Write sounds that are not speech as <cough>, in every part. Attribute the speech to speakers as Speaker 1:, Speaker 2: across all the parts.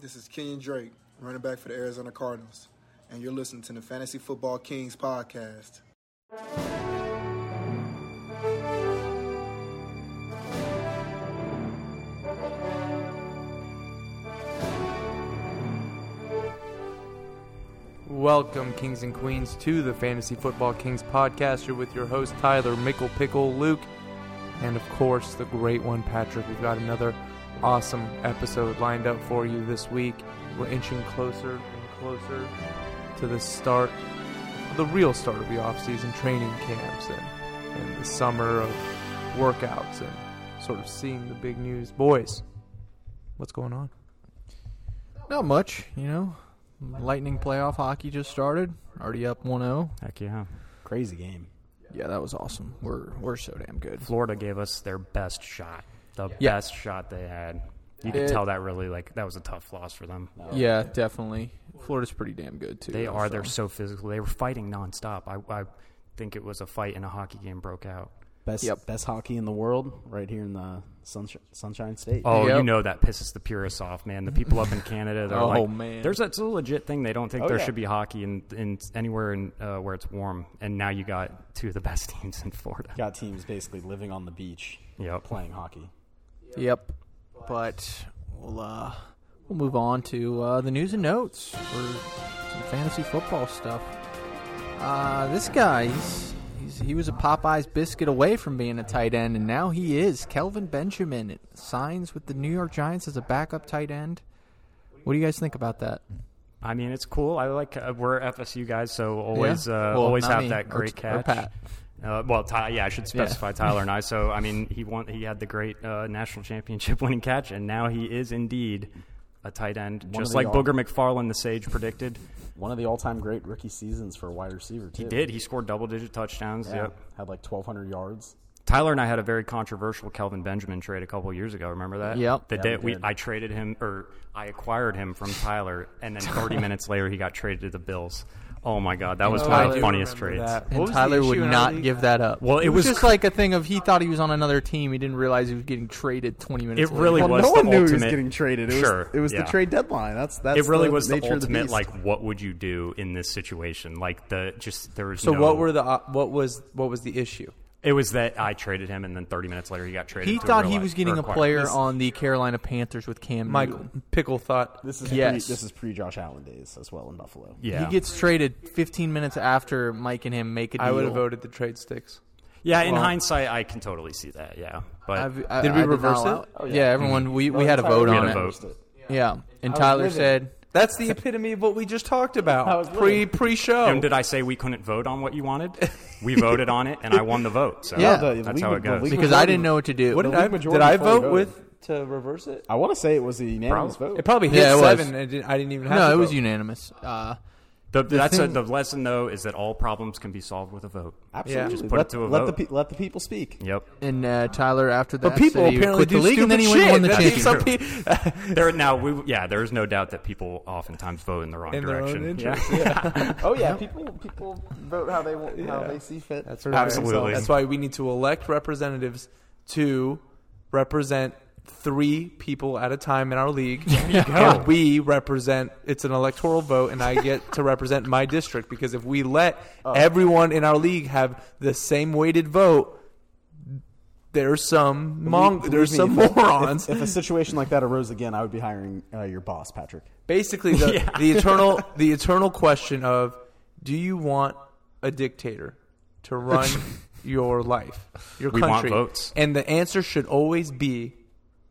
Speaker 1: This is Kenyon Drake, running back for the Arizona Cardinals, and you're listening to the Fantasy Football Kings podcast.
Speaker 2: Welcome, Kings and Queens, to the Fantasy Football Kings podcast. You're with your host, Tyler Mickle Pickle Luke, and of course, the great one, Patrick. We've got another awesome episode lined up for you this week. We're inching closer and closer to the start, the real start of the offseason training camps and, and the summer of workouts and sort of seeing the big news. Boys, what's going on?
Speaker 3: Not much, you know. Lightning playoff hockey just started. Already up 1-0.
Speaker 4: Heck yeah. Crazy game.
Speaker 3: Yeah, that was awesome. We're we're so damn good.
Speaker 4: Florida gave us their best shot. The
Speaker 3: Yeah.
Speaker 4: best shot they had. You could
Speaker 3: It-
Speaker 4: tell that really like that was a tough loss for them.
Speaker 3: Yeah, definitely. Florida's pretty damn good too.
Speaker 4: They are.
Speaker 3: so-
Speaker 4: They're so physical. They were fighting nonstop. I, I think it was a fight and a hockey game broke out.
Speaker 5: Best
Speaker 3: Yep.
Speaker 5: best hockey in the world, right here in the sunshine, sunshine State.
Speaker 4: Oh,
Speaker 3: Yep.
Speaker 4: you know that pisses the purists off, man. The people up in Canada,
Speaker 3: <laughs>
Speaker 4: they're
Speaker 3: Oh,
Speaker 4: like,
Speaker 3: man.
Speaker 4: there's that's a legit thing. They don't think
Speaker 5: Oh,
Speaker 4: there
Speaker 5: yeah.
Speaker 4: should be hockey in, in anywhere in uh, where it's warm. And now you got two of the best <laughs> teams in Florida.
Speaker 5: got teams basically living on the beach,
Speaker 4: Yep.
Speaker 5: playing hockey.
Speaker 3: Yep. But we'll uh we'll move on to uh, the news and notes for some fantasy football stuff. Uh this guy he's, he's he was a Popeye's biscuit away from being a tight end and now he is. Kelvin Benjamin signs with the New York Giants as a backup tight end. What do you guys think about that?
Speaker 4: I mean, it's cool. I like uh, we're FSU guys, so always uh,
Speaker 3: Well,
Speaker 4: always
Speaker 3: not
Speaker 4: have
Speaker 3: me.
Speaker 4: that
Speaker 3: Or-
Speaker 4: great
Speaker 3: or
Speaker 4: catch.
Speaker 3: Pat.
Speaker 4: Uh, well, Ty, yeah, I should specify Tyler and I. So
Speaker 3: <laughs>
Speaker 4: I mean, he won. He had the great uh, national championship <laughs> winning catch, and now he is indeed a tight end,
Speaker 5: of
Speaker 4: just
Speaker 5: the
Speaker 4: like
Speaker 5: all-
Speaker 4: Booger McFarland, the sage, predicted.
Speaker 5: One of the all-time great rookie seasons for a wide receiver. Too.
Speaker 4: He did. He scored double digit touchdowns.
Speaker 5: Yeah.
Speaker 4: Yep.
Speaker 5: Had like 1,200 yards.
Speaker 4: Tyler and I had a very controversial Kelvin Benjamin trade a couple years ago. Remember that?
Speaker 3: Yep.
Speaker 4: The
Speaker 3: Yeah,
Speaker 4: day
Speaker 5: we
Speaker 4: we,
Speaker 5: did.
Speaker 4: I traded him, or I acquired him from Tyler, and then
Speaker 3: <laughs>
Speaker 4: 30 minutes later he got traded to the Bills. Oh my God, that was
Speaker 2: Oh,
Speaker 4: one
Speaker 2: I
Speaker 4: of
Speaker 2: do
Speaker 4: the funniest
Speaker 2: remember
Speaker 4: trades.
Speaker 2: that. What
Speaker 3: And
Speaker 2: was the
Speaker 3: Tyler
Speaker 2: issue
Speaker 3: would
Speaker 2: in our
Speaker 3: not
Speaker 2: league?
Speaker 3: give that up.
Speaker 4: Well, it was-
Speaker 3: just like a thing of he thought he was on another team. He didn't realize he was getting traded 20 minutes
Speaker 4: It
Speaker 3: later.
Speaker 4: really was. the ultimate- sure, yeah.
Speaker 5: deadline. That's that's.
Speaker 4: It really was the ultimate. like, what would you do in this situation? Like the just there was.
Speaker 2: So
Speaker 4: no-
Speaker 2: what were the uh, what was what was the issue?
Speaker 4: It was that I traded him, and then 30 minutes later he got traded.
Speaker 3: He
Speaker 4: to
Speaker 3: thought
Speaker 4: real
Speaker 3: he
Speaker 4: life-
Speaker 3: was
Speaker 4: or
Speaker 3: getting a
Speaker 4: acquired.
Speaker 3: player
Speaker 4: This-
Speaker 3: on the Carolina Panthers with Cam
Speaker 2: Mike
Speaker 3: Newton.
Speaker 2: Pickle thought
Speaker 5: this is
Speaker 3: Yes.
Speaker 5: pre, this is pre Josh Allen days as well in Buffalo.
Speaker 4: Yeah,
Speaker 3: He gets traded 15 minutes after Mike and him make a deal.
Speaker 2: I would have voted the trade sticks.
Speaker 4: yeah. In hindsight, I can totally see that. Yeah, but
Speaker 3: I've- I-
Speaker 2: Did we
Speaker 3: I not
Speaker 2: reverse
Speaker 3: allow- Oh,
Speaker 2: it?
Speaker 3: yeah. everyone. We, we
Speaker 5: No,
Speaker 3: had a
Speaker 5: Tyler
Speaker 3: vote
Speaker 4: had
Speaker 3: on
Speaker 4: a
Speaker 3: it.
Speaker 4: vote.
Speaker 5: reversed
Speaker 3: Yeah, and Tyler
Speaker 5: living.
Speaker 3: said,
Speaker 2: That's the epitome of what we just talked about
Speaker 5: was
Speaker 2: pre
Speaker 5: really-
Speaker 2: pre show.
Speaker 4: And did I say we couldn't vote on what you wanted?
Speaker 2: <laughs>
Speaker 4: We voted on it, and I won the vote. So
Speaker 3: Yeah.
Speaker 5: The
Speaker 4: that's
Speaker 5: league-
Speaker 4: how it
Speaker 5: the
Speaker 4: goes.
Speaker 5: league-
Speaker 3: because I didn't know what to do.
Speaker 2: what
Speaker 5: the
Speaker 2: did I
Speaker 5: league
Speaker 2: did
Speaker 5: majority
Speaker 2: I
Speaker 5: fully
Speaker 2: vote
Speaker 5: voted.
Speaker 2: with to reverse it?
Speaker 5: I want to say it was a unanimous vote.
Speaker 2: It probably hit
Speaker 3: Yeah, it was.
Speaker 2: seven. And it didn't, I didn't even have
Speaker 3: no,
Speaker 2: to
Speaker 3: it was
Speaker 2: vote.
Speaker 3: unanimous. Uh,
Speaker 4: The, that's
Speaker 3: thing-
Speaker 4: a, the lesson, though, is that all problems can be solved with a vote.
Speaker 5: Absolutely.
Speaker 2: Yeah.
Speaker 4: Just put it
Speaker 5: let,
Speaker 4: to a
Speaker 5: let
Speaker 4: vote.
Speaker 5: The pe- let the people speak.
Speaker 4: Yep.
Speaker 3: and uh, Tyler after that,
Speaker 2: But people
Speaker 3: said he
Speaker 2: apparently
Speaker 3: quit
Speaker 2: do
Speaker 3: the league, and then he
Speaker 2: stupid
Speaker 3: went
Speaker 2: shit.
Speaker 3: and won the
Speaker 2: That means
Speaker 3: championship.
Speaker 2: some
Speaker 4: True.
Speaker 2: people-
Speaker 4: There now we yeah. There's no doubt that people oftentimes vote in the wrong
Speaker 2: In their own
Speaker 4: direction.
Speaker 2: interest,
Speaker 4: yeah.
Speaker 5: Oh yeah, people people vote how they want, how they see fit.
Speaker 2: That's
Speaker 5: right.
Speaker 2: right.
Speaker 4: Absolutely.
Speaker 2: That's why we need to elect representatives to represent three people at a time in our league. And we represent. It's an electoral vote, and I get to represent my district because if we let everyone in our league have the same weighted vote, there's some mon-
Speaker 5: Believe
Speaker 2: there's
Speaker 5: me,
Speaker 2: some
Speaker 5: if- if- <laughs>
Speaker 2: morons.
Speaker 5: If, a situation like that arose again, I would be hiring uh, your boss, Patrick.
Speaker 2: Basically, the, the eternal the eternal question of do you want a dictator to run your life, your
Speaker 4: We want
Speaker 2: country?
Speaker 4: votes.
Speaker 2: And the answer should always be,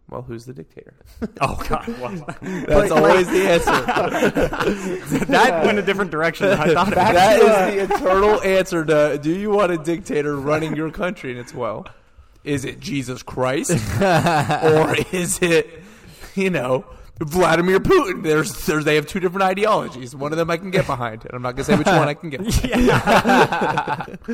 Speaker 2: well, who's the dictator?
Speaker 4: Oh God, well, <laughs>
Speaker 2: That's always the answer.
Speaker 4: that went a different direction than
Speaker 2: <laughs>
Speaker 4: I thought. It would.
Speaker 2: That is the eternal answer to do you want a dictator running your country? And it's well, is it Jesus Christ or is it you know? Vladimir Putin. There's, there's, they have two different ideologies. One of them I can get behind, and I'm not gonna say which one I can get.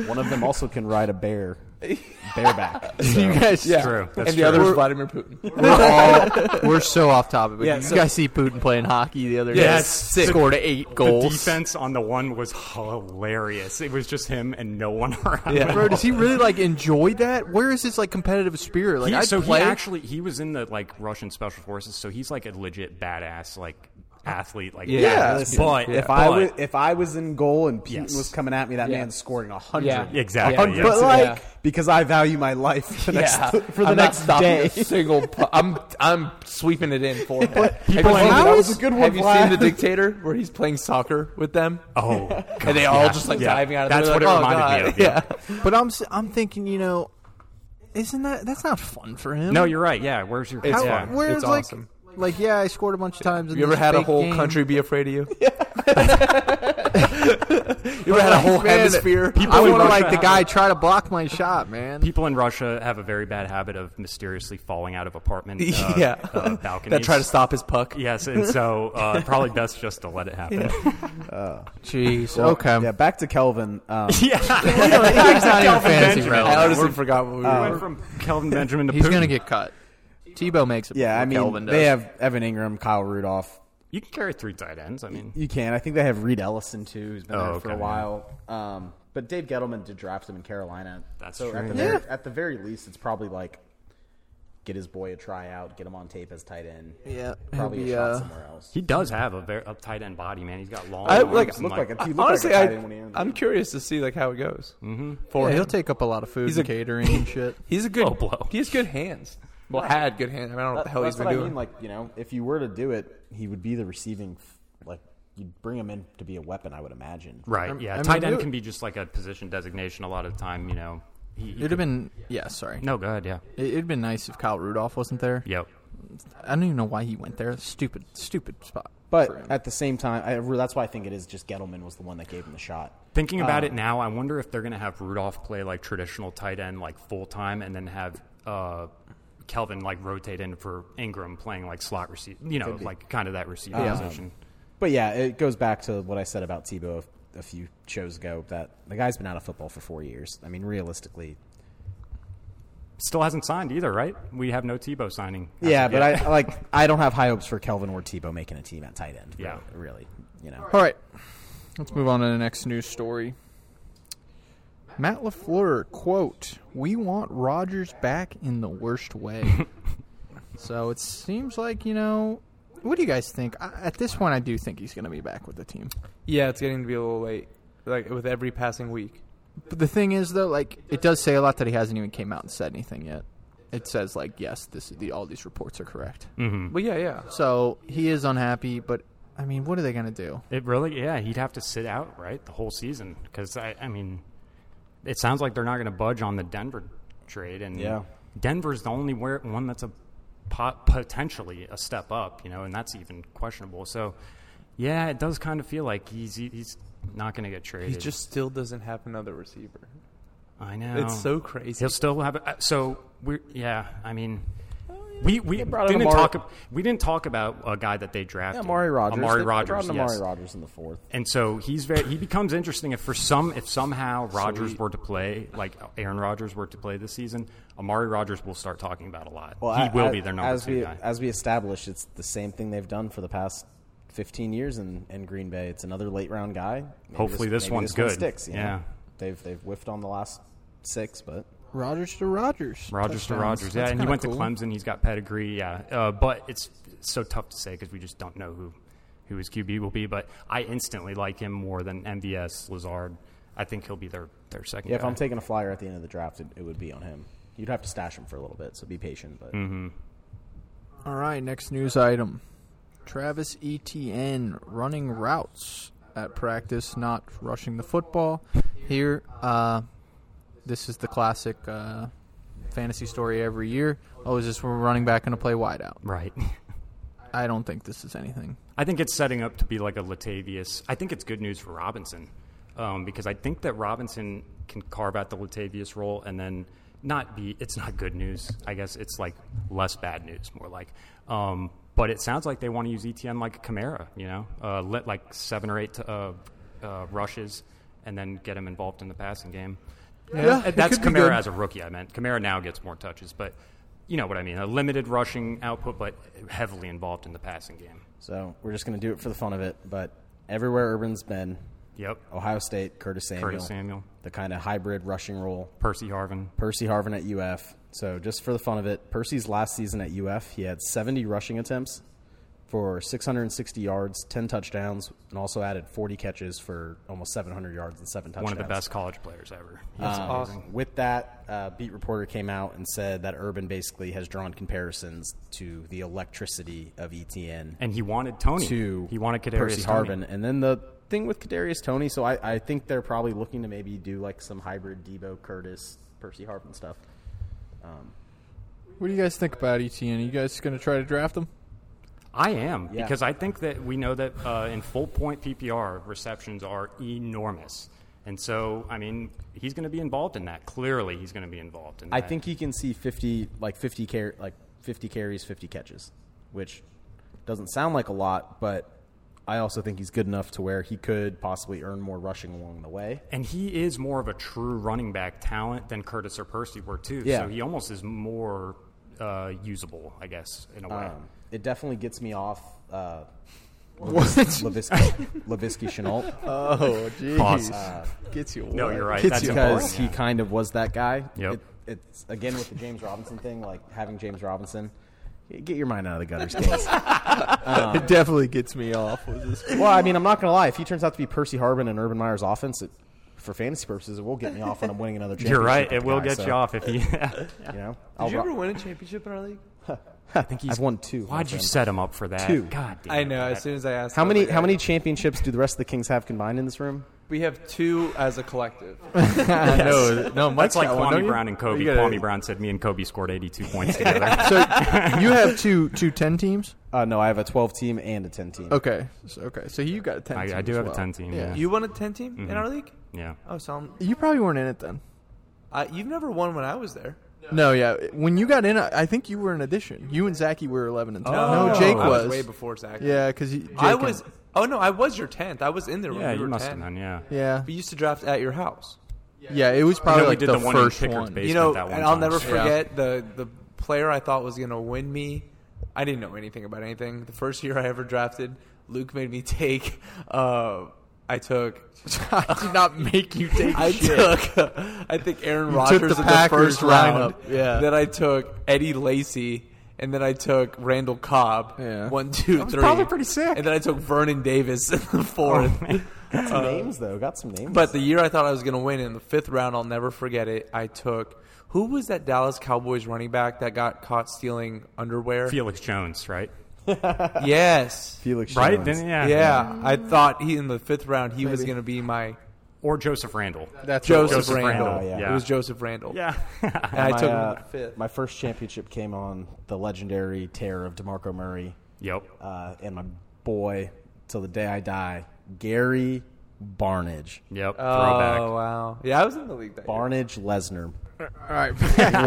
Speaker 5: One of them also can ride a bear.
Speaker 6: <laughs>
Speaker 5: bareback.
Speaker 3: you guys,
Speaker 6: Yeah.
Speaker 4: True. That's
Speaker 6: and the
Speaker 4: true.
Speaker 6: other is
Speaker 4: We're-
Speaker 6: Vladimir Putin.
Speaker 3: we're all we're so off topic. But
Speaker 6: Yeah,
Speaker 3: did you
Speaker 6: so-
Speaker 3: guys see Putin playing hockey the other day?
Speaker 4: Yeah, it's sick.
Speaker 3: Scored eight goals.
Speaker 4: The defense on the one was hilarious. It was just him and no one <laughs> around.
Speaker 3: Yeah. Bro, does he really like enjoy that? Where is his like competitive spirit? Like
Speaker 4: He-
Speaker 3: I
Speaker 4: so
Speaker 3: play.
Speaker 4: he
Speaker 6: <laughs>
Speaker 4: actually he was in the like Russian special forces, so he's like a legit badass like athlete. Like
Speaker 6: Yeah,
Speaker 4: badass.
Speaker 6: that's-
Speaker 4: but
Speaker 6: yeah.
Speaker 4: but-
Speaker 5: If I was if I was in goal and Putin
Speaker 4: Yes.
Speaker 5: was coming at me, that man's scoring a hundred.
Speaker 6: Yeah.
Speaker 4: exactly,
Speaker 6: Yeah.
Speaker 4: yes.
Speaker 5: But like
Speaker 6: Yeah.
Speaker 5: because I value my life for the next for the
Speaker 6: I'm
Speaker 5: next
Speaker 6: not stopping
Speaker 5: day.
Speaker 6: A single. pu- I'm I'm sweeping it in for him.
Speaker 4: playing-
Speaker 5: That was a good one,
Speaker 6: Have you
Speaker 5: Vlad.
Speaker 6: seen the Dictator where he's playing soccer with them?
Speaker 4: oh, God,
Speaker 6: <laughs> and they all
Speaker 4: yeah,
Speaker 6: just like
Speaker 4: yeah.
Speaker 6: diving out of
Speaker 4: That's
Speaker 6: there,
Speaker 4: what
Speaker 6: like,
Speaker 4: it
Speaker 6: oh,
Speaker 4: reminded me
Speaker 6: God. <laughs>
Speaker 4: of. Yeah.
Speaker 3: but I'm s- I'm thinking, you know, isn't that that's not fun for him?
Speaker 4: No, you're right. Yeah, where's your?
Speaker 6: It's
Speaker 4: yeah.
Speaker 6: fun.
Speaker 3: Where's
Speaker 6: It's
Speaker 3: like
Speaker 6: awesome.
Speaker 3: like yeah, I scored a bunch of times. in
Speaker 6: You ever
Speaker 3: this
Speaker 6: had a
Speaker 3: big
Speaker 6: whole
Speaker 3: game.
Speaker 6: country be afraid of you? <laughs> Yeah. you ever had a
Speaker 3: Like,
Speaker 6: whole
Speaker 3: man,
Speaker 6: hemisphere?
Speaker 3: I
Speaker 4: in
Speaker 3: want to
Speaker 4: Russia
Speaker 3: like the
Speaker 4: have
Speaker 3: guy
Speaker 4: it.
Speaker 3: try to block my shot, man.
Speaker 4: People in Russia have a very bad habit of mysteriously falling out
Speaker 6: <laughs>
Speaker 4: of apartment uh,
Speaker 6: yeah.
Speaker 4: uh, balconies.
Speaker 6: that try to stop his puck. <laughs>
Speaker 4: Yes, and so uh, probably best just to let it happen. <laughs>
Speaker 3: Jeez.
Speaker 5: Well,
Speaker 3: okay.
Speaker 5: Yeah, back to Kelvin.
Speaker 4: <laughs>
Speaker 6: <laughs>
Speaker 5: Um,
Speaker 3: We don't- he's not even fantasy
Speaker 4: Benjamin.
Speaker 3: relevant.
Speaker 6: I honestly <laughs>
Speaker 4: We're-
Speaker 6: forgot what we were.
Speaker 4: We went from Kelvin
Speaker 6: Oh.
Speaker 4: Benjamin to
Speaker 3: He's
Speaker 4: Putin.
Speaker 3: gonna get cut. Tebow makes it.
Speaker 5: yeah, I
Speaker 3: before
Speaker 5: mean
Speaker 3: Kelvin does.
Speaker 5: they have Evan Ingram, Kyle Rudolph.
Speaker 4: You can carry three tight ends. I mean,
Speaker 5: You can. I think they have Reed Ellison too, who's been
Speaker 4: Oh,
Speaker 5: there for
Speaker 4: okay.
Speaker 5: a while. Um, but Dave Gettleman did draft him in Carolina.
Speaker 4: That's
Speaker 5: so
Speaker 4: true.
Speaker 5: At the, very, at the very least, it's probably like get his boy a tryout, get him on tape as tight end.
Speaker 3: Yeah, he'll
Speaker 5: probably
Speaker 3: be,
Speaker 5: a shot
Speaker 3: uh,
Speaker 5: somewhere else.
Speaker 4: he does have a, very, a tight end body, man. He's got long.
Speaker 6: I-
Speaker 4: arms
Speaker 6: like,
Speaker 4: and,
Speaker 5: Looked like a, he looked
Speaker 6: Honestly,
Speaker 5: like a tight
Speaker 6: I,
Speaker 5: end when he entered the
Speaker 6: I'm curious to see like how it goes.
Speaker 3: Yeah, he'll take up a lot of food
Speaker 6: He's
Speaker 3: and
Speaker 6: a-
Speaker 3: catering and shit.
Speaker 6: He's a good
Speaker 4: Low blow.
Speaker 6: He has good hands. Oh, Well, had good hands. I, mean, I don't know what the hell
Speaker 5: that's
Speaker 6: he's been
Speaker 5: what
Speaker 6: doing.
Speaker 5: I mean. Like you know, if you were to do it, he would be the receiving. Like you'd bring him in to be a weapon, I would imagine.
Speaker 4: Right. Yeah.
Speaker 3: I mean,
Speaker 4: tight
Speaker 3: it
Speaker 4: end
Speaker 3: would-
Speaker 4: can be just like a position designation. A lot of the time, you know. He, he
Speaker 3: It'd
Speaker 4: could-
Speaker 3: have been yeah. Sorry,
Speaker 4: no. Go ahead. Yeah.
Speaker 3: It- it'd been nice if Kyle Rudolph wasn't there.
Speaker 4: Yep.
Speaker 3: I don't even know why he went there. Stupid, stupid spot. for him.
Speaker 5: But at the same time, I, that's why I think it is just Gettleman was the one that gave him the shot.
Speaker 4: Thinking
Speaker 5: Uh,
Speaker 4: about it now, I wonder if they're going to have Rudolph play like traditional tight end, like full time, and then have uh, Kelvin like rotate in for Ingram playing like slot receiver. You know, like kind of that receiver
Speaker 5: Yeah.
Speaker 4: position.
Speaker 5: But yeah, it goes back to what I said about Tebow a, a few shows ago. That the guy's been out of football for four years. I mean, realistically,
Speaker 4: Still hasn't signed either, right? We have no Tebow signing. as
Speaker 5: yeah.
Speaker 4: of
Speaker 5: But
Speaker 4: yet.
Speaker 5: I like I don't have high hopes for Kelvin or Tebow making a team at tight end.
Speaker 4: Yeah.
Speaker 5: really, really, you know.
Speaker 3: all right, let's move on to the next news story. Matt Lafleur quote: "We want Rogers back in the worst
Speaker 4: <laughs>
Speaker 3: way." so it seems like you know. What do you guys think? I, at this point, I do think he's going to be back with the team.
Speaker 6: Yeah, it's getting to be a little late. Like with every passing week.
Speaker 3: But the thing is, though, like it does say a lot that he hasn't even came out and said anything yet. It says like, yes, this the, all these reports are correct.
Speaker 4: Mm.
Speaker 6: But yeah, yeah.
Speaker 3: So he is unhappy, but I mean, what are they going to do?
Speaker 4: It really, yeah, he'd have to sit out right the whole season because I, I mean, it sounds like they're not going to budge on the Denver trade, and
Speaker 5: Yeah.
Speaker 4: Denver's the only where, one that's a pot, potentially a step up, you know, and that's even questionable. So, yeah, it does kind of feel like he's he's not going to get traded.
Speaker 6: He just still doesn't have another receiver.
Speaker 4: I know
Speaker 6: It's so crazy.
Speaker 4: He'll still have uh, so we yeah. I mean, we we
Speaker 5: Oh, brought in
Speaker 4: didn't
Speaker 5: Amari-
Speaker 4: talk we didn't talk about a guy that they drafted,
Speaker 5: Amari Rogers.
Speaker 4: Amari
Speaker 5: They- they brought
Speaker 4: Rogers,
Speaker 5: in Amari
Speaker 4: yes.
Speaker 5: Rogers in the fourth.
Speaker 4: And so he's very he becomes interesting if for some if somehow Rodgers were to play like Aaron Rodgers were to play this season, Amari Rodgers will start talking about a lot. he
Speaker 5: I-
Speaker 4: will
Speaker 5: I-
Speaker 4: be their number
Speaker 5: as
Speaker 4: two
Speaker 5: we
Speaker 4: guy.
Speaker 5: as we established. It's the same thing they've done for the past fifteen years in, in Green Bay. It's another late round guy. Maybe
Speaker 4: Hopefully this
Speaker 5: maybe
Speaker 4: one's
Speaker 5: one
Speaker 4: good.
Speaker 5: sticks. you know?
Speaker 4: Yeah.
Speaker 5: they've they've whiffed on the last six, but
Speaker 3: Rogers to Rogers.
Speaker 4: Rodgers to
Speaker 3: Touchdowns.
Speaker 4: Rodgers, yeah,
Speaker 3: That's
Speaker 4: and he
Speaker 3: kinda
Speaker 4: went
Speaker 3: cool.
Speaker 4: to Clemson. He's got pedigree, yeah. Uh, but it's so tough to say because we just don't know who who his QB will be. But I instantly like him more than MVS Lazard. I think he'll be their their second.
Speaker 5: yeah, if
Speaker 4: guy.
Speaker 5: I'm taking a flyer at the end of the draft, it, it would be on him. You'd have to stash him for a little bit, so be patient. But
Speaker 4: Mm-hmm.
Speaker 3: All right, next news item: Travis Etienne running routes at practice, not rushing the football. Here, uh, this is the classic uh, fantasy story every year. Oh, is this where running back going to play wideout?
Speaker 4: right. <laughs>
Speaker 3: I don't think this is anything.
Speaker 4: I think it's setting up to be like a Latavius. I think it's good news for Robinson um, because I think that Robinson can carve out the Latavius role and then not be. It's not good news. I guess it's like less bad news, more like. Um, but it sounds like they want to use ETN like a Camara, you know, uh, let like seven or eight uh, uh, rushes and then get him involved in the passing game.
Speaker 6: Yeah, it
Speaker 4: that's
Speaker 6: could be good.
Speaker 4: Kamara as a rookie. I meant Kamara now gets more touches, but you know what I mean. A limited rushing output, but heavily involved in the passing game.
Speaker 5: So we're just going to do it for the fun of it. But everywhere Urban's been,
Speaker 4: Yep.
Speaker 5: Ohio State, Curtis Samuel,
Speaker 4: Curtis Samuel,
Speaker 5: the kind of hybrid rushing role,
Speaker 4: Percy Harvin.
Speaker 5: Percy Harvin at UF. So just for the fun of it, Percy's last season at UF, he had 70 rushing attempts for 660 yards, 10 touchdowns, and also added 40 catches for almost 700 yards and seven touchdowns.
Speaker 4: One of the best college players ever.
Speaker 6: That's
Speaker 5: Um,
Speaker 6: awesome.
Speaker 5: With that, uh, beat reporter came out and said that Urban basically has drawn comparisons to the electricity of ETN
Speaker 4: And he wanted Tony.
Speaker 5: to
Speaker 4: he wanted Kadarius
Speaker 5: Percy
Speaker 4: Toney.
Speaker 5: Harvin, and then the thing with Kadarius Tony. So I, I think they're probably looking to maybe do like some hybrid Debo Curtis Percy Harvin stuff. Um,
Speaker 6: What do you guys think about ETN? Are you guys going to try to draft
Speaker 4: <laughs>
Speaker 6: him?
Speaker 4: I am
Speaker 5: Yeah.
Speaker 4: because I think that we know that uh, in full point PPR receptions are enormous, and so I mean he's going to be involved in that. Clearly, he's going to be involved in.
Speaker 5: I
Speaker 4: that.
Speaker 5: think he can see fifty like fifty car- like fifty carries, fifty catches, which doesn't sound like a lot, but I also think he's good enough to where he could possibly earn more rushing along the way.
Speaker 4: And he is more of a true running back talent than Curtis or Percy were too.
Speaker 5: Yeah.
Speaker 4: So he almost is more uh, usable, I guess, in a way.
Speaker 5: Um, it definitely gets me off. Uh, Lavisky, Lavisky <laughs> Chenault.
Speaker 6: <laughs>
Speaker 3: Oh,
Speaker 4: Pause.
Speaker 3: jeez. Gets you.
Speaker 4: No,
Speaker 3: away.
Speaker 4: you're right.
Speaker 3: Gets
Speaker 4: That's
Speaker 3: you
Speaker 4: important.
Speaker 5: because he kind of was that guy.
Speaker 4: Yep.
Speaker 5: It, it's again with the James Robinson thing, like having James Robinson. Get your mind out of the <laughs> gutters, kids.
Speaker 3: It definitely gets me off. with this.
Speaker 5: well, I mean, I'm not gonna lie. If he turns out to be Percy Harbin and Urban Meyer's offense, it, for fantasy purposes, it will get me off when I'm winning <laughs> another championship.
Speaker 4: You're right. It
Speaker 5: with the
Speaker 4: will
Speaker 5: guy,
Speaker 4: get
Speaker 5: so,
Speaker 4: you off
Speaker 5: <laughs>
Speaker 4: if he.
Speaker 5: You know, I'll
Speaker 2: Did you
Speaker 5: ro-
Speaker 2: ever win a championship in our league?
Speaker 4: I think he's.
Speaker 5: I've won two. my
Speaker 4: Why'd you
Speaker 5: friend.
Speaker 4: set him up for that?
Speaker 5: Two.
Speaker 4: God damn.
Speaker 2: I
Speaker 4: it.
Speaker 2: know. As soon as I asked,
Speaker 5: How
Speaker 2: I was
Speaker 5: many
Speaker 2: like,
Speaker 5: how
Speaker 2: I
Speaker 5: many
Speaker 2: know.
Speaker 5: championships do the rest of the Kings have combined in this room?
Speaker 2: We have two as a collective.
Speaker 3: No, no, Mike's
Speaker 4: That's like
Speaker 3: got one, don't
Speaker 4: Kwame
Speaker 3: you?
Speaker 4: Brown and Kobe.
Speaker 3: You gotta-
Speaker 4: Kwame Brown said, "Me and Kobe scored 82 points together." <laughs>
Speaker 3: So you have two two ten teams.
Speaker 5: Uh, no, I have a 12 team and a 10 team.
Speaker 3: Okay, so, okay. So you got a ten.
Speaker 4: I- I
Speaker 3: team
Speaker 4: do
Speaker 3: as
Speaker 4: have a
Speaker 3: well.
Speaker 4: 10 team, yeah.
Speaker 3: You
Speaker 2: You won a ten team in our league.
Speaker 4: yeah.
Speaker 2: Oh, so I'm,
Speaker 3: you probably weren't in it then.
Speaker 2: I, you've never won when I was there.
Speaker 3: No, yeah. When you got in, I I think you were an addition. You and Zachy were eleven and ten.
Speaker 4: Oh.
Speaker 3: no, Jake
Speaker 2: I
Speaker 3: was.
Speaker 2: was way before Zach.
Speaker 3: yeah, because
Speaker 2: I was. Oh no, I was your tenth. I was in there.
Speaker 4: Yeah,
Speaker 2: when
Speaker 4: you
Speaker 2: were
Speaker 4: must
Speaker 2: 10.
Speaker 4: have done. Yeah.
Speaker 3: yeah,
Speaker 2: We used to draft at your house.
Speaker 3: yeah. It was probably
Speaker 4: we
Speaker 3: like
Speaker 4: did
Speaker 3: the,
Speaker 4: the one in
Speaker 3: first
Speaker 4: Pickett's
Speaker 3: one.
Speaker 4: basement.
Speaker 2: You know,
Speaker 4: that one
Speaker 2: and I'll
Speaker 4: time.
Speaker 2: never
Speaker 4: Yeah.
Speaker 2: forget the the player I thought was gonna win me. I didn't know anything about anything. The first year I ever drafted, Luke made me <laughs> take. Uh, I took.
Speaker 3: <laughs> I did not
Speaker 2: <laughs>
Speaker 3: make you take
Speaker 2: I
Speaker 3: shit.
Speaker 2: took. uh, I think Aaron
Speaker 3: took
Speaker 2: Rodgers
Speaker 3: the
Speaker 2: in the
Speaker 3: Packers
Speaker 2: first round.
Speaker 3: lineup, yeah.
Speaker 2: Then I took Eddie Lacy. And then I took Randall Cobb.
Speaker 3: Yeah.
Speaker 2: One, two, three.
Speaker 4: probably pretty sick.
Speaker 2: And then I took Vernon Davis <laughs> in
Speaker 3: Oh,
Speaker 2: the fourth.
Speaker 5: Got some names though. Got some names.
Speaker 2: But the year I thought I was going to win in the fifth round, I'll never forget it. I took who was that Dallas Cowboys running back that got caught stealing underwear?
Speaker 4: Felix Jones, right?
Speaker 2: Yes,
Speaker 5: Felix
Speaker 4: Right.
Speaker 5: Jones.
Speaker 4: Then, yeah.
Speaker 2: yeah. I thought he in the fifth round he was going to be my
Speaker 4: Or Joseph Randall.
Speaker 3: That's what it
Speaker 2: Joseph,
Speaker 4: Joseph
Speaker 2: Randall.
Speaker 4: Randall,
Speaker 3: Oh,
Speaker 5: yeah.
Speaker 2: It was Joseph Randall.
Speaker 4: Yeah.
Speaker 2: and I
Speaker 5: my,
Speaker 2: took
Speaker 5: uh,
Speaker 2: him in the fifth.
Speaker 5: my first championship came on the legendary tear of DeMarco Murray
Speaker 4: <laughs> yep.
Speaker 5: uh, and my boy till the day I die, Gary Barnage.
Speaker 4: Yep. Throwback.
Speaker 2: Oh wow! Yeah, I was in the league that year.
Speaker 5: Barnage Lesnar.
Speaker 3: All
Speaker 2: <laughs>
Speaker 3: right,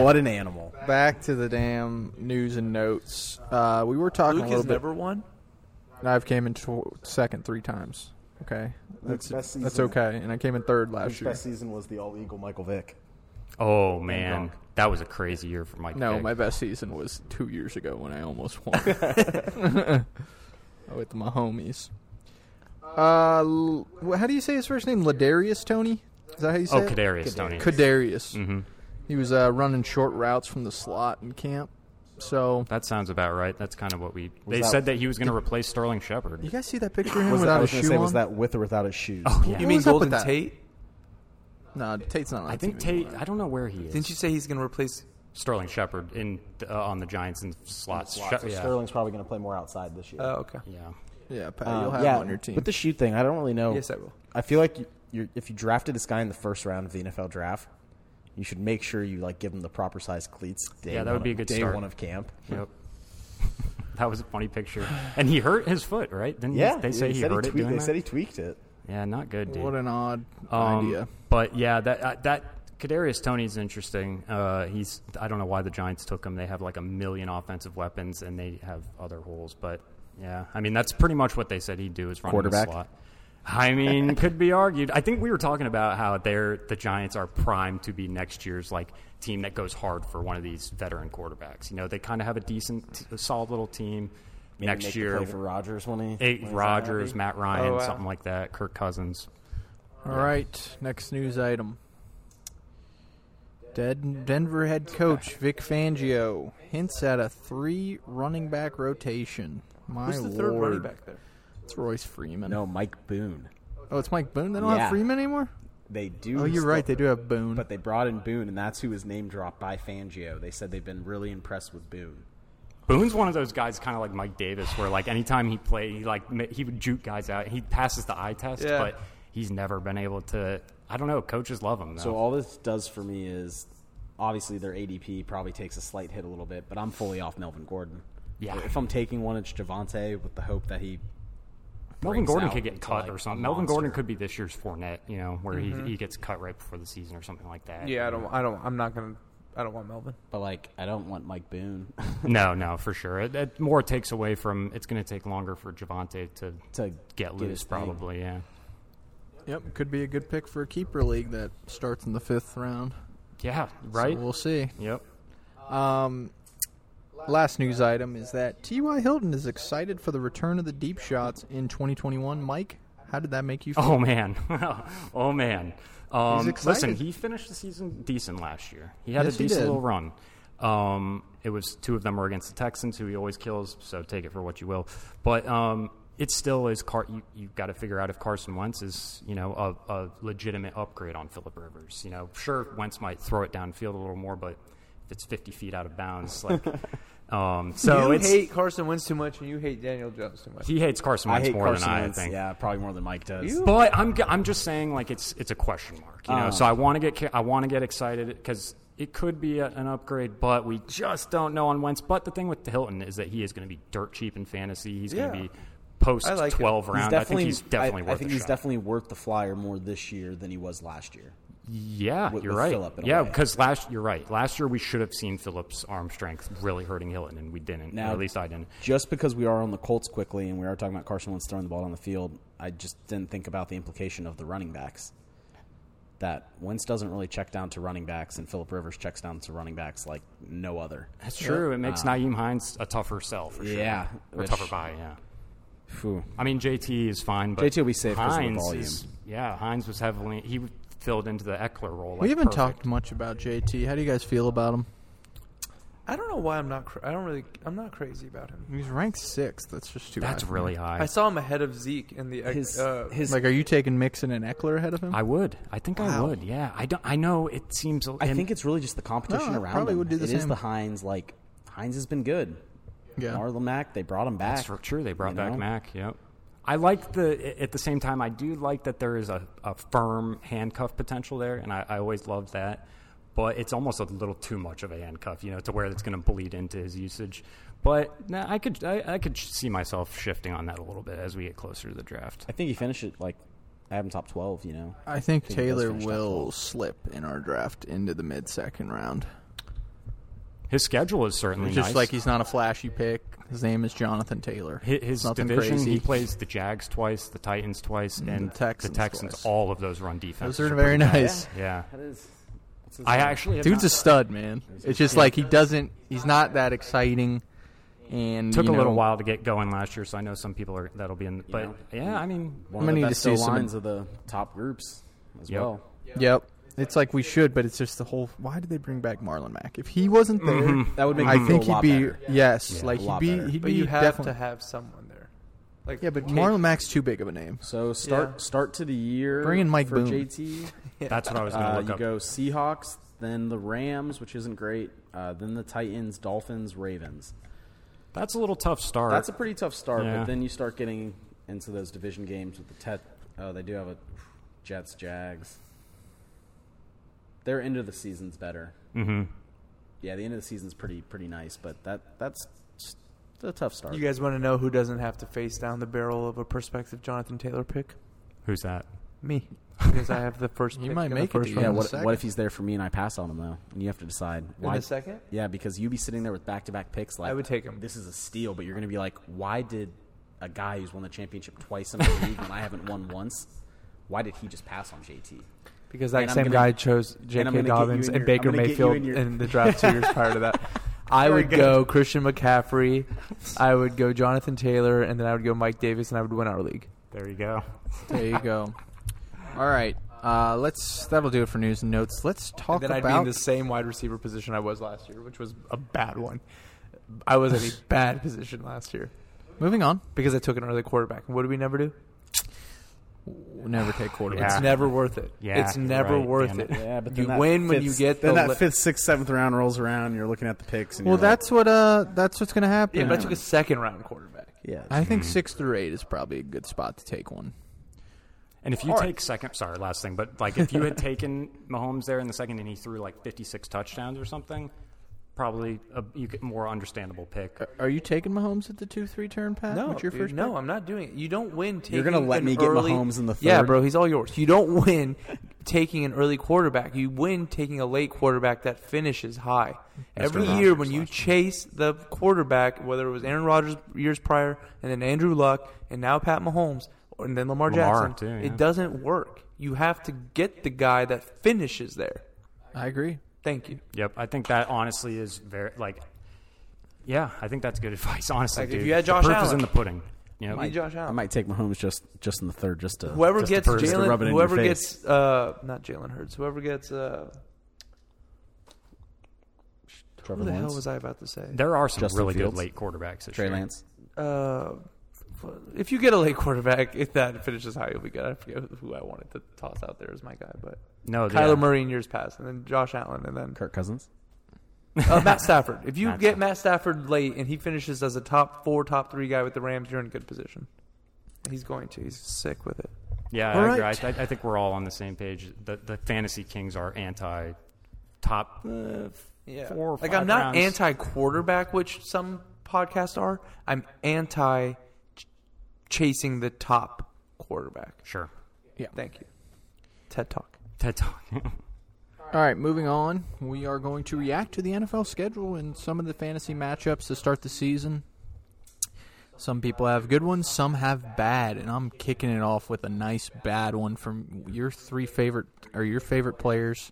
Speaker 5: what an animal.
Speaker 3: back to the damn news and notes. Uh, we were talking
Speaker 2: Luke
Speaker 3: a little
Speaker 2: has
Speaker 3: bit.
Speaker 2: never won.
Speaker 3: And I've came in tw- second three times. Okay, that's
Speaker 5: best season.
Speaker 3: that's okay. And I came in third last year.
Speaker 5: Best season was the all eagle Michael Vick.
Speaker 4: Oh man, that was a crazy year for Mike.
Speaker 3: No,
Speaker 4: Vick.
Speaker 3: my best season was two years ago when I almost
Speaker 5: <laughs>
Speaker 3: won <laughs> with my homies. Uh, L- wh- how do you say his first name? Ladarius Tony. Is that how you say
Speaker 4: oh
Speaker 3: it?
Speaker 4: Kadarius Tony.
Speaker 3: Kadarius.
Speaker 5: Mm-hmm.
Speaker 3: He was uh, running short routes from the slot in camp. So
Speaker 4: that sounds about right. That's kind of what we.
Speaker 5: Was
Speaker 4: they
Speaker 5: that-
Speaker 4: said that he was going to replace Sterling Shepard.
Speaker 3: you guys see that picture of him
Speaker 5: Was that,
Speaker 3: without
Speaker 5: I
Speaker 3: a
Speaker 5: was
Speaker 3: shoe
Speaker 5: going to say,
Speaker 3: on?
Speaker 5: was that with or without his shoes?
Speaker 4: yeah.
Speaker 2: You
Speaker 3: What
Speaker 2: mean
Speaker 3: was up with
Speaker 2: Golden
Speaker 3: that?
Speaker 2: Tate?
Speaker 3: No, Tate's not on.
Speaker 4: I
Speaker 3: the team
Speaker 4: think Tate.
Speaker 3: anymore.
Speaker 4: I don't know where he is.
Speaker 2: Didn't you say he's going to replace?
Speaker 4: Sterling Shepard in uh, on the Giants and slots.
Speaker 5: Lots
Speaker 4: She-
Speaker 5: of-
Speaker 4: yeah.
Speaker 5: Sterling's probably going to play more outside this year.
Speaker 2: Oh, okay.
Speaker 4: Yeah.
Speaker 3: Yeah, Pat,
Speaker 5: Uh,
Speaker 3: you'll have
Speaker 5: yeah,
Speaker 3: him on your team.
Speaker 5: With the shoe thing, I don't really know.
Speaker 2: Yes, I will.
Speaker 5: I feel like you- you're, if you drafted this guy in the first round of the NFL draft, you should make sure you like give him the proper size cleats. Day
Speaker 4: Yeah, that
Speaker 5: one
Speaker 4: would be
Speaker 5: of-
Speaker 4: a good
Speaker 5: day
Speaker 4: start.
Speaker 5: one of camp.
Speaker 4: Yep. <laughs> that was a funny picture. And he hurt his foot, right? Didn't he-
Speaker 5: Yeah,
Speaker 4: Mm, they say he,
Speaker 5: said
Speaker 4: hurt
Speaker 5: tweaked,
Speaker 4: it doing
Speaker 5: They
Speaker 4: that?
Speaker 5: said he tweaked it.
Speaker 4: yeah, not good, dude.
Speaker 3: what an odd
Speaker 4: Um,
Speaker 3: idea.
Speaker 4: But yeah, that uh, that Kadarius Tony's interesting. Uh, he's I don't know why the Giants took him. They have like a million offensive weapons and they have other holes. But yeah, I mean that's pretty much what they said he'd do is run in the
Speaker 5: Quarterback?
Speaker 4: slot. I
Speaker 5: <laughs>
Speaker 4: mean, could be argued. I think we were talking about how they're the Giants are primed to be next year's like team that goes hard for one of these veteran quarterbacks. You know, they kind of have a decent, t- solid little team
Speaker 5: Maybe make
Speaker 4: next
Speaker 5: the
Speaker 4: year.
Speaker 5: play for Rogers when he
Speaker 4: Eight
Speaker 5: when he's not
Speaker 4: Rodgers,
Speaker 5: happy.
Speaker 4: Matt Ryan,
Speaker 2: Oh, wow.
Speaker 4: something like that. Kirk Cousins.
Speaker 3: All right, next news item. Dead Denver head coach Vic Fangio hints at a three running back rotation. My
Speaker 2: Who's the
Speaker 3: lord,
Speaker 2: third running back there?
Speaker 3: it's Royce Freeman.
Speaker 5: No, Mike Boone.
Speaker 3: Oh, it's Mike Boone. They don't
Speaker 5: Yeah.
Speaker 3: have Freeman anymore.
Speaker 5: They do.
Speaker 3: Oh, you're
Speaker 5: still-
Speaker 3: right. They do have Boone.
Speaker 5: But they brought in Boone, and that's who was name dropped by Fangio. They said they've been really impressed with Boone.
Speaker 4: Boone's one of those guys, kind of like Mike Davis, where like anytime he played, he like ma- he would juke guys out. He passes the eye test,
Speaker 2: Yeah.
Speaker 4: but he's never been able to. I don't know. Coaches love him though.
Speaker 5: So all this does for me is obviously their ADP probably takes a slight hit a little bit, but I'm fully off Melvin Gordon.
Speaker 4: Yeah.
Speaker 5: If I'm taking one, it's Javante with the hope that he.
Speaker 4: Melvin
Speaker 5: brings
Speaker 4: Gordon
Speaker 5: out
Speaker 4: could get
Speaker 5: into,
Speaker 4: cut
Speaker 5: like,
Speaker 4: or
Speaker 5: a
Speaker 4: something. Melvin Gordon
Speaker 5: monster.
Speaker 4: could
Speaker 5: Mm-hmm.
Speaker 4: be this year's Fournette, you know, where he, he gets cut right before the season or something like that.
Speaker 2: Yeah, I don't. I don't. I'm not gonna. I don't want Melvin.
Speaker 5: But like, I don't want Mike Boone <laughs>
Speaker 4: No, no, for sure. It, it more takes away from. It's going to take longer for Javante to
Speaker 5: to
Speaker 4: get
Speaker 5: his
Speaker 4: loose,
Speaker 5: thing.
Speaker 4: probably. Yeah,
Speaker 3: Yep, could be a good pick for a keeper league that starts in the fifth round.
Speaker 4: yeah,
Speaker 3: So
Speaker 4: right.
Speaker 3: we'll see.
Speaker 4: yep.
Speaker 3: Um, last news item is that T.Y. Hilton is excited for the return of the deep shots in 2021. Mike, how did that make you feel?
Speaker 4: Oh man, <laughs> oh man. Um,
Speaker 3: He's
Speaker 4: listen,
Speaker 3: excited.
Speaker 4: he finished the season decent last year. He had
Speaker 3: Yes,
Speaker 4: a
Speaker 3: he
Speaker 4: decent
Speaker 3: did.
Speaker 4: little run. Um, it was two of them were against the Texans, who he always kills. So take it for what you will. But um, it still is. Car- you you've got to figure out if Carson Wentz is you know a, a legitimate upgrade on Philip Rivers. You know, sure Wentz might throw it downfield a little more, but if it's fifty feet out of bounds, like um, so
Speaker 2: you
Speaker 4: it's
Speaker 2: hate Carson Wentz too much, and you hate Daniel Jones too much.
Speaker 4: he hates Carson
Speaker 5: I
Speaker 4: Wentz
Speaker 5: hate
Speaker 4: more
Speaker 5: Carson
Speaker 4: than I, I
Speaker 5: Wentz,
Speaker 4: think.
Speaker 5: Yeah, probably more than Mike does.
Speaker 4: But I'm I'm just saying like it's it's a question mark, you know.
Speaker 5: Uh.
Speaker 4: so I want to get I want to get excited because it could be a, an upgrade, but we just don't know on Wentz. But the thing with Hilton is that he is going to be dirt cheap in fantasy. He's going
Speaker 2: Yeah.
Speaker 4: to be post
Speaker 2: I like him.
Speaker 4: twelve
Speaker 5: He's
Speaker 4: round. I think he's definitely
Speaker 5: I,
Speaker 4: worth
Speaker 5: I think
Speaker 4: a
Speaker 5: he's
Speaker 4: shot.
Speaker 5: definitely worth the flyer more this year than he was last year.
Speaker 4: yeah,
Speaker 5: with-
Speaker 4: you're
Speaker 5: with
Speaker 4: right.
Speaker 5: Phillip in a
Speaker 4: yeah,
Speaker 5: way.
Speaker 4: because last you're right. Last year we should have seen Phillip's arm strength really hurting Hilton, and we didn't.
Speaker 5: Now-
Speaker 4: or at least I didn't.
Speaker 5: Just because we are on the Colts quickly and we are talking about Carson Wentz throwing the ball on the field, I just didn't think about the implication of the running backs. That Wentz doesn't really check down to running backs, and Philip Rivers checks down to running backs like no other.
Speaker 4: That's true. It makes Naeem Hines a tougher sell for sure.
Speaker 5: Ah. Yeah,
Speaker 4: or
Speaker 5: which-
Speaker 4: tougher buy. Yeah.
Speaker 5: Phew.
Speaker 4: I mean, JT is fine, but
Speaker 5: JT will be safe 'cause of the
Speaker 4: Hines
Speaker 5: volume.
Speaker 4: is- yeah, Hines was heavily he filled into the Eckler role.
Speaker 3: we
Speaker 4: like,
Speaker 3: haven't
Speaker 4: perfect.
Speaker 3: talked much about JT. How do you guys feel about him?
Speaker 2: I don't know why I'm not. Cra- I don't really. I'm not crazy about him.
Speaker 3: He's ranked sixth. That's just too.
Speaker 4: That's
Speaker 3: high for
Speaker 4: really
Speaker 3: me.
Speaker 4: high.
Speaker 2: I saw him ahead of Zeke in the.
Speaker 5: His
Speaker 2: uh,
Speaker 5: his
Speaker 3: Like, are you taking Mixon and Eckler ahead of him?
Speaker 4: I would. I think I
Speaker 3: Wow.
Speaker 4: would. Yeah. I don't. I know it seems.
Speaker 5: I think it's really just the competition
Speaker 3: No, I
Speaker 5: around
Speaker 3: probably
Speaker 5: him.
Speaker 3: would do the
Speaker 5: It is
Speaker 3: same.
Speaker 5: the Hines. Like Hines has been good.
Speaker 3: yeah.
Speaker 5: Marlon Mack, they brought him back.
Speaker 4: that's for sure. They brought
Speaker 5: you
Speaker 4: back
Speaker 5: know?
Speaker 4: Mac. Yep. I like the. At the same time, I do like that there is a, a firm handcuff potential there, and I, I always loved that. But it's almost a little too much of a handcuff, you know, to where it's going to bleed into his usage. But nah, I could I, I could see myself shifting on that a little bit as we get closer to the draft.
Speaker 5: I think he finished it like I have him top twelve. You know,
Speaker 3: I think
Speaker 5: think he does
Speaker 3: Taylor
Speaker 5: finish top
Speaker 3: will
Speaker 5: twelve.
Speaker 3: slip in our draft into the mid second round.
Speaker 4: His schedule is certainly
Speaker 3: Just
Speaker 4: nice.
Speaker 3: like he's not a flashy pick. His name is Jonathan Taylor.
Speaker 4: Hi- his
Speaker 3: Nothing
Speaker 4: division,
Speaker 3: crazy. Mm,
Speaker 4: he plays the Jags twice, the Titans twice, and
Speaker 3: Texans
Speaker 4: the Texans.
Speaker 3: twice.
Speaker 4: All of those run defense.
Speaker 3: Those are very nice.
Speaker 4: Yeah,
Speaker 5: that is. that's his
Speaker 4: I
Speaker 5: name.
Speaker 4: actually have
Speaker 3: Dude's a
Speaker 4: not-
Speaker 3: stud, man. It's just like he doesn't. He's not that exciting. And
Speaker 4: took
Speaker 3: you
Speaker 4: a little
Speaker 3: know,
Speaker 4: while to get going last year, so I know some people are that'll be in. But
Speaker 5: know,
Speaker 4: yeah, I mean,
Speaker 5: one
Speaker 3: I'm
Speaker 5: of the
Speaker 3: gonna need
Speaker 5: best
Speaker 3: to see some-
Speaker 5: lines of the top groups as
Speaker 4: Yep.
Speaker 5: well.
Speaker 3: Yep. It's like we should, but it's just the whole. Why did they bring back Marlon Mack? If he wasn't there,
Speaker 5: That would make
Speaker 3: I think
Speaker 5: him feel a
Speaker 3: he'd
Speaker 5: lot
Speaker 3: be
Speaker 5: better.
Speaker 3: yes,
Speaker 4: Yeah,
Speaker 3: like
Speaker 5: a
Speaker 3: he'd
Speaker 5: lot
Speaker 3: be
Speaker 5: better.
Speaker 3: he'd
Speaker 2: but
Speaker 3: be
Speaker 2: you have
Speaker 3: definitely.
Speaker 2: to have someone there. Like
Speaker 3: yeah, but
Speaker 2: take-
Speaker 3: Marlon Mack's too big of a name.
Speaker 5: So start
Speaker 2: Yeah.
Speaker 5: start to the year.
Speaker 3: Bring in Mike
Speaker 5: for
Speaker 3: Boone. <laughs>
Speaker 5: JT.
Speaker 4: that's what I was going to
Speaker 5: Uh,
Speaker 4: look
Speaker 5: you
Speaker 4: up.
Speaker 5: go Seahawks, then the Rams, which isn't great. Uh, then the Titans, Dolphins, Ravens.
Speaker 4: That's a little tough start.
Speaker 5: That's a pretty tough start,
Speaker 4: Yeah.
Speaker 5: but then you start getting into those division games with the Tet. Uh, they do have a Jets, Jags. Their end of the season's better. Mm-hmm. Yeah, the end of the season's pretty pretty nice, but that that's just a tough start.
Speaker 2: You guys want to know who doesn't have to face down the barrel of a prospective Jonathan Taylor pick?
Speaker 4: Who's that?
Speaker 2: Me, because I have the <laughs> first.
Speaker 3: You
Speaker 2: pick
Speaker 3: might
Speaker 2: in
Speaker 3: make it
Speaker 2: the first
Speaker 3: to-
Speaker 5: yeah,
Speaker 2: round.
Speaker 3: in the
Speaker 5: what,
Speaker 3: second.
Speaker 5: what if he's there for me and I pass on him though, and you have to decide
Speaker 2: in
Speaker 5: why?
Speaker 2: the second.
Speaker 5: Yeah, because you be sitting there with back to back picks. Like
Speaker 2: would take him.
Speaker 5: This is a steal, but you're going to be like, why did a guy who's won the championship twice in the league and I haven't won once. Why did he just pass on JT?
Speaker 6: Because that
Speaker 5: And I'm
Speaker 6: same
Speaker 5: gonna-
Speaker 6: guy chose
Speaker 5: and I'm
Speaker 6: J.K.
Speaker 5: gonna get you
Speaker 6: Dobbins
Speaker 5: in
Speaker 6: and
Speaker 5: your-
Speaker 6: Baker
Speaker 5: I'm gonna get you
Speaker 6: Mayfield in,
Speaker 5: in your-
Speaker 6: the draft two years prior to
Speaker 5: <laughs>
Speaker 6: that. I would go Christian McCaffrey. I would go Jonathan Taylor, and then I would go Mike Davis, and I would win our league.
Speaker 4: There you go.
Speaker 3: <laughs> There you go. All right. Uh, let's. That'll do it for news and notes. Let's talk
Speaker 2: then I'd
Speaker 3: about.
Speaker 2: be in the same wide receiver position I was last year, which was a bad one. I was in a
Speaker 5: <laughs>
Speaker 2: bad position last year
Speaker 3: Moving on.
Speaker 2: because I took an early quarterback. And what do we never do?
Speaker 3: We'll never take quarterbacks.
Speaker 4: Yeah.
Speaker 2: It's never worth it.
Speaker 4: Yeah,
Speaker 2: it's
Speaker 4: you're
Speaker 2: never
Speaker 4: right,
Speaker 2: worth
Speaker 4: damn
Speaker 2: it.
Speaker 4: it.
Speaker 5: Yeah, but
Speaker 2: you win when you get the
Speaker 5: then that
Speaker 2: le-
Speaker 5: fifth, sixth, seventh round rolls around. And you're looking at the picks. And
Speaker 3: Well,
Speaker 5: you're like,
Speaker 3: that's what. Uh, that's what's gonna happen.
Speaker 2: yeah, but I took a second round quarterback.
Speaker 5: yeah.
Speaker 3: I think six through eight is probably a good spot to take one.
Speaker 4: And if you
Speaker 3: All right.
Speaker 4: take second, sorry, last thing, but like if you
Speaker 3: <laughs>
Speaker 4: had taken Mahomes there in the second and he threw like 56 touchdowns or something, probably a you could, more understandable pick.
Speaker 3: Are- Are you taking Mahomes at the two three turn pass?
Speaker 2: No,
Speaker 3: What's your
Speaker 2: Oh, dude,
Speaker 3: first
Speaker 2: no,
Speaker 3: pick?
Speaker 2: I'm not doing it. You don't win. Taking
Speaker 5: You're gonna let
Speaker 2: an
Speaker 5: me get
Speaker 2: early,
Speaker 5: Mahomes in the
Speaker 2: Yeah,
Speaker 5: third?
Speaker 2: bro, he's all yours. You don't <laughs> win taking an early quarterback. You win taking a late quarterback that finishes high. Every year when you chase the quarterback, whether it was Aaron Rodgers years prior, and then Andrew Luck, and now Pat Mahomes, and then Lamar,
Speaker 4: Lamar,
Speaker 2: Jackson,
Speaker 4: too, yeah.
Speaker 2: it doesn't work. You have to get the guy that finishes there.
Speaker 3: I agree.
Speaker 2: Thank you.
Speaker 4: Yep, I think that honestly is very like, yeah, I think that's good <laughs> advice. Honestly,
Speaker 2: Like, if
Speaker 4: dude,
Speaker 2: you had
Speaker 4: The
Speaker 2: Josh
Speaker 4: proof is
Speaker 2: Allen-
Speaker 4: in the pudding. You know,
Speaker 2: Be Josh
Speaker 5: I
Speaker 2: Allen.
Speaker 5: might take Mahomes just just in the third, just to
Speaker 2: Whoever
Speaker 5: just to
Speaker 2: gets
Speaker 5: prove- just to rub it
Speaker 2: Jalen,
Speaker 5: in
Speaker 2: whoever
Speaker 5: your face.
Speaker 2: gets uh, not Jalen Hurts, whoever gets uh,
Speaker 5: Trevor
Speaker 2: who the
Speaker 5: Lawrence,
Speaker 2: hell was I about to say?
Speaker 4: there are some
Speaker 5: Justin
Speaker 4: really
Speaker 5: Fields.
Speaker 4: good late quarterbacks. This
Speaker 5: Trey
Speaker 4: year.
Speaker 5: Lance.
Speaker 2: Uh, if you get a late quarterback, if that finishes high, you'll be good. I forget who I wanted to toss out there as my guy, but
Speaker 4: No,
Speaker 2: Kyler
Speaker 4: Oh, yeah.
Speaker 2: Murray in years past, and then Josh Allen, and then
Speaker 5: Kirk Cousins.
Speaker 2: uh, Matt Stafford. If you
Speaker 4: Matt
Speaker 2: get Matt Stafford late and he finishes as a top four, top three guy with the Rams, you're in a good position. He's going to. He's sick with it.
Speaker 4: Yeah,
Speaker 3: All
Speaker 4: I agree.
Speaker 3: right.
Speaker 4: I, I- I think we're all on the same page. The the fantasy kings are anti top uh,
Speaker 2: Yeah.
Speaker 4: four. Or
Speaker 2: like
Speaker 4: five
Speaker 2: I'm not
Speaker 4: rounds.
Speaker 2: anti quarterback, which some podcasts are. I'm anti ch- chasing the top quarterback.
Speaker 4: Sure, <laughs>
Speaker 2: Thank you. TED Talk.
Speaker 4: TED Talk.
Speaker 3: All right, moving on. We are going to react to the NFL schedule and some of the fantasy matchups to start the season. Some people have good ones, some have bad, and I'm kicking it off with a nice bad one from your three favorite or your favorite players,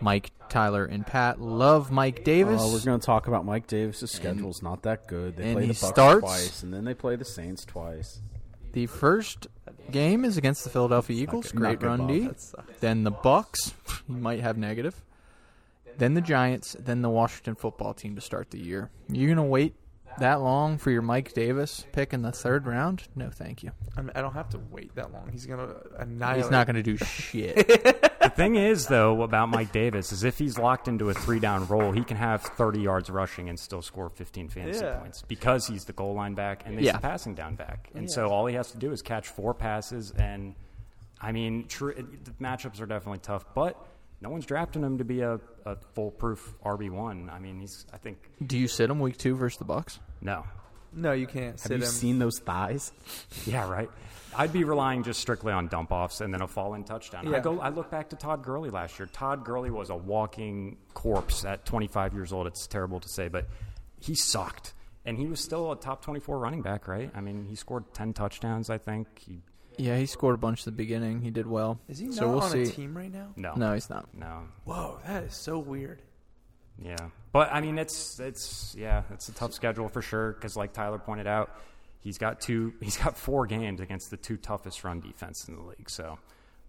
Speaker 3: Mike, Tyler, and Pat. Love Mike Davis.
Speaker 5: Uh, we're going to talk about Mike Davis' schedule's not that good. They
Speaker 3: and
Speaker 5: play
Speaker 3: he
Speaker 5: the Bucks
Speaker 3: starts-
Speaker 5: twice, and then they play the Saints twice.
Speaker 3: The first game is against the Philadelphia Eagles.
Speaker 5: good-
Speaker 3: Great
Speaker 5: not good
Speaker 3: run
Speaker 5: ball.
Speaker 3: D.
Speaker 5: That
Speaker 3: Then the Bucks. <laughs> You might have negative. Then the Giants. Then the Washington football team to start the year. You're gonna wait that long for your Mike Davis pick in the third round? No, thank you.
Speaker 2: I, mean, I don't have to wait that long. He's gonna annihilate.
Speaker 3: He's not gonna do shit.
Speaker 4: the thing is, though, about Mike Davis is if he's locked into a three down roll, he can have 30 yards rushing and still score 15 fantasy
Speaker 2: Yeah.
Speaker 4: points because he's the goal line back and he's
Speaker 3: Yeah.
Speaker 4: the passing down back. And so all he has to do is catch four passes. And I mean, true, it, the matchups are definitely tough, but no one's drafting him to be a, a foolproof RB1. I mean, he's, I think,
Speaker 3: do you sit him week two versus the Bucks?
Speaker 4: no.
Speaker 2: No, you can't
Speaker 5: Have
Speaker 2: sit
Speaker 5: you
Speaker 2: him.
Speaker 5: seen those thighs?
Speaker 4: Yeah, right. I'd be relying just strictly on dump offs and then a fall in touchdown.
Speaker 2: Yeah.
Speaker 4: I go. I look back to Todd Gurley last year. Todd Gurley was a walking corpse at 25 years old. It's terrible to say, but he sucked, and he was still a top 24 running back. Right? I mean, he scored 10 touchdowns. I think. He,
Speaker 3: Yeah, he scored a bunch at the beginning. He did well.
Speaker 2: Is he not
Speaker 3: so we'll
Speaker 2: on
Speaker 3: see.
Speaker 2: a team right now?
Speaker 4: no,
Speaker 3: No, he's not.
Speaker 4: no.
Speaker 2: Whoa, that is so weird.
Speaker 4: Yeah, but I mean, it's it's yeah, it's a tough schedule for sure. Because like Tyler pointed out, he's got two, <laughs> he's got four games against the two toughest run defense in the league. So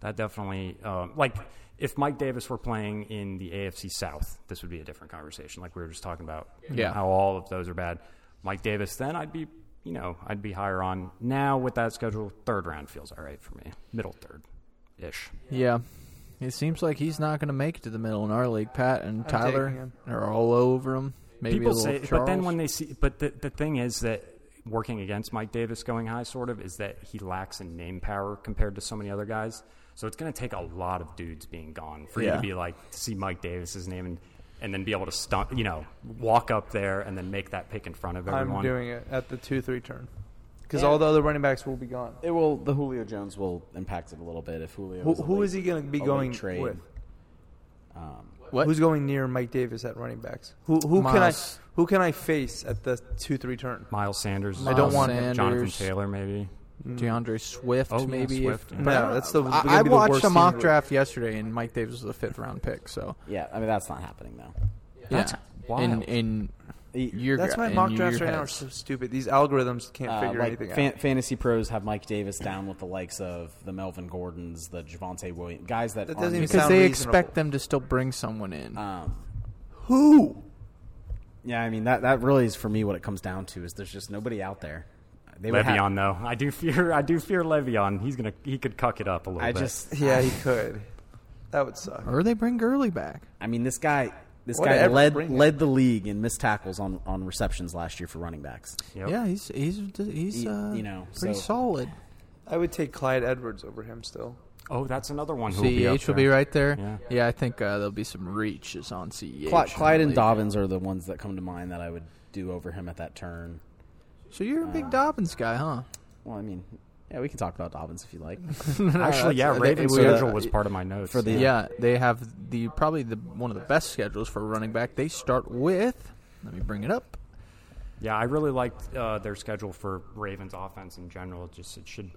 Speaker 4: that definitely um, like if Mike Davis were playing in the AFC South, this would be a different conversation. Like we were just talking about, you know,
Speaker 3: Yeah.
Speaker 4: how all of those are bad. Mike Davis, then I'd be you know I'd be higher on. Now with that schedule, third round feels all right for me, middle third ish.
Speaker 3: Yeah. It seems like he's not going to make it to the middle in our league. Pat and
Speaker 2: taking
Speaker 3: Tyler
Speaker 2: him.
Speaker 3: are all over him. Maybe a
Speaker 4: people
Speaker 3: little
Speaker 4: say,
Speaker 3: Charles.
Speaker 4: but then when they see, but the, the thing is that working against Mike Davis going high, sort of, is that he lacks in name power compared to so many other guys. So it's going to take a lot of dudes being gone for you
Speaker 3: Yeah.
Speaker 4: to be like to see Mike Davis's name and and then be able to stunt, you know, walk up there and then make that pick in front of everyone.
Speaker 2: I'm doing it at the two-three turn because all the other running backs will be gone.
Speaker 5: It will. The Julio Jones will impact it a little bit if Julio.
Speaker 2: Who,
Speaker 5: is a
Speaker 2: who
Speaker 5: late-
Speaker 2: is he going to be
Speaker 5: a late
Speaker 2: going
Speaker 5: trade.
Speaker 2: with?
Speaker 5: Um, What?
Speaker 2: Who's going near Mike Davis at running backs? Who who can I
Speaker 3: Miles.
Speaker 2: who can I face at the two three turn?
Speaker 4: Miles Sanders. um,
Speaker 3: I don't want
Speaker 4: Jonathan
Speaker 3: him. Sanders.
Speaker 4: Taylor, maybe.
Speaker 3: DeAndre Swift,
Speaker 4: Oh, yeah,
Speaker 3: maybe.
Speaker 4: Swift, yeah.
Speaker 3: if,
Speaker 2: No, that's the- gonna
Speaker 3: I, I
Speaker 2: be the
Speaker 3: watched
Speaker 2: worst
Speaker 3: a mock
Speaker 2: team.
Speaker 3: draft yesterday, and Mike Davis was a fifth round pick. So
Speaker 7: Yeah, I mean that's not happening though.
Speaker 4: That's
Speaker 3: yeah,
Speaker 4: wild.
Speaker 3: in in
Speaker 7: Y-
Speaker 3: your
Speaker 2: That's why
Speaker 3: in
Speaker 2: mock
Speaker 3: your
Speaker 2: drafts right now are
Speaker 3: heads.
Speaker 2: so stupid. These algorithms can't
Speaker 7: Uh,
Speaker 2: figure
Speaker 7: like
Speaker 2: anything
Speaker 7: fan-
Speaker 2: out.
Speaker 7: fantasy pros have Mike Davis down with the likes of the Melvin Gordons, the Javante Williams guys that,
Speaker 2: That
Speaker 7: aren't
Speaker 2: doesn't
Speaker 7: even-
Speaker 2: sound
Speaker 3: because they
Speaker 2: reasonable.
Speaker 3: expect them to still bring someone in.
Speaker 7: um,
Speaker 3: Who?
Speaker 5: Yeah, I mean that that really is for me what it comes down to is there's just nobody out there. They would have-
Speaker 4: Le'Veon, though, I do fear. I do fear Le'Veon. He's gonna. He could cuck it up a little
Speaker 5: I
Speaker 4: bit.
Speaker 5: just
Speaker 2: Yeah, he could. That would suck.
Speaker 3: Or they bring Gurley back.
Speaker 5: I mean this guy this guy
Speaker 2: Whatever,
Speaker 5: led
Speaker 2: bring it.
Speaker 5: led the league in missed tackles on, on receptions last year for running backs.
Speaker 4: Yep.
Speaker 3: Yeah, he's he's he's
Speaker 7: Y-
Speaker 3: uh,
Speaker 7: you know,
Speaker 3: pretty
Speaker 7: so-
Speaker 3: solid.
Speaker 2: I would take Clyde Edwards over him still.
Speaker 4: Oh, that's another one. who will be up
Speaker 3: Ceh will
Speaker 4: there.
Speaker 3: be right <laughs> there.
Speaker 4: Yeah.
Speaker 3: Yeah, I think uh, there'll be some reaches on Ceh.
Speaker 5: Clyde,
Speaker 3: in
Speaker 5: Clyde
Speaker 3: the
Speaker 5: and
Speaker 3: league.
Speaker 5: Dobbins are the ones that come to mind that I would do over him at that turn.
Speaker 3: So you're a
Speaker 4: Uh,
Speaker 3: big Dobbins guy, huh?
Speaker 5: Well, I mean, yeah, we can talk about Dobbins if you
Speaker 3: <laughs>
Speaker 5: like.
Speaker 4: Actually, yeah,
Speaker 3: That's- they-
Speaker 4: Ravens
Speaker 3: we-
Speaker 4: schedule was part of my notes.
Speaker 5: for the-
Speaker 3: Yeah.
Speaker 5: Yeah.
Speaker 3: they have the probably the one of the best schedules for a running back. They start with. Let me bring it up.
Speaker 4: yeah, I really liked uh, their schedule for Ravens offense in general. Just it should.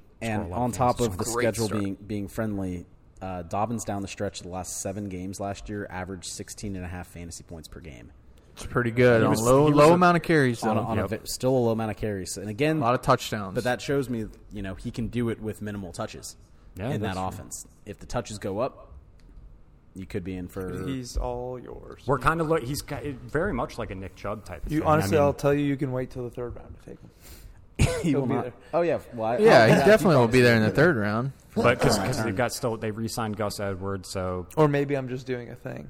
Speaker 4: score
Speaker 5: And
Speaker 4: a lot
Speaker 5: on top
Speaker 4: points.
Speaker 5: of the
Speaker 3: Great
Speaker 5: schedule
Speaker 3: start.
Speaker 5: being being friendly, uh, Dobbins down the stretch of the last seven games last year averaged 16 and a half fantasy points per game.
Speaker 3: It's pretty good.
Speaker 4: He
Speaker 3: On
Speaker 4: was-
Speaker 3: low
Speaker 4: he was
Speaker 3: low
Speaker 4: a-
Speaker 3: amount of carries, though.
Speaker 5: on, a, on a
Speaker 4: Yep.
Speaker 5: ve- still a low amount of carries. And again,
Speaker 3: a lot of touchdowns.
Speaker 5: but that shows me, you know, he can do it with minimal touches
Speaker 4: Yeah,
Speaker 5: in that
Speaker 4: that's true.
Speaker 5: offense. If the touches go up, you could be in for.
Speaker 2: He's all yours.
Speaker 4: we're kind of look. He's got, it- very much like a Nick Chubb type. Of
Speaker 2: You
Speaker 4: thing.
Speaker 2: honestly,
Speaker 4: I
Speaker 2: I
Speaker 4: mean,
Speaker 2: will tell you, you can wait till the third round to take him.
Speaker 5: he
Speaker 2: he'll
Speaker 5: will
Speaker 2: be
Speaker 5: not-
Speaker 2: there.
Speaker 5: Oh yeah, well, I-
Speaker 3: yeah,
Speaker 5: I-
Speaker 3: he
Speaker 5: I-
Speaker 3: definitely will be there in the third round.
Speaker 4: but because they got still, they re-signed Gus Edwards, so
Speaker 2: Or maybe I'm just doing a thing.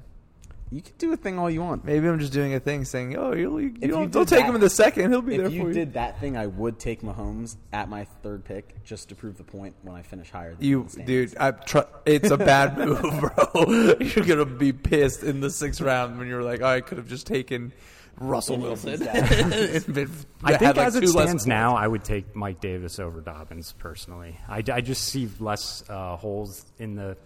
Speaker 5: You can do a thing all you want.
Speaker 2: Maybe I'm just doing a thing, saying, "Oh, you'll, you,
Speaker 5: If
Speaker 2: don't,
Speaker 5: you
Speaker 2: don't
Speaker 5: did
Speaker 2: take
Speaker 5: that-
Speaker 2: him in the second. He'll be there
Speaker 5: If
Speaker 2: for
Speaker 5: you
Speaker 2: you."
Speaker 5: did that thing, I would take Mahomes at my third pick just to prove the point when I finish higher. Than him in
Speaker 2: You,
Speaker 5: the standings.
Speaker 2: dude, I tr- it's a bad <laughs> move, bro. <laughs> You're gonna be pissed in the sixth round when you're like, "Oh, I could have just taken Russell Wilson." <laughs> And been-
Speaker 4: I
Speaker 2: had, like,
Speaker 4: think as it
Speaker 2: two less-
Speaker 4: stands now, I would take Mike Davis over Dobbins personally. I, I just see less uh, holes in the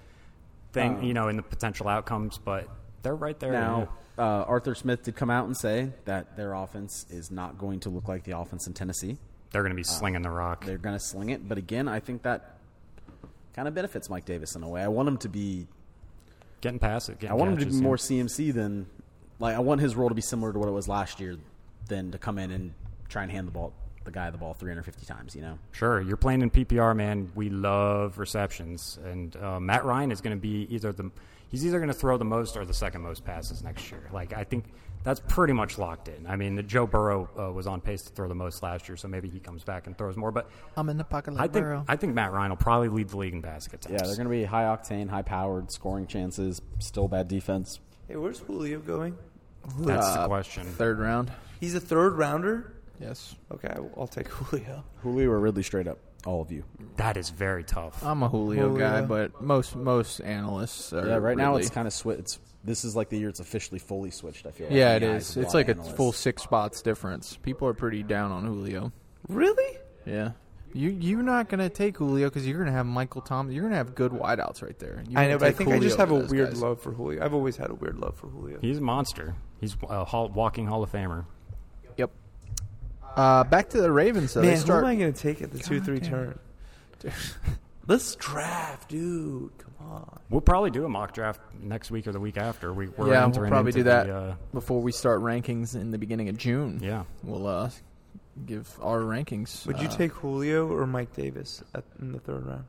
Speaker 4: thing, you know, in the potential outcomes, but they're right there.
Speaker 5: Uh. Now, uh, Arthur Smith did come out and say that their offense is not going to look like the offense in Tennessee.
Speaker 4: they're going to be slinging the rock.
Speaker 5: uh, They're going to sling it, but again, I think that kind of benefits Mike Davis in a way. I want him to be.
Speaker 4: Getting past it. Getting
Speaker 5: I want him to
Speaker 4: catches,
Speaker 5: be more
Speaker 4: yeah.
Speaker 5: CMC than like I want his role to be similar to what it was last year, than to come in and try and hand the ball the guy the ball 350 times. You know,
Speaker 4: Sure, you're playing in PPR, man. We love receptions, and uh, Matt Ryan is going to be either the he's either going to throw the most or the second most passes next year. Like I think that's pretty much locked in. I mean, the Joe Burrow uh, was on pace to throw the most last year, so maybe he comes back and throws more. But
Speaker 3: I'm in the pocket
Speaker 4: I think I think Matt Ryan will probably lead the league in basket attempts.
Speaker 5: yeah, they're going to be high octane, high powered, scoring chances, still bad defense.
Speaker 2: Hey, where's Julio going?
Speaker 4: That's the question.
Speaker 3: Third round.
Speaker 2: He's a third rounder.
Speaker 3: Yes,
Speaker 2: Okay, I'll- I'll take <laughs> Julio.
Speaker 5: Julio or Ridley, straight up, all of you.
Speaker 4: That is very tough.
Speaker 3: I'm a Julio,
Speaker 2: Julio.
Speaker 3: guy, but most most analysts are
Speaker 5: Yeah, right now
Speaker 3: really-
Speaker 5: it's kind of switched. This is like the year it's officially fully switched. I feel. like,
Speaker 3: yeah,
Speaker 5: in
Speaker 3: it
Speaker 5: the eyes
Speaker 3: is.
Speaker 5: of
Speaker 3: It's
Speaker 5: lot
Speaker 3: like
Speaker 5: of
Speaker 3: a
Speaker 5: analysts.
Speaker 3: full six spots difference. People are pretty down on Julio.
Speaker 2: Really?
Speaker 3: Yeah. You you're not gonna take Julio because you're gonna have Michael Thomas. You're gonna have good wideouts right there. You're
Speaker 2: I
Speaker 3: gonna
Speaker 2: know, but I
Speaker 3: take
Speaker 2: think I
Speaker 3: Julio
Speaker 2: just have a
Speaker 3: over those
Speaker 2: weird
Speaker 3: guys.
Speaker 2: love for Julio. I've always had a weird love for Julio.
Speaker 4: He's a monster. He's a hall, walking Hall of Famer.
Speaker 3: Yep. Uh, back to the Ravens. Though.
Speaker 2: Man,
Speaker 3: they start
Speaker 2: who am I going to take at the two three turn? Let's draft, dude. Come on.
Speaker 4: We'll probably do a mock draft next week or the week after. We,
Speaker 3: <laughs>
Speaker 4: we're
Speaker 3: yeah, we'll
Speaker 4: entering
Speaker 3: probably
Speaker 4: into
Speaker 3: do that
Speaker 4: The, uh,
Speaker 3: before we start rankings in the beginning of June.
Speaker 4: yeah,
Speaker 3: We'll uh, give our rankings.
Speaker 2: Would you
Speaker 3: uh,
Speaker 2: take Julio or Mike Davis at, in the third round?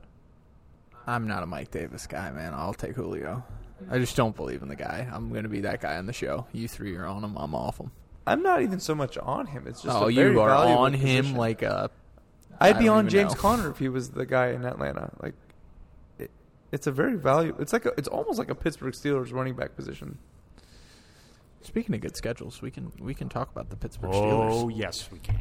Speaker 3: I'm not a Mike Davis guy, man. I'll take Julio. I just don't believe in the guy. I'm going to be that guy on the show. You three are on him. I'm off him.
Speaker 2: I'm not even so much on him. It's just
Speaker 3: oh,
Speaker 2: a very
Speaker 3: you are
Speaker 2: valuable
Speaker 3: on him
Speaker 2: position.
Speaker 3: like a.
Speaker 2: I'd
Speaker 3: I
Speaker 2: be
Speaker 3: don't
Speaker 2: on
Speaker 3: even
Speaker 2: James
Speaker 3: know.
Speaker 2: Conner if he was the guy in Atlanta. Like, it, it's a very valuable. It's like a, it's almost like a Pittsburgh Steelers running back position.
Speaker 3: Speaking of good schedules, we can we can talk about the Pittsburgh
Speaker 4: Oh
Speaker 3: Steelers
Speaker 4: yes, we can.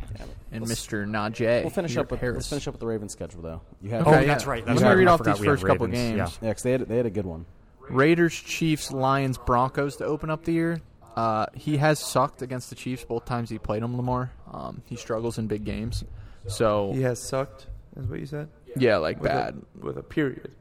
Speaker 3: and Mr. Najee.
Speaker 5: We'll finish up with
Speaker 3: Harris.
Speaker 5: let's finish up with the Ravens schedule though. You have
Speaker 4: Oh,
Speaker 3: Okay,
Speaker 4: that's
Speaker 3: yeah.
Speaker 4: right. That's
Speaker 3: Let me
Speaker 4: right.
Speaker 3: read
Speaker 4: I
Speaker 3: off
Speaker 4: forgot
Speaker 3: these
Speaker 4: we have
Speaker 3: first couple games.
Speaker 4: Ravens. Yeah.
Speaker 5: yeah, because they had they had a good one.
Speaker 3: Raiders, Chiefs, Lions, Broncos to open up the year. Uh, he has sucked against the Chiefs both times he played them. Lamar, um, he struggles in big games. So
Speaker 2: He has sucked, is what you said.
Speaker 3: yeah, like
Speaker 2: With a-
Speaker 3: bad.
Speaker 2: with a period.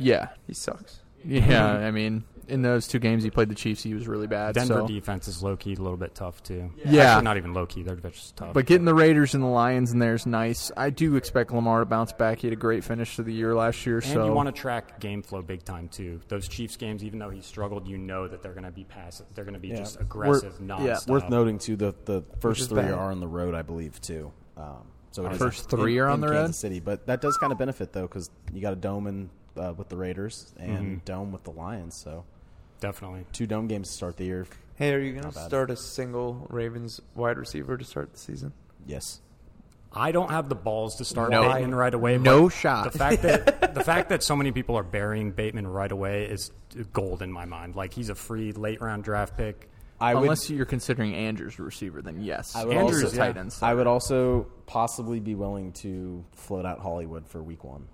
Speaker 3: Yeah,
Speaker 2: He sucks.
Speaker 3: Yeah, I mean, in those two games he played the Chiefs, he was really bad.
Speaker 4: Denver
Speaker 3: so.
Speaker 4: defense is low key, a little bit tough too.
Speaker 3: Yeah.
Speaker 4: Actually, not even low key. They're just tough.
Speaker 3: But getting the Raiders and the Lions in there is nice. I do expect Lamar to bounce back. He had a great finish to the year last year.
Speaker 4: and
Speaker 3: so
Speaker 4: you want to track game flow big time too. Those Chiefs games, even though he struggled, you know that they're going to be passive. They're going to be
Speaker 5: Yeah.
Speaker 4: just
Speaker 5: Worth-
Speaker 4: aggressive,
Speaker 3: yeah,
Speaker 4: nonstop.
Speaker 5: Worth noting too, the the
Speaker 3: is
Speaker 5: first three
Speaker 3: bad.
Speaker 5: are on the road, I believe, too. Um, so it is
Speaker 3: First
Speaker 5: in-
Speaker 3: three are on
Speaker 5: in
Speaker 3: the
Speaker 5: Kansas
Speaker 3: road?
Speaker 5: City, but that does kind of benefit though because you got a dome in, uh, with the Raiders and
Speaker 3: Mm-hmm.
Speaker 5: dome with the Lions. So
Speaker 4: Definitely.
Speaker 5: two dome games to start the year.
Speaker 2: Hey, are you gonna
Speaker 5: Not bad.
Speaker 2: start a single Ravens wide receiver to start the season?
Speaker 5: Yes,
Speaker 4: I don't have the balls to start
Speaker 3: No.
Speaker 4: Bateman right away. but
Speaker 3: No shot.
Speaker 4: The
Speaker 3: <laughs>
Speaker 4: fact that the fact that so many people are burying Bateman right away is gold in my mind. Like he's a free late round draft pick.
Speaker 5: I would.
Speaker 3: unless you're considering Andrews a receiver, then yes.
Speaker 5: I would
Speaker 4: Andrews,
Speaker 3: also
Speaker 4: yeah.
Speaker 3: tight ends.
Speaker 5: I would also possibly be willing to float out Hollywood for Week One.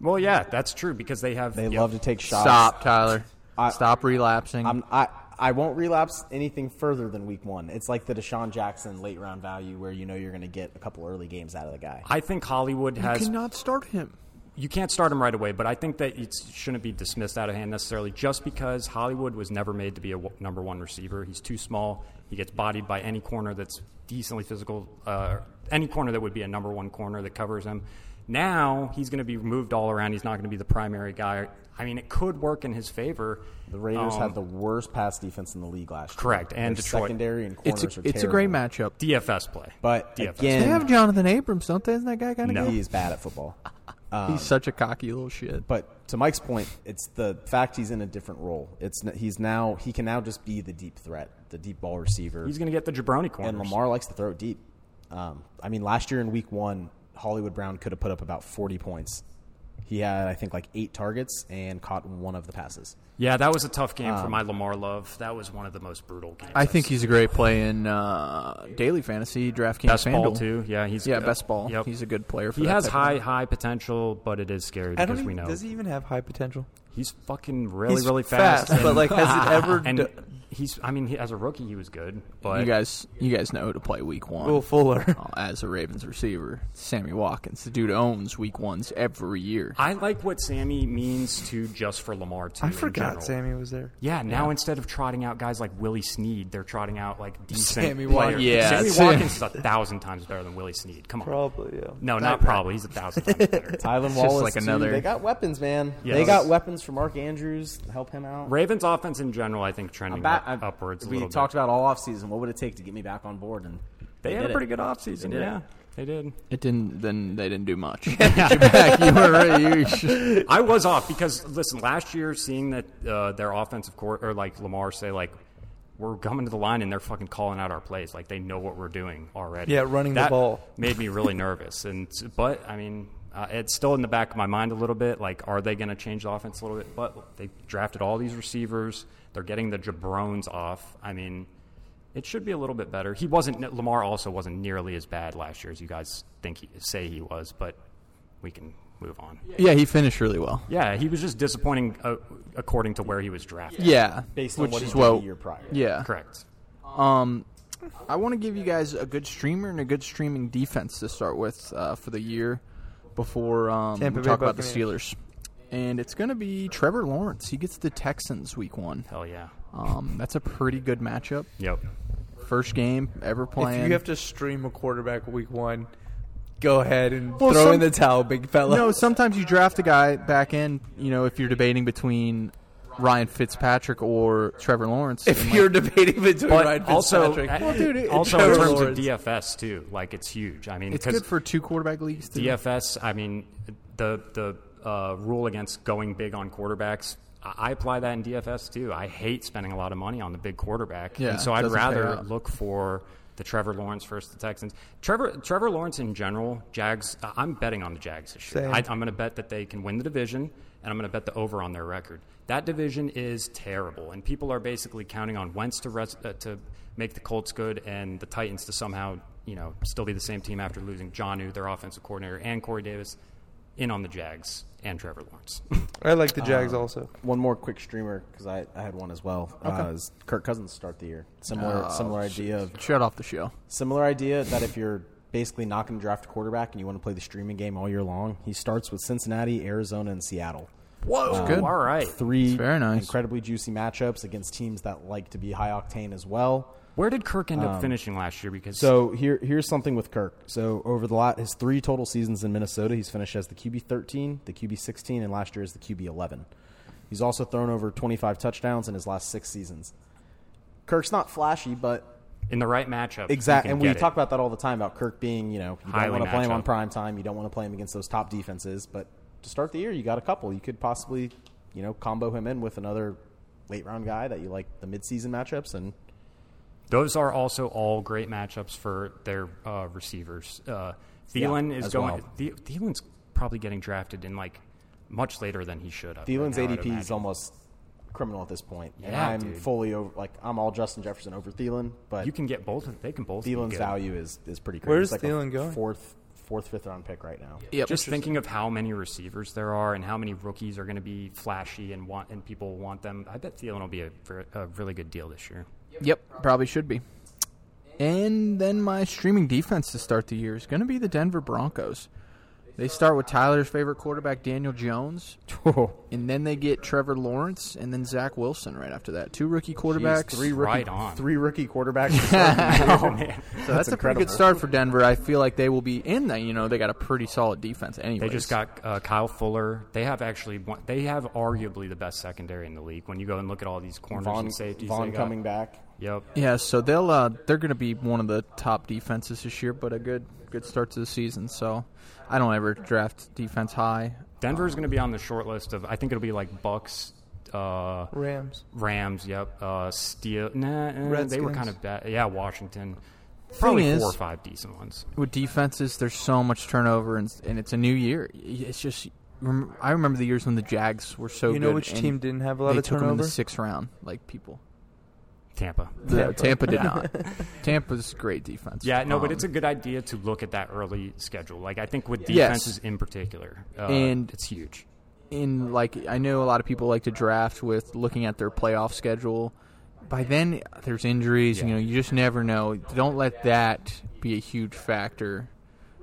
Speaker 4: Well, yeah, that's true because they have
Speaker 5: They
Speaker 4: yeah.
Speaker 5: love to take shots.
Speaker 3: Stop, Tyler.
Speaker 5: I-
Speaker 3: Stop relapsing.
Speaker 5: I'm, I I won't relapse anything further than Week One. It's like the Deshaun Jackson late round value where you know you're going to get a couple early games out of the guy.
Speaker 4: I think Hollywood
Speaker 3: you
Speaker 4: has
Speaker 3: cannot start him.
Speaker 4: you can't start him right away, but I think that it shouldn't be dismissed out of hand necessarily just because Hollywood was never made to be a w- number one receiver. He's too small. He gets bodied by any corner that's decently physical, uh, any corner that would be a number one corner that covers him. Now he's going to be moved all around. He's not going to be the primary guy. I mean, it could work in his favor.
Speaker 5: The Raiders
Speaker 4: Um,
Speaker 5: had the worst pass defense in the league last year.
Speaker 4: Correct, and
Speaker 5: Their
Speaker 4: Detroit.
Speaker 5: secondary and corners
Speaker 3: It's a,
Speaker 5: are
Speaker 3: it's a
Speaker 5: terrible.
Speaker 3: great matchup.
Speaker 4: DFS play.
Speaker 5: But
Speaker 4: DFS.
Speaker 3: They
Speaker 5: again,
Speaker 3: have Jonathan Abrams, don't they? Isn't that guy kind of
Speaker 4: No.
Speaker 5: he's bad at football.
Speaker 3: He's such a cocky little shit.
Speaker 5: Uh, But to Mike's point, it's the fact he's in a different role. It's n- he's now he can now just be the deep threat, the deep ball receiver,
Speaker 4: he's going to get the jabroni corners.
Speaker 5: and Lamar likes to throw it deep. Um, I mean, last year in Week One, Hollywood Brown could have put up about forty points. He had, I think, like eight targets and caught one of the passes.
Speaker 4: Yeah, that was a tough game
Speaker 5: Um,
Speaker 4: for my Lamar love. That was one of the most brutal games.
Speaker 3: I think
Speaker 4: I've
Speaker 3: he's a great play in uh, daily fantasy, DraftKings,
Speaker 4: best ball
Speaker 3: FanDuel.
Speaker 4: too. Yeah, he's
Speaker 3: Yeah,
Speaker 4: good.
Speaker 3: best ball.
Speaker 4: Yep.
Speaker 3: He's a good player. For
Speaker 4: He
Speaker 3: that
Speaker 4: has
Speaker 3: type of
Speaker 4: high
Speaker 3: thing.
Speaker 4: high potential, but it is scary
Speaker 2: I
Speaker 4: because
Speaker 2: don't
Speaker 4: we
Speaker 2: even,
Speaker 4: know
Speaker 2: does he even have high potential?
Speaker 4: he's fucking really
Speaker 2: He's
Speaker 4: really fast.
Speaker 2: fast, but, like, has it ever
Speaker 4: <laughs> And
Speaker 2: d-
Speaker 4: he's I mean he, as a rookie he was good, but
Speaker 3: you guys, you guys know who to play Week One.
Speaker 2: Oh, Will <laughs> Fuller.
Speaker 3: <laughs> uh, as a Ravens receiver, Sammy Watkins. The dude owns Week Ones every year.
Speaker 4: I like what Sammy means to just for Lamar too.
Speaker 2: I
Speaker 4: in
Speaker 2: forgot
Speaker 4: general.
Speaker 2: Sammy was there.
Speaker 4: Yeah, now instead of trotting out guys like Willie Sneed, they're trotting out like decent
Speaker 2: Sammy
Speaker 4: players.
Speaker 2: Watkins.
Speaker 3: Yeah,
Speaker 4: Sammy
Speaker 3: Sam-
Speaker 4: Watkins is a thousand times better than Willie Sneed. Come on,
Speaker 2: Probably, yeah.
Speaker 4: no, not probably. He's a thousand times better.
Speaker 2: <laughs>
Speaker 5: Tylen
Speaker 3: just
Speaker 5: Wallace,
Speaker 3: like
Speaker 5: too.
Speaker 3: another-
Speaker 5: They got weapons, man.
Speaker 4: Yeah.
Speaker 5: They got weapons for Mark Andrews. to Help him out.
Speaker 4: Ravens offense in general, I think, trending
Speaker 7: Ba-
Speaker 4: up-
Speaker 7: I-
Speaker 4: upwards. A
Speaker 7: we
Speaker 4: little bit.
Speaker 7: talked about all offseason. What would it take to get me back on board? And
Speaker 4: They had
Speaker 7: did
Speaker 4: a
Speaker 7: it.
Speaker 4: pretty good offseason.
Speaker 7: They did it.
Speaker 4: Yeah, they did.
Speaker 3: It didn't. Then they didn't do much. you <laughs> back. You were. You,
Speaker 4: I was off because listen, last year seeing that uh, their offensive court or like Lamar say like we're coming to the line and they're fucking calling out our plays like they know what we're doing already.
Speaker 2: Yeah, running the
Speaker 4: That
Speaker 2: ball.
Speaker 4: made me really nervous. And but I mean, uh, it's still in the back of my mind a little bit. Like, are they going to change the offense a little bit? But they drafted all these receivers. They're getting the jabrones off. I mean. It should be a little bit better. He wasn't. Lamar also wasn't nearly as bad last year as you guys think he, say he was, but we can move on.
Speaker 3: yeah, he finished really well.
Speaker 4: Yeah, he was just disappointing uh, according to where he was drafted.
Speaker 3: Yeah,
Speaker 5: Based on
Speaker 3: which
Speaker 5: what he
Speaker 3: is
Speaker 5: did
Speaker 3: well.
Speaker 5: the year prior.
Speaker 3: Yeah.
Speaker 4: Correct.
Speaker 3: Um, I want to give you guys a good streamer and a good streaming defense to start with uh, for the year before um, we
Speaker 2: Tampa Bay
Speaker 3: talk about the
Speaker 2: Buccaneers.
Speaker 3: Steelers. And it's going to be Trevor Lawrence. He gets the Texans week one.
Speaker 4: Hell yeah.
Speaker 3: Um, that's a pretty good matchup.
Speaker 4: Yep.
Speaker 3: First game ever playing.
Speaker 2: If you have to stream a quarterback week one, go ahead and
Speaker 3: Well,
Speaker 2: throw
Speaker 3: some-
Speaker 2: in the towel, big fella. <laughs>
Speaker 3: No, sometimes you draft a guy back in, you know, if you're debating between Ryan Fitzpatrick or Trevor Lawrence. and,
Speaker 2: if
Speaker 3: like,
Speaker 2: you're debating between
Speaker 4: But
Speaker 2: Ryan
Speaker 4: also,
Speaker 2: Fitzpatrick,
Speaker 4: uh,
Speaker 2: and
Speaker 4: also in
Speaker 2: Trevor
Speaker 4: terms
Speaker 2: Lawrence.
Speaker 4: of DFS too, like it's huge. I mean,
Speaker 3: it's
Speaker 4: 'cause
Speaker 3: good for two quarterback leagues. too.
Speaker 4: DFS. I mean, the the uh, rule against going big on quarterbacks. I I apply that in DFS too. I hate spending a lot of money on the big quarterback,
Speaker 3: Yeah,
Speaker 4: and so
Speaker 3: it
Speaker 4: I'd
Speaker 3: doesn't pay
Speaker 4: rather
Speaker 3: out.
Speaker 4: look for the Trevor Lawrence versus the Texans. Trevor Trevor Lawrence in general, Jags. I- I'm betting on the Jags this year.
Speaker 2: Same.
Speaker 4: I, I'm going to bet that they can win the division, and I'm going to bet the over on their record. That division is terrible, and people are basically counting on Wentz to res- uh, to make the Colts good and the Titans to somehow you know still be the same team after losing Johnu, their offensive coordinator, and Corey Davis, in on the Jags and Trevor Lawrence.
Speaker 2: I like the Jags also.
Speaker 5: One more quick streamer because I, I had one as well. Uh, is Kirk Cousins to start the year?
Speaker 7: Oh,
Speaker 5: Similar similar idea of
Speaker 3: Shut off the show.
Speaker 5: similar idea that if you're basically not going to draft a quarterback and you want to play the streaming game all year long, he starts with Cincinnati, Arizona, and Seattle.
Speaker 2: Whoa.
Speaker 5: Um, good.
Speaker 4: All right.
Speaker 5: Three
Speaker 3: It's very nice.
Speaker 5: incredibly juicy matchups against teams that like to be high octane as well.
Speaker 4: Where did Kirk end up finishing last year? Because
Speaker 5: Um, So here, here's something with Kirk. So over the lot, his three total seasons in Minnesota, he's finished as the QB 13, the QB 16, and last year as the QB 11. He's also thrown over 25 touchdowns in his last six seasons. Kirk's not flashy, but
Speaker 4: in the right matchup, you
Speaker 5: exactly.
Speaker 4: can
Speaker 5: And we
Speaker 4: get it.
Speaker 5: talk about that all the time about Kirk being, you know, you don't
Speaker 4: Highly
Speaker 5: want to play him
Speaker 4: matchup.
Speaker 5: on prime time. You don't want to play him against those top defenses. But to start the year, you got a couple. You could possibly, you know, combo him in with another late round guy that you like the midseason matchups and
Speaker 4: Those are also all great matchups for their uh, receivers. Uh, Thielen
Speaker 5: Yeah,
Speaker 4: is
Speaker 5: as
Speaker 4: going.
Speaker 5: well.
Speaker 4: Th- Thielen's probably getting drafted in like much later than he should have.
Speaker 5: Thielen's
Speaker 4: right now, I'd
Speaker 5: ADP is
Speaker 4: imagine.
Speaker 5: almost criminal at this point. and
Speaker 4: Yeah,
Speaker 5: I'm
Speaker 4: dude.
Speaker 5: fully over. Like I'm all Justin Jefferson over Thielen, but
Speaker 4: You can get both. of They can both. be
Speaker 5: Thielen's
Speaker 4: good.
Speaker 5: value is is pretty crazy.
Speaker 2: Where's
Speaker 5: It's like a
Speaker 2: Thielen going?
Speaker 5: Fourth, fourth, fifth round pick right now.
Speaker 2: Yep.
Speaker 4: Just thinking of how many receivers there are and how many rookies are going to be flashy and want and people want them. I bet Thielen will be a, ver- a really good deal this
Speaker 5: <laughs>
Speaker 4: year.
Speaker 3: Yep, probably should be. And then my streaming defense to start the year is going to be the Denver Broncos. They start with Tyler's favorite quarterback, Daniel Jones, and then they get Trevor Lawrence and then Zach Wilson right after that. Two rookie quarterbacks.
Speaker 5: Three rookie,
Speaker 4: Right on.
Speaker 5: three
Speaker 4: <laughs>
Speaker 5: rookie quarterbacks. to start the year.
Speaker 4: oh man,
Speaker 3: so that's, a pretty good
Speaker 5: incredible.
Speaker 3: start for Denver. I feel like they will be in that. You know, they got a pretty solid defense anyway.
Speaker 4: they just got uh, Kyle Fuller. They have actually one, they have arguably the best secondary in the league. When you go and look at all these corners
Speaker 5: Vaughn,
Speaker 4: and safeties,
Speaker 5: Vaughn
Speaker 4: they got.
Speaker 5: coming back.
Speaker 4: Yep.
Speaker 3: Yeah, so they'll uh, they're going to be one of the top defenses this year, but a good good start to the season. So I don't ever draft defense high.
Speaker 4: Denver's going to be on the short list of. I think it'll be like Bucks, uh,
Speaker 2: Rams.
Speaker 4: Rams. Yep. Uh, Steel. Nah. eh, they were
Speaker 2: Redskins.
Speaker 4: kind of bad. Yeah. Washington. Probably
Speaker 3: Thing
Speaker 4: four
Speaker 3: is-
Speaker 4: or five decent ones.
Speaker 3: with defenses, there's so much turnover, and, and it's a new year. It's just rem- I remember the years when the Jags were so.
Speaker 2: You know
Speaker 3: good,
Speaker 2: which
Speaker 3: and
Speaker 2: team didn't have a lot
Speaker 3: they
Speaker 2: of
Speaker 3: took them in the
Speaker 2: turnover?
Speaker 3: sixth round,
Speaker 2: <laughs>
Speaker 3: like people.
Speaker 4: Tampa.
Speaker 3: The, Tampa. did not. Tampa's great defense.
Speaker 4: Yeah, no, but
Speaker 3: Um,
Speaker 4: it's a good idea to look at that early schedule. Like I think with
Speaker 3: Yes.
Speaker 4: defenses in particular, uh,
Speaker 3: And-
Speaker 4: it's huge.
Speaker 3: in like I know a lot of people like to draft with looking at their playoff schedule. By then, there's injuries. You
Speaker 4: Yeah.
Speaker 3: know, you just never know. Don't let that be a huge factor.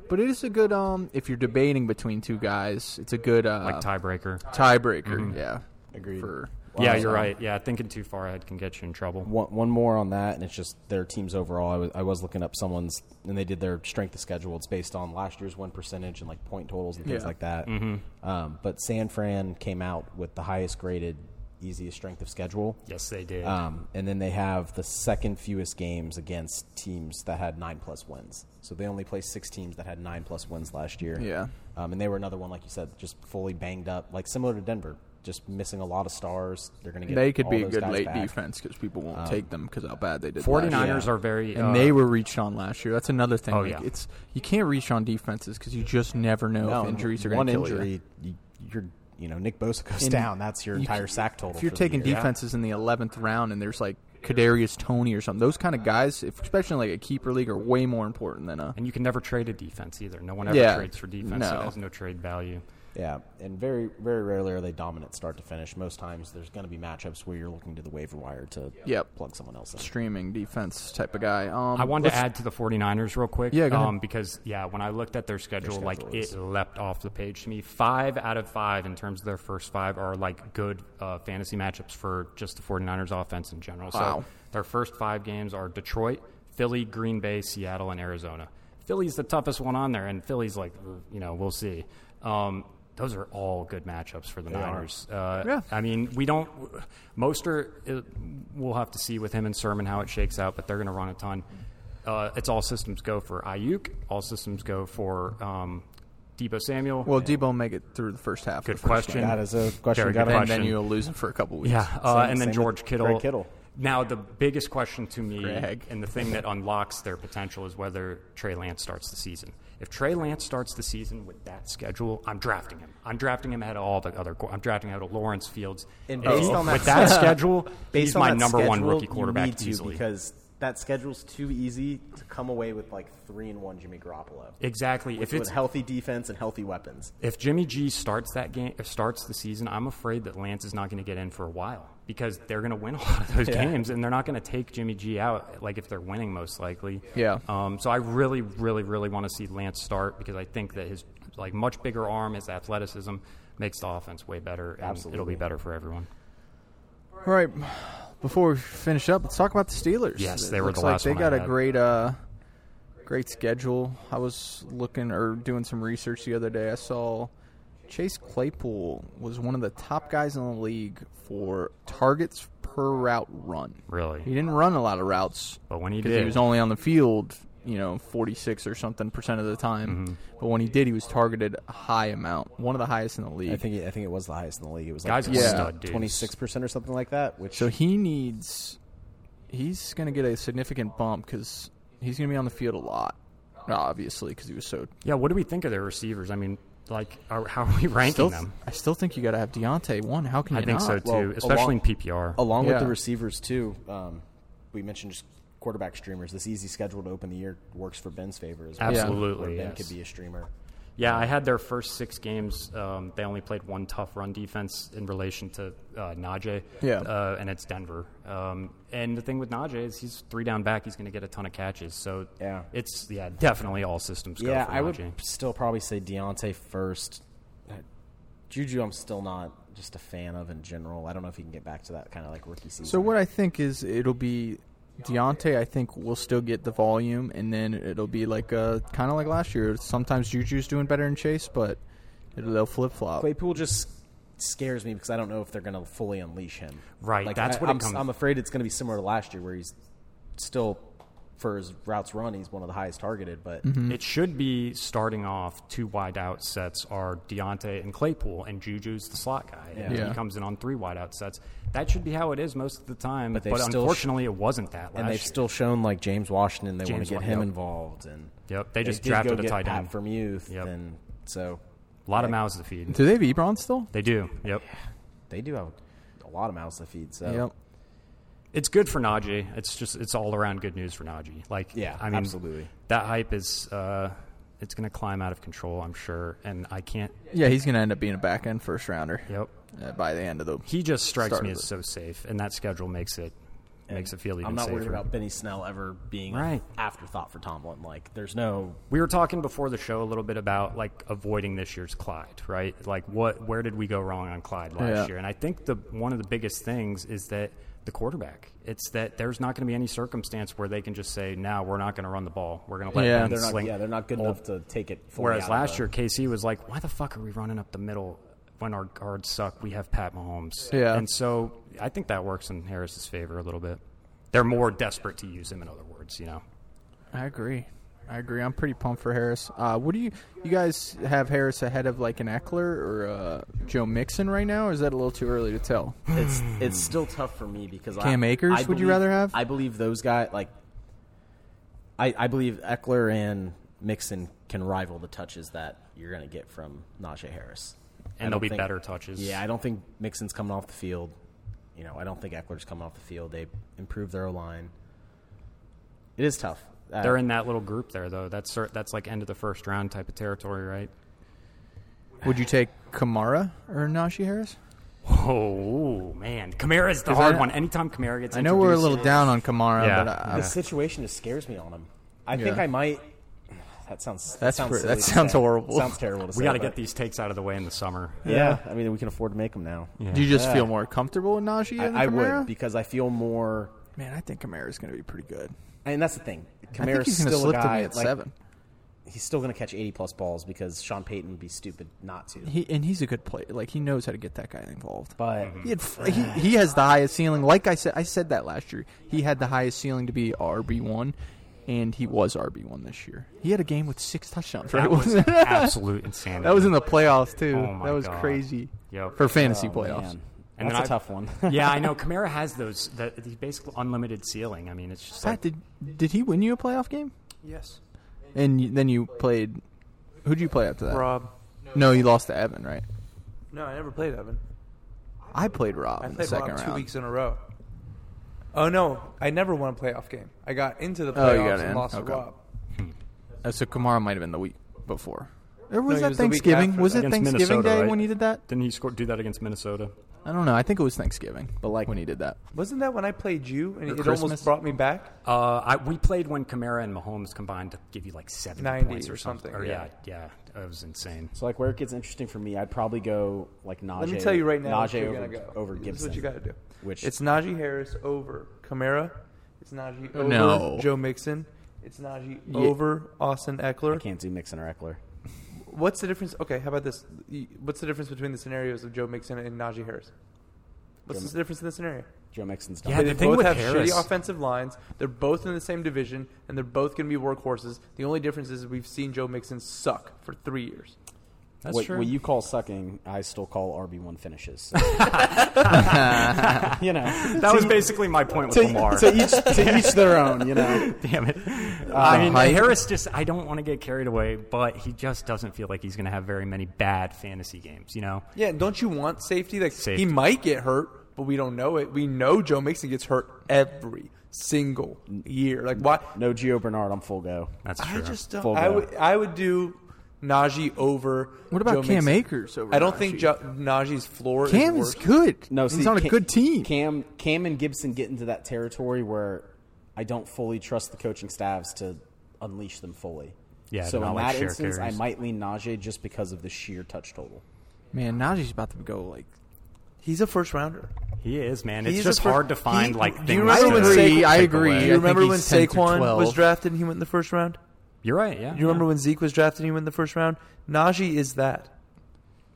Speaker 3: But it is a good um if you're debating between two guys, it's a good uh,
Speaker 4: Like tiebreaker.
Speaker 3: tiebreaker. Yeah,
Speaker 5: Mm-hmm. Agreed.
Speaker 3: For
Speaker 4: yeah, you're right. Yeah, thinking too far ahead can get you in trouble.
Speaker 5: One, one more on that, and it's just their teams overall. I was, I was looking up someone's, and they did their strength of schedule. It's based on last year's win percentage and like point totals and things
Speaker 3: Yeah.
Speaker 5: like that.
Speaker 4: Mm-hmm.
Speaker 5: Um, but San Fran came out with the highest graded, easiest strength of schedule.
Speaker 4: Yes, they did.
Speaker 5: Um, and then they have the second fewest games against teams that had nine plus wins. So they only play six teams that had nine plus wins last year.
Speaker 3: Yeah.
Speaker 5: Um, and they were another one, like you said, just fully banged up, like similar to Denver, just missing a lot of stars. They're going to get
Speaker 3: They could
Speaker 5: all
Speaker 3: be a
Speaker 5: those
Speaker 3: good
Speaker 5: guys
Speaker 3: late
Speaker 5: back. Um,
Speaker 3: defense because people won't take them because how bad they did. last
Speaker 4: 49ers
Speaker 3: year.
Speaker 4: are very
Speaker 3: and
Speaker 4: uh,
Speaker 3: they were reached on last year. That's another thing.
Speaker 4: Oh,
Speaker 3: like,
Speaker 4: yeah.
Speaker 3: It's you can't reach on defenses because you just never know
Speaker 5: No,
Speaker 3: if injuries are
Speaker 5: one
Speaker 3: going to kill you.
Speaker 5: injury, you. are you know Nick Bosa goes
Speaker 3: And
Speaker 5: down. That's your
Speaker 3: you
Speaker 5: entire
Speaker 3: can-
Speaker 5: sack total.
Speaker 3: If you're
Speaker 5: for the
Speaker 3: taking
Speaker 5: year.
Speaker 3: defenses in the eleventh round and there's like Kadarius Tony or something, those kind of guys, if, especially in, like a keeper league, are way more important than a.
Speaker 4: and you can never trade a defense either. No one ever
Speaker 3: Yeah.
Speaker 4: trades for defense, so
Speaker 3: No.
Speaker 4: it has no trade value.
Speaker 5: Yeah, and very very rarely are they dominant start to finish. Most times there's going to be matchups where you're looking to the waiver wire to
Speaker 3: Yep.
Speaker 5: plug someone else in.
Speaker 3: Streaming defense type of guy. Um,
Speaker 4: I wanted to
Speaker 3: let's-
Speaker 4: add to the 49ers real quick.
Speaker 3: Yeah, go ahead.
Speaker 4: um, because, yeah, when I looked at their schedule, like,
Speaker 5: schedule is-
Speaker 4: it leapt off the page to me. Five out of five, in terms of their first five, are, like, good uh, fantasy matchups for just the 49ers offense in general.
Speaker 3: Wow.
Speaker 4: So their first five games are Detroit, Philly, Green Bay, Seattle, and Arizona. Philly's the toughest one on there, and Philly's like, "Ugh," you know, we'll see. Um, those are all good matchups for the Niners. Uh,
Speaker 3: Yeah.
Speaker 4: I mean, we don't. Moster, it, we'll have to see with him and Sermon how it shakes out, but they're going to run a ton. Uh, it's all systems go for Ayuk. All systems go for um, Debo Samuel.
Speaker 3: Well, Debo make it through the first half. of
Speaker 4: Good
Speaker 3: the first
Speaker 4: question.
Speaker 3: game.
Speaker 5: That is a question.
Speaker 4: Very
Speaker 5: got
Speaker 4: good
Speaker 5: to
Speaker 3: And
Speaker 4: question.
Speaker 3: then you'll lose him for a couple weeks.
Speaker 4: yeah, uh,
Speaker 5: Same-
Speaker 4: and
Speaker 5: same
Speaker 4: then
Speaker 5: with
Speaker 4: George Kittle.
Speaker 5: Greg Kittle.
Speaker 4: Now, the biggest question to me
Speaker 3: Greg.
Speaker 4: and the thing that unlocks their potential is whether Trey Lance starts the season. If Trey Lance starts the season with that schedule, I'm drafting him. I'm drafting him ahead of all the other. qu- I'm drafting him ahead of Lawrence Fields.
Speaker 5: And
Speaker 4: If
Speaker 5: based
Speaker 4: he-
Speaker 5: on that
Speaker 4: with that
Speaker 5: <laughs> schedule-
Speaker 4: schedule,
Speaker 5: Based
Speaker 4: he's
Speaker 5: on
Speaker 4: my
Speaker 5: that
Speaker 4: number one
Speaker 5: schedule,
Speaker 4: rookie
Speaker 5: you
Speaker 4: quarterback
Speaker 5: need to
Speaker 4: easily.
Speaker 5: because that schedule's too easy to come away with like three and one Jimmy Garoppolo.
Speaker 4: exactly. If
Speaker 5: with
Speaker 4: it's
Speaker 5: healthy defense and healthy weapons.
Speaker 4: if Jimmy G starts that game, if starts the season, I'm afraid that Lance is not going to get in for a while because they're going to win a <laughs> lot of those games, and they're not going to take Jimmy G out. Like if they're winning, most likely.
Speaker 3: Yeah.
Speaker 4: Um, so I really, really, really want to see Lance start because I think that his like much bigger arm, his athleticism makes the offense way better, and it'll be better for everyone.
Speaker 3: All right. Before we finish up, let's talk about the Steelers.
Speaker 4: Yes,
Speaker 3: It
Speaker 4: they were
Speaker 3: looks
Speaker 4: the
Speaker 3: like
Speaker 4: last
Speaker 3: They
Speaker 4: one I
Speaker 3: got a
Speaker 4: had.
Speaker 3: great, uh, great schedule. I was looking or doing some research the other day. I saw Chase Claypool was one of the top guys in the league for targets per route run.
Speaker 4: Really?
Speaker 3: He didn't run a lot of routes,
Speaker 4: But when he
Speaker 3: because
Speaker 4: did,
Speaker 3: he was only on the field, you know, 46 or something percent of the time.
Speaker 4: Mm-hmm.
Speaker 3: But when he did, he was targeted a high amount, one of the highest in the league.
Speaker 5: I think I think it was the highest in the league. It was
Speaker 4: guys
Speaker 5: like
Speaker 4: are
Speaker 3: Yeah.
Speaker 4: stud dudes.
Speaker 5: twenty six percent or something like that. Which
Speaker 3: So he needs. He's going to get a significant bump because he's going to be on the field a lot, obviously, because he was so.
Speaker 4: Yeah, what do we think of their receivers? I mean, like, are, how are we <laughs> ranking
Speaker 3: Still,
Speaker 4: them?
Speaker 3: I still think you got to have Deontay one. How can
Speaker 4: I
Speaker 3: you
Speaker 4: think
Speaker 3: not?
Speaker 4: so too,
Speaker 5: well,
Speaker 4: especially
Speaker 5: along-
Speaker 4: in PPR.
Speaker 5: along
Speaker 3: Yeah.
Speaker 5: with the receivers too, um, we mentioned just quarterback streamers. This easy schedule to open the year works for Ben's favor as well.
Speaker 4: Absolutely,
Speaker 5: Where Ben
Speaker 4: yes.
Speaker 5: could be a streamer.
Speaker 4: Yeah, I had their first six games. Um, they only played one tough run defense in relation to uh, Najee.
Speaker 3: Yeah.
Speaker 4: Uh, and it's Denver. Um, and the thing with Najee is he's three down back. He's going to get a ton of catches. So
Speaker 5: Yeah.
Speaker 4: it's yeah definitely all systems go
Speaker 5: yeah,
Speaker 4: for
Speaker 5: I would
Speaker 4: Najee.
Speaker 5: still probably say Deontay first. Uh, Juju, I'm still not just a fan of in general. I don't know if he can get back to that kind of like rookie season.
Speaker 3: So what I think is it'll be Deontay. I think will still get the volume, and then it'll be like uh, kind of like last year. Sometimes Juju's doing better in Chase, but it'll, they'll flip flop.
Speaker 5: Claypool just scares me because I don't know if they're going to fully unleash him.
Speaker 4: Right,
Speaker 5: Like,
Speaker 4: that's
Speaker 5: I,
Speaker 4: what it
Speaker 5: I'm,
Speaker 4: comes-
Speaker 5: I'm afraid it's going to be similar to last year, where he's still for his routes run, he's one of the highest targeted, but
Speaker 3: Mm-hmm.
Speaker 4: It should be starting off two wide out sets are Deontay and Claypool, and Juju's the slot guy. And
Speaker 3: Yeah.
Speaker 4: he comes in on three wide out sets. That should be how it is most of the time.
Speaker 5: But
Speaker 4: But,
Speaker 5: they've still sh-
Speaker 4: unfortunately, it wasn't that last
Speaker 5: and they've
Speaker 4: year.
Speaker 5: still shown like James Washington they want
Speaker 4: James
Speaker 5: to get
Speaker 4: Wa-
Speaker 5: him
Speaker 4: yep.
Speaker 5: involved, and
Speaker 4: Yep, they just
Speaker 5: did
Speaker 4: drafted
Speaker 5: go
Speaker 4: a
Speaker 5: get
Speaker 4: tight
Speaker 5: Pat
Speaker 4: end.
Speaker 5: from youth,
Speaker 4: Yep.
Speaker 5: and so
Speaker 4: a lot of mouths to feed.
Speaker 3: Do they have Ebron still?
Speaker 4: They do. Yep.
Speaker 5: they do have a lot of mouths to feed. So
Speaker 3: Yep.
Speaker 4: It's good for Najee. It's just it's all around good news for Najee. Like
Speaker 5: Yeah,
Speaker 4: I mean,
Speaker 5: absolutely.
Speaker 4: That hype is uh, it's going to climb out of control, I'm sure. And I can't.
Speaker 3: Yeah, he's going to end up being a back end first rounder
Speaker 4: Yep.
Speaker 3: uh, by the end of the.
Speaker 4: He just strikes
Speaker 3: Start
Speaker 4: me
Speaker 3: of
Speaker 4: as
Speaker 3: it.
Speaker 4: so safe, and that schedule makes it makes it feel even
Speaker 5: I'm not
Speaker 4: safer.
Speaker 5: worried about Benny Snell ever being an
Speaker 4: Right.
Speaker 5: afterthought for Tomlin. Like there's no
Speaker 4: we were talking before the show a little bit about like avoiding this year's Clyde, right? Like what where did we go wrong on Clyde last
Speaker 3: Yeah.
Speaker 4: year? And I think the one of the biggest things is that the quarterback. It's that there's not going to be any circumstance where they can just say, "No, we're not going to run the ball. We're going to let
Speaker 3: Yeah.
Speaker 4: Ben
Speaker 5: they're not
Speaker 4: sling."
Speaker 5: yeah they're not good enough to take it. fully out
Speaker 4: Whereas
Speaker 5: of
Speaker 4: last
Speaker 5: the-
Speaker 4: year, KC was like, "Why the fuck are we running up the middle when our guards suck? We have Pat Mahomes."
Speaker 3: Yeah.
Speaker 4: and so I think that works in Harris's favor a little bit. They're more desperate to use him, in other words, you know.
Speaker 3: I agree. I agree. I'm pretty pumped for Harris. Uh, what do you you guys have Harris ahead of like an Eckler or uh, Joe Mixon right now? Or is that a little too early to tell?
Speaker 5: it's it's still tough for me because
Speaker 3: Cam
Speaker 5: I,
Speaker 3: Akers,
Speaker 5: I
Speaker 3: would you
Speaker 5: believe-
Speaker 3: rather have?
Speaker 5: I believe those guys like. I, I believe Eckler and Mixon can rival the touches that you're going to get from Najee Harris, I
Speaker 4: And they'll
Speaker 5: don't
Speaker 4: be
Speaker 5: think-
Speaker 4: better touches.
Speaker 5: Yeah, I don't think Mixon's coming off the field. You know, I don't think Eckler's coming off the field. They improved their line. It is tough. Uh,
Speaker 4: They're in that little group there, though. That's cer- that's like end of the first round type of territory, right?
Speaker 3: Would you take Kamara or Najee Harris?
Speaker 4: Oh man, Kamara's the
Speaker 3: 'Cause I-
Speaker 4: hard one. Anytime Kamara gets,
Speaker 3: I know we're a
Speaker 4: introduced-
Speaker 3: little down on Kamara,
Speaker 4: Yeah.
Speaker 3: but uh, I,
Speaker 5: the situation just scares me on him. I think
Speaker 3: Yeah.
Speaker 5: I might. <sighs> That sounds.
Speaker 3: That's
Speaker 5: sounds
Speaker 3: pre-
Speaker 5: silly
Speaker 3: that
Speaker 5: to
Speaker 3: sounds
Speaker 5: say.
Speaker 3: horrible.
Speaker 5: Sounds terrible to say.
Speaker 4: We got to
Speaker 5: but-
Speaker 4: get these takes out of the way in the <laughs> summer.
Speaker 5: Yeah, I mean we can afford to make them now.
Speaker 3: do you just feel more comfortable with Najee than
Speaker 5: I, I
Speaker 3: Kamara?
Speaker 5: would because I feel more.
Speaker 3: Man, I think Kamara's going to be pretty good.
Speaker 5: And that's the thing.
Speaker 3: I think
Speaker 5: Kamara's
Speaker 3: he's going to
Speaker 5: still
Speaker 3: slip
Speaker 5: a
Speaker 3: to me
Speaker 5: guy.
Speaker 3: at
Speaker 5: like,
Speaker 3: seven.
Speaker 5: He's still going to catch eighty plus balls because Sean Payton would be stupid not to.
Speaker 3: He and he's a good player. Like he knows how to get that guy involved.
Speaker 5: But
Speaker 3: He, had, f- he he has the highest ceiling. Like I said, I said that last year. He had the highest ceiling to be RB one, and he was RB one this year. He had a game with six touchdowns. Right? <laughs>
Speaker 4: That was <laughs>
Speaker 3: Wasn't-
Speaker 4: absolute insanity.
Speaker 3: that was in the playoffs too.
Speaker 4: Oh my
Speaker 3: that was
Speaker 4: God.
Speaker 3: crazy
Speaker 4: Yep.
Speaker 3: for fantasy
Speaker 5: oh,
Speaker 3: playoffs.
Speaker 5: man,
Speaker 4: And
Speaker 5: that's
Speaker 4: then I-
Speaker 5: a tough one.
Speaker 4: <laughs> yeah, I know. Kamara has those. The, the basically unlimited ceiling. I mean, it's just
Speaker 3: Pat,
Speaker 4: like
Speaker 3: did did he win you a playoff game?
Speaker 2: Yes.
Speaker 3: And you, then you played. Who'd you play after that?
Speaker 2: Rob.
Speaker 3: No, you lost to Evan, right?
Speaker 2: No, I never played Evan.
Speaker 3: I played Rob
Speaker 2: I
Speaker 3: in the
Speaker 2: played
Speaker 3: second
Speaker 2: Rob two
Speaker 3: round.
Speaker 2: weeks in a row. Oh no, I never won a playoff game. I got into the
Speaker 3: Oh, you
Speaker 2: playoffs
Speaker 3: got in?
Speaker 2: and lost
Speaker 3: Okay.
Speaker 2: to Rob.
Speaker 3: Uh, so Kamara might have been the week before. Or was
Speaker 2: he
Speaker 3: that
Speaker 2: was the week
Speaker 3: Thanksgiving?
Speaker 2: after
Speaker 3: Was it
Speaker 4: Against
Speaker 3: Thanksgiving
Speaker 4: Minnesota,
Speaker 3: Day
Speaker 4: right?
Speaker 3: when you did that?
Speaker 4: Didn't he score, do that against Minnesota?
Speaker 3: I don't know. I think it was Thanksgiving, but like when he did that.
Speaker 2: Wasn't that when I played you and
Speaker 3: Or
Speaker 2: it
Speaker 3: Christmas?
Speaker 2: almost brought me back?
Speaker 4: Uh, I, we played when Kamara and Mahomes combined to give you like 70
Speaker 2: 90
Speaker 4: points
Speaker 2: or
Speaker 4: or something.
Speaker 2: something,
Speaker 4: Or
Speaker 2: yeah.
Speaker 4: yeah, yeah, it was insane.
Speaker 5: <laughs> So like where it gets interesting for me, I'd probably go like Najee.
Speaker 2: Let me tell you right now,
Speaker 5: Najee
Speaker 2: you're
Speaker 5: over,
Speaker 2: gonna go.
Speaker 5: over Gibson.
Speaker 2: This is what you got to do.
Speaker 5: Which-
Speaker 2: it's Najee Harris over Kamara. It's Najee over
Speaker 3: No.
Speaker 2: Joe Mixon. It's Najee over Austin
Speaker 5: I
Speaker 2: Eckler.
Speaker 5: can't do Mixon or Eckler.
Speaker 2: What's the difference? Okay, how about this? Y- What's the difference between the scenarios of Joe Mixon and Najee Harris? What's
Speaker 5: Joe Mi-
Speaker 2: the difference in the scenario?
Speaker 5: Joe Mixon's
Speaker 4: Yeah,
Speaker 5: done.
Speaker 4: the
Speaker 2: they
Speaker 4: thing
Speaker 2: both
Speaker 4: with
Speaker 2: have
Speaker 4: Harris,
Speaker 2: shitty offensive lines. They're both in the same division, and they're both going to be workhorses. The only difference is we've seen Joe Mixon suck for three years.
Speaker 4: that's
Speaker 5: what,
Speaker 4: true.
Speaker 5: what you call sucking, I still call RB
Speaker 3: <laughs>
Speaker 5: one finishes. you know,
Speaker 4: <laughs> that was basically my point with Lamar.
Speaker 5: to each
Speaker 3: <laughs>
Speaker 5: to each their own. You know,
Speaker 4: <laughs> Damn it. <laughs> I mean,
Speaker 3: hype.
Speaker 4: Harris just, I don't want to get carried away, but he just doesn't feel like he's going to have very many bad fantasy games, you know?
Speaker 2: Yeah, and don't you want safety? Like he
Speaker 4: Safety.
Speaker 2: might get hurt, but we don't know it. We know Joe Mixon gets hurt every single year. Like why?
Speaker 5: no Gio Bernard, I'm full go.
Speaker 4: That's
Speaker 2: I
Speaker 4: true.
Speaker 2: just don't.
Speaker 5: Full
Speaker 2: I
Speaker 5: go.
Speaker 2: would. I would do Najee over.
Speaker 3: What about
Speaker 2: Joe
Speaker 3: Cam
Speaker 2: Mixon.
Speaker 3: Akers over?
Speaker 2: I don't think
Speaker 3: Najee?
Speaker 2: jo- Najee's floor
Speaker 3: Cam
Speaker 2: is
Speaker 3: is
Speaker 2: worse.
Speaker 3: good.
Speaker 5: No,
Speaker 3: he's
Speaker 5: see,
Speaker 3: on a
Speaker 5: Cam-
Speaker 3: good team.
Speaker 5: Cam Cam and Gibson get into that territory where I don't fully trust the coaching staffs to unleash them fully.
Speaker 4: Yeah,
Speaker 5: So
Speaker 4: they're not
Speaker 5: in
Speaker 4: like
Speaker 5: that
Speaker 4: share
Speaker 5: instance, I
Speaker 4: carries.
Speaker 5: might lean Najee just because of the sheer touch total.
Speaker 3: Man, Najee's about to go like.
Speaker 2: He's a first rounder.
Speaker 4: he is, man.
Speaker 2: He's
Speaker 4: It's just
Speaker 2: a fir-
Speaker 4: hard to find,
Speaker 2: he-
Speaker 4: like,
Speaker 2: do
Speaker 4: things.
Speaker 2: you remember
Speaker 4: to
Speaker 2: when Saquon-
Speaker 4: take
Speaker 3: I agree.
Speaker 4: away.
Speaker 3: I
Speaker 2: You remember
Speaker 3: think
Speaker 2: when
Speaker 3: he's 10 through
Speaker 2: Saquon
Speaker 3: 12.
Speaker 2: was drafted and he went in the first round?
Speaker 4: You're right, yeah.
Speaker 2: You remember when Zeke was drafted and he went in the first round? Najee is that.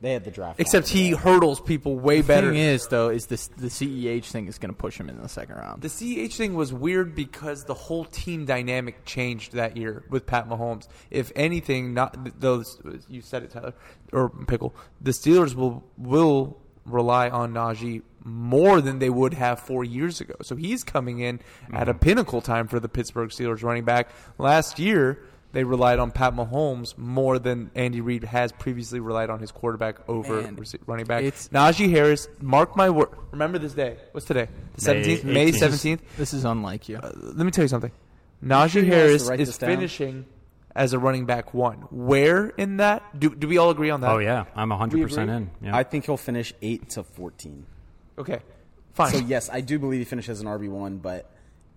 Speaker 5: They had the draft.
Speaker 2: Except
Speaker 5: lottery.
Speaker 2: he hurdles people way better.
Speaker 3: Thing is, though, is this the CEH thing is going to push him in the second round.
Speaker 2: The CEH thing was weird because the whole team dynamic changed that year with Pat Mahomes. If anything, not those you said it, Tyler or Pickle. The Steelers will will rely on Najee more than they would have four years ago. So he's coming in at
Speaker 3: Mm-hmm.
Speaker 2: a pinnacle time for the Pittsburgh Steelers running back. Last year, they relied on Pat Mahomes more than Andy Reid has previously relied on his quarterback over
Speaker 3: Man,
Speaker 2: rece- running back.
Speaker 3: it's-
Speaker 2: Najee Harris, mark my word. Remember this day. What's today? The
Speaker 4: May
Speaker 2: seventeenth, May
Speaker 4: 18th.
Speaker 2: seventeenth.
Speaker 3: This is unlike you.
Speaker 2: Let me tell you something. Najee
Speaker 5: sure you want us to
Speaker 2: Harris
Speaker 5: write
Speaker 2: is
Speaker 5: this down?
Speaker 2: finishing as a running back one. Where in that? Do, do we all agree on that?
Speaker 4: Oh, yeah. I'm 100%
Speaker 5: agree?
Speaker 4: in. Yeah.
Speaker 5: I think he'll finish eight to fourteen.
Speaker 2: Okay. Fine.
Speaker 5: So yes, I do believe he finishes an RB one, but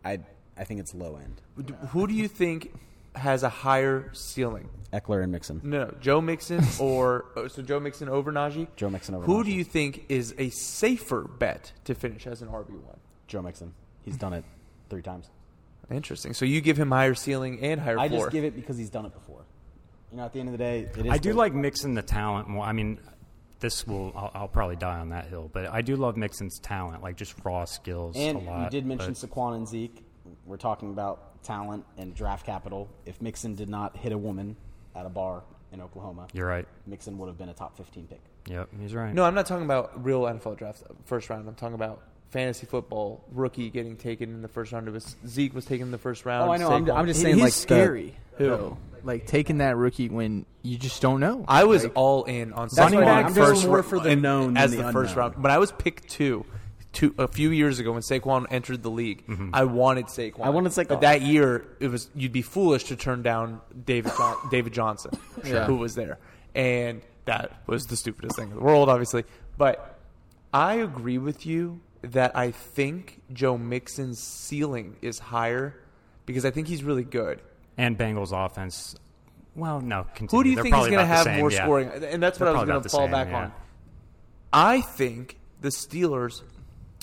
Speaker 5: I I think it's low end.
Speaker 2: D- Who do you think has a higher ceiling?
Speaker 5: Eckler and Mixon.
Speaker 2: No, no. Joe
Speaker 5: <laughs>
Speaker 2: Mixon or oh, so Joe Mixon over Najee.
Speaker 5: Joe Mixon over
Speaker 2: Who do
Speaker 5: Najee.
Speaker 2: you think is a safer bet to finish as an RB one?
Speaker 5: Joe Mixon. He's done it three times.
Speaker 2: Interesting. So you give him higher ceiling and higher
Speaker 5: I
Speaker 2: floor.
Speaker 5: just give it because he's done it before. You know, at the end of the day, it is
Speaker 4: I do
Speaker 5: the-
Speaker 4: like mixing the talent more. I mean, this will, I'll, I'll probably die on that hill, but I do love Mixon's talent, like just raw skills
Speaker 5: And
Speaker 4: a lot.
Speaker 5: you did mention
Speaker 4: but-
Speaker 5: Saquon and Zeke. We're talking about talent and draft capital. If Mixon did not hit a woman at a bar in Oklahoma,
Speaker 4: You're right.
Speaker 5: Mixon would have been a top 15 pick.
Speaker 4: Yep, he's right.
Speaker 2: No, I'm not talking about real NFL draft uh, first round. I'm talking about fantasy football rookie getting taken in the first round. It was Zeke was taken in the first round.
Speaker 5: Oh, I know. I'm,
Speaker 2: Saquon-
Speaker 5: I'm just
Speaker 3: It
Speaker 5: saying,
Speaker 3: is
Speaker 5: like the-
Speaker 3: scary.
Speaker 2: Who?
Speaker 3: though. Like taking that rookie when you just don't know.
Speaker 2: I was all in on Saquon
Speaker 5: what I mean. I'm just
Speaker 2: first
Speaker 5: more
Speaker 2: round
Speaker 5: for the
Speaker 2: and-
Speaker 5: known than
Speaker 2: as
Speaker 5: the
Speaker 2: the, first
Speaker 5: unknown.
Speaker 2: round. When I was picked two, two a few years ago when Saquon entered the league,
Speaker 5: Mm-hmm.
Speaker 2: I wanted Saquon. I
Speaker 5: wanted Saquon.
Speaker 2: But that year, it was you'd be foolish to turn down David
Speaker 5: <laughs>
Speaker 2: John, David Johnson, who was there, and that was the stupidest thing in the world, obviously. But I agree with you that I think Joe Mixon's ceiling is higher because I think he's really good.
Speaker 4: And Bengals offense. Well, no. Continue.
Speaker 2: Who do you
Speaker 4: They're
Speaker 2: think is
Speaker 4: probably
Speaker 2: going to
Speaker 4: about the
Speaker 2: have
Speaker 4: same,
Speaker 2: more
Speaker 4: yeah.
Speaker 2: scoring? And that's what
Speaker 4: They're
Speaker 2: I was
Speaker 4: probably
Speaker 2: going
Speaker 4: about
Speaker 2: to
Speaker 4: the
Speaker 2: fall
Speaker 4: same,
Speaker 2: back
Speaker 4: yeah.
Speaker 2: on. I think the Steelers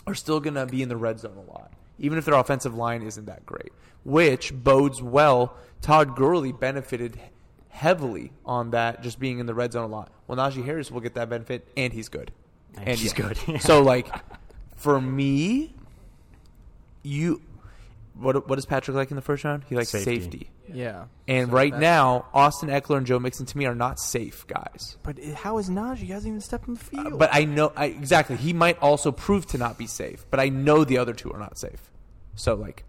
Speaker 2: are still going to be in the red zone a lot, even if their offensive line isn't that great, which bodes well. Todd Gurley benefited heavily on that, just being in the red zone a lot. Well, Najee Harris will get that benefit, and he's good, and,
Speaker 4: he's good, <laughs> yeah.
Speaker 2: so, like, for me, you. What, what does Patrick like in the first round? He likes
Speaker 4: Safety.
Speaker 2: safety.
Speaker 3: yeah.
Speaker 2: And right now, Austin Eckler and Joe Mixon to me are not safe guys.
Speaker 3: But it- how is Najee? He hasn't even stepped in the field.
Speaker 2: But I know I, exactly he might also prove to not be safe. But I know the other two are not safe. So like,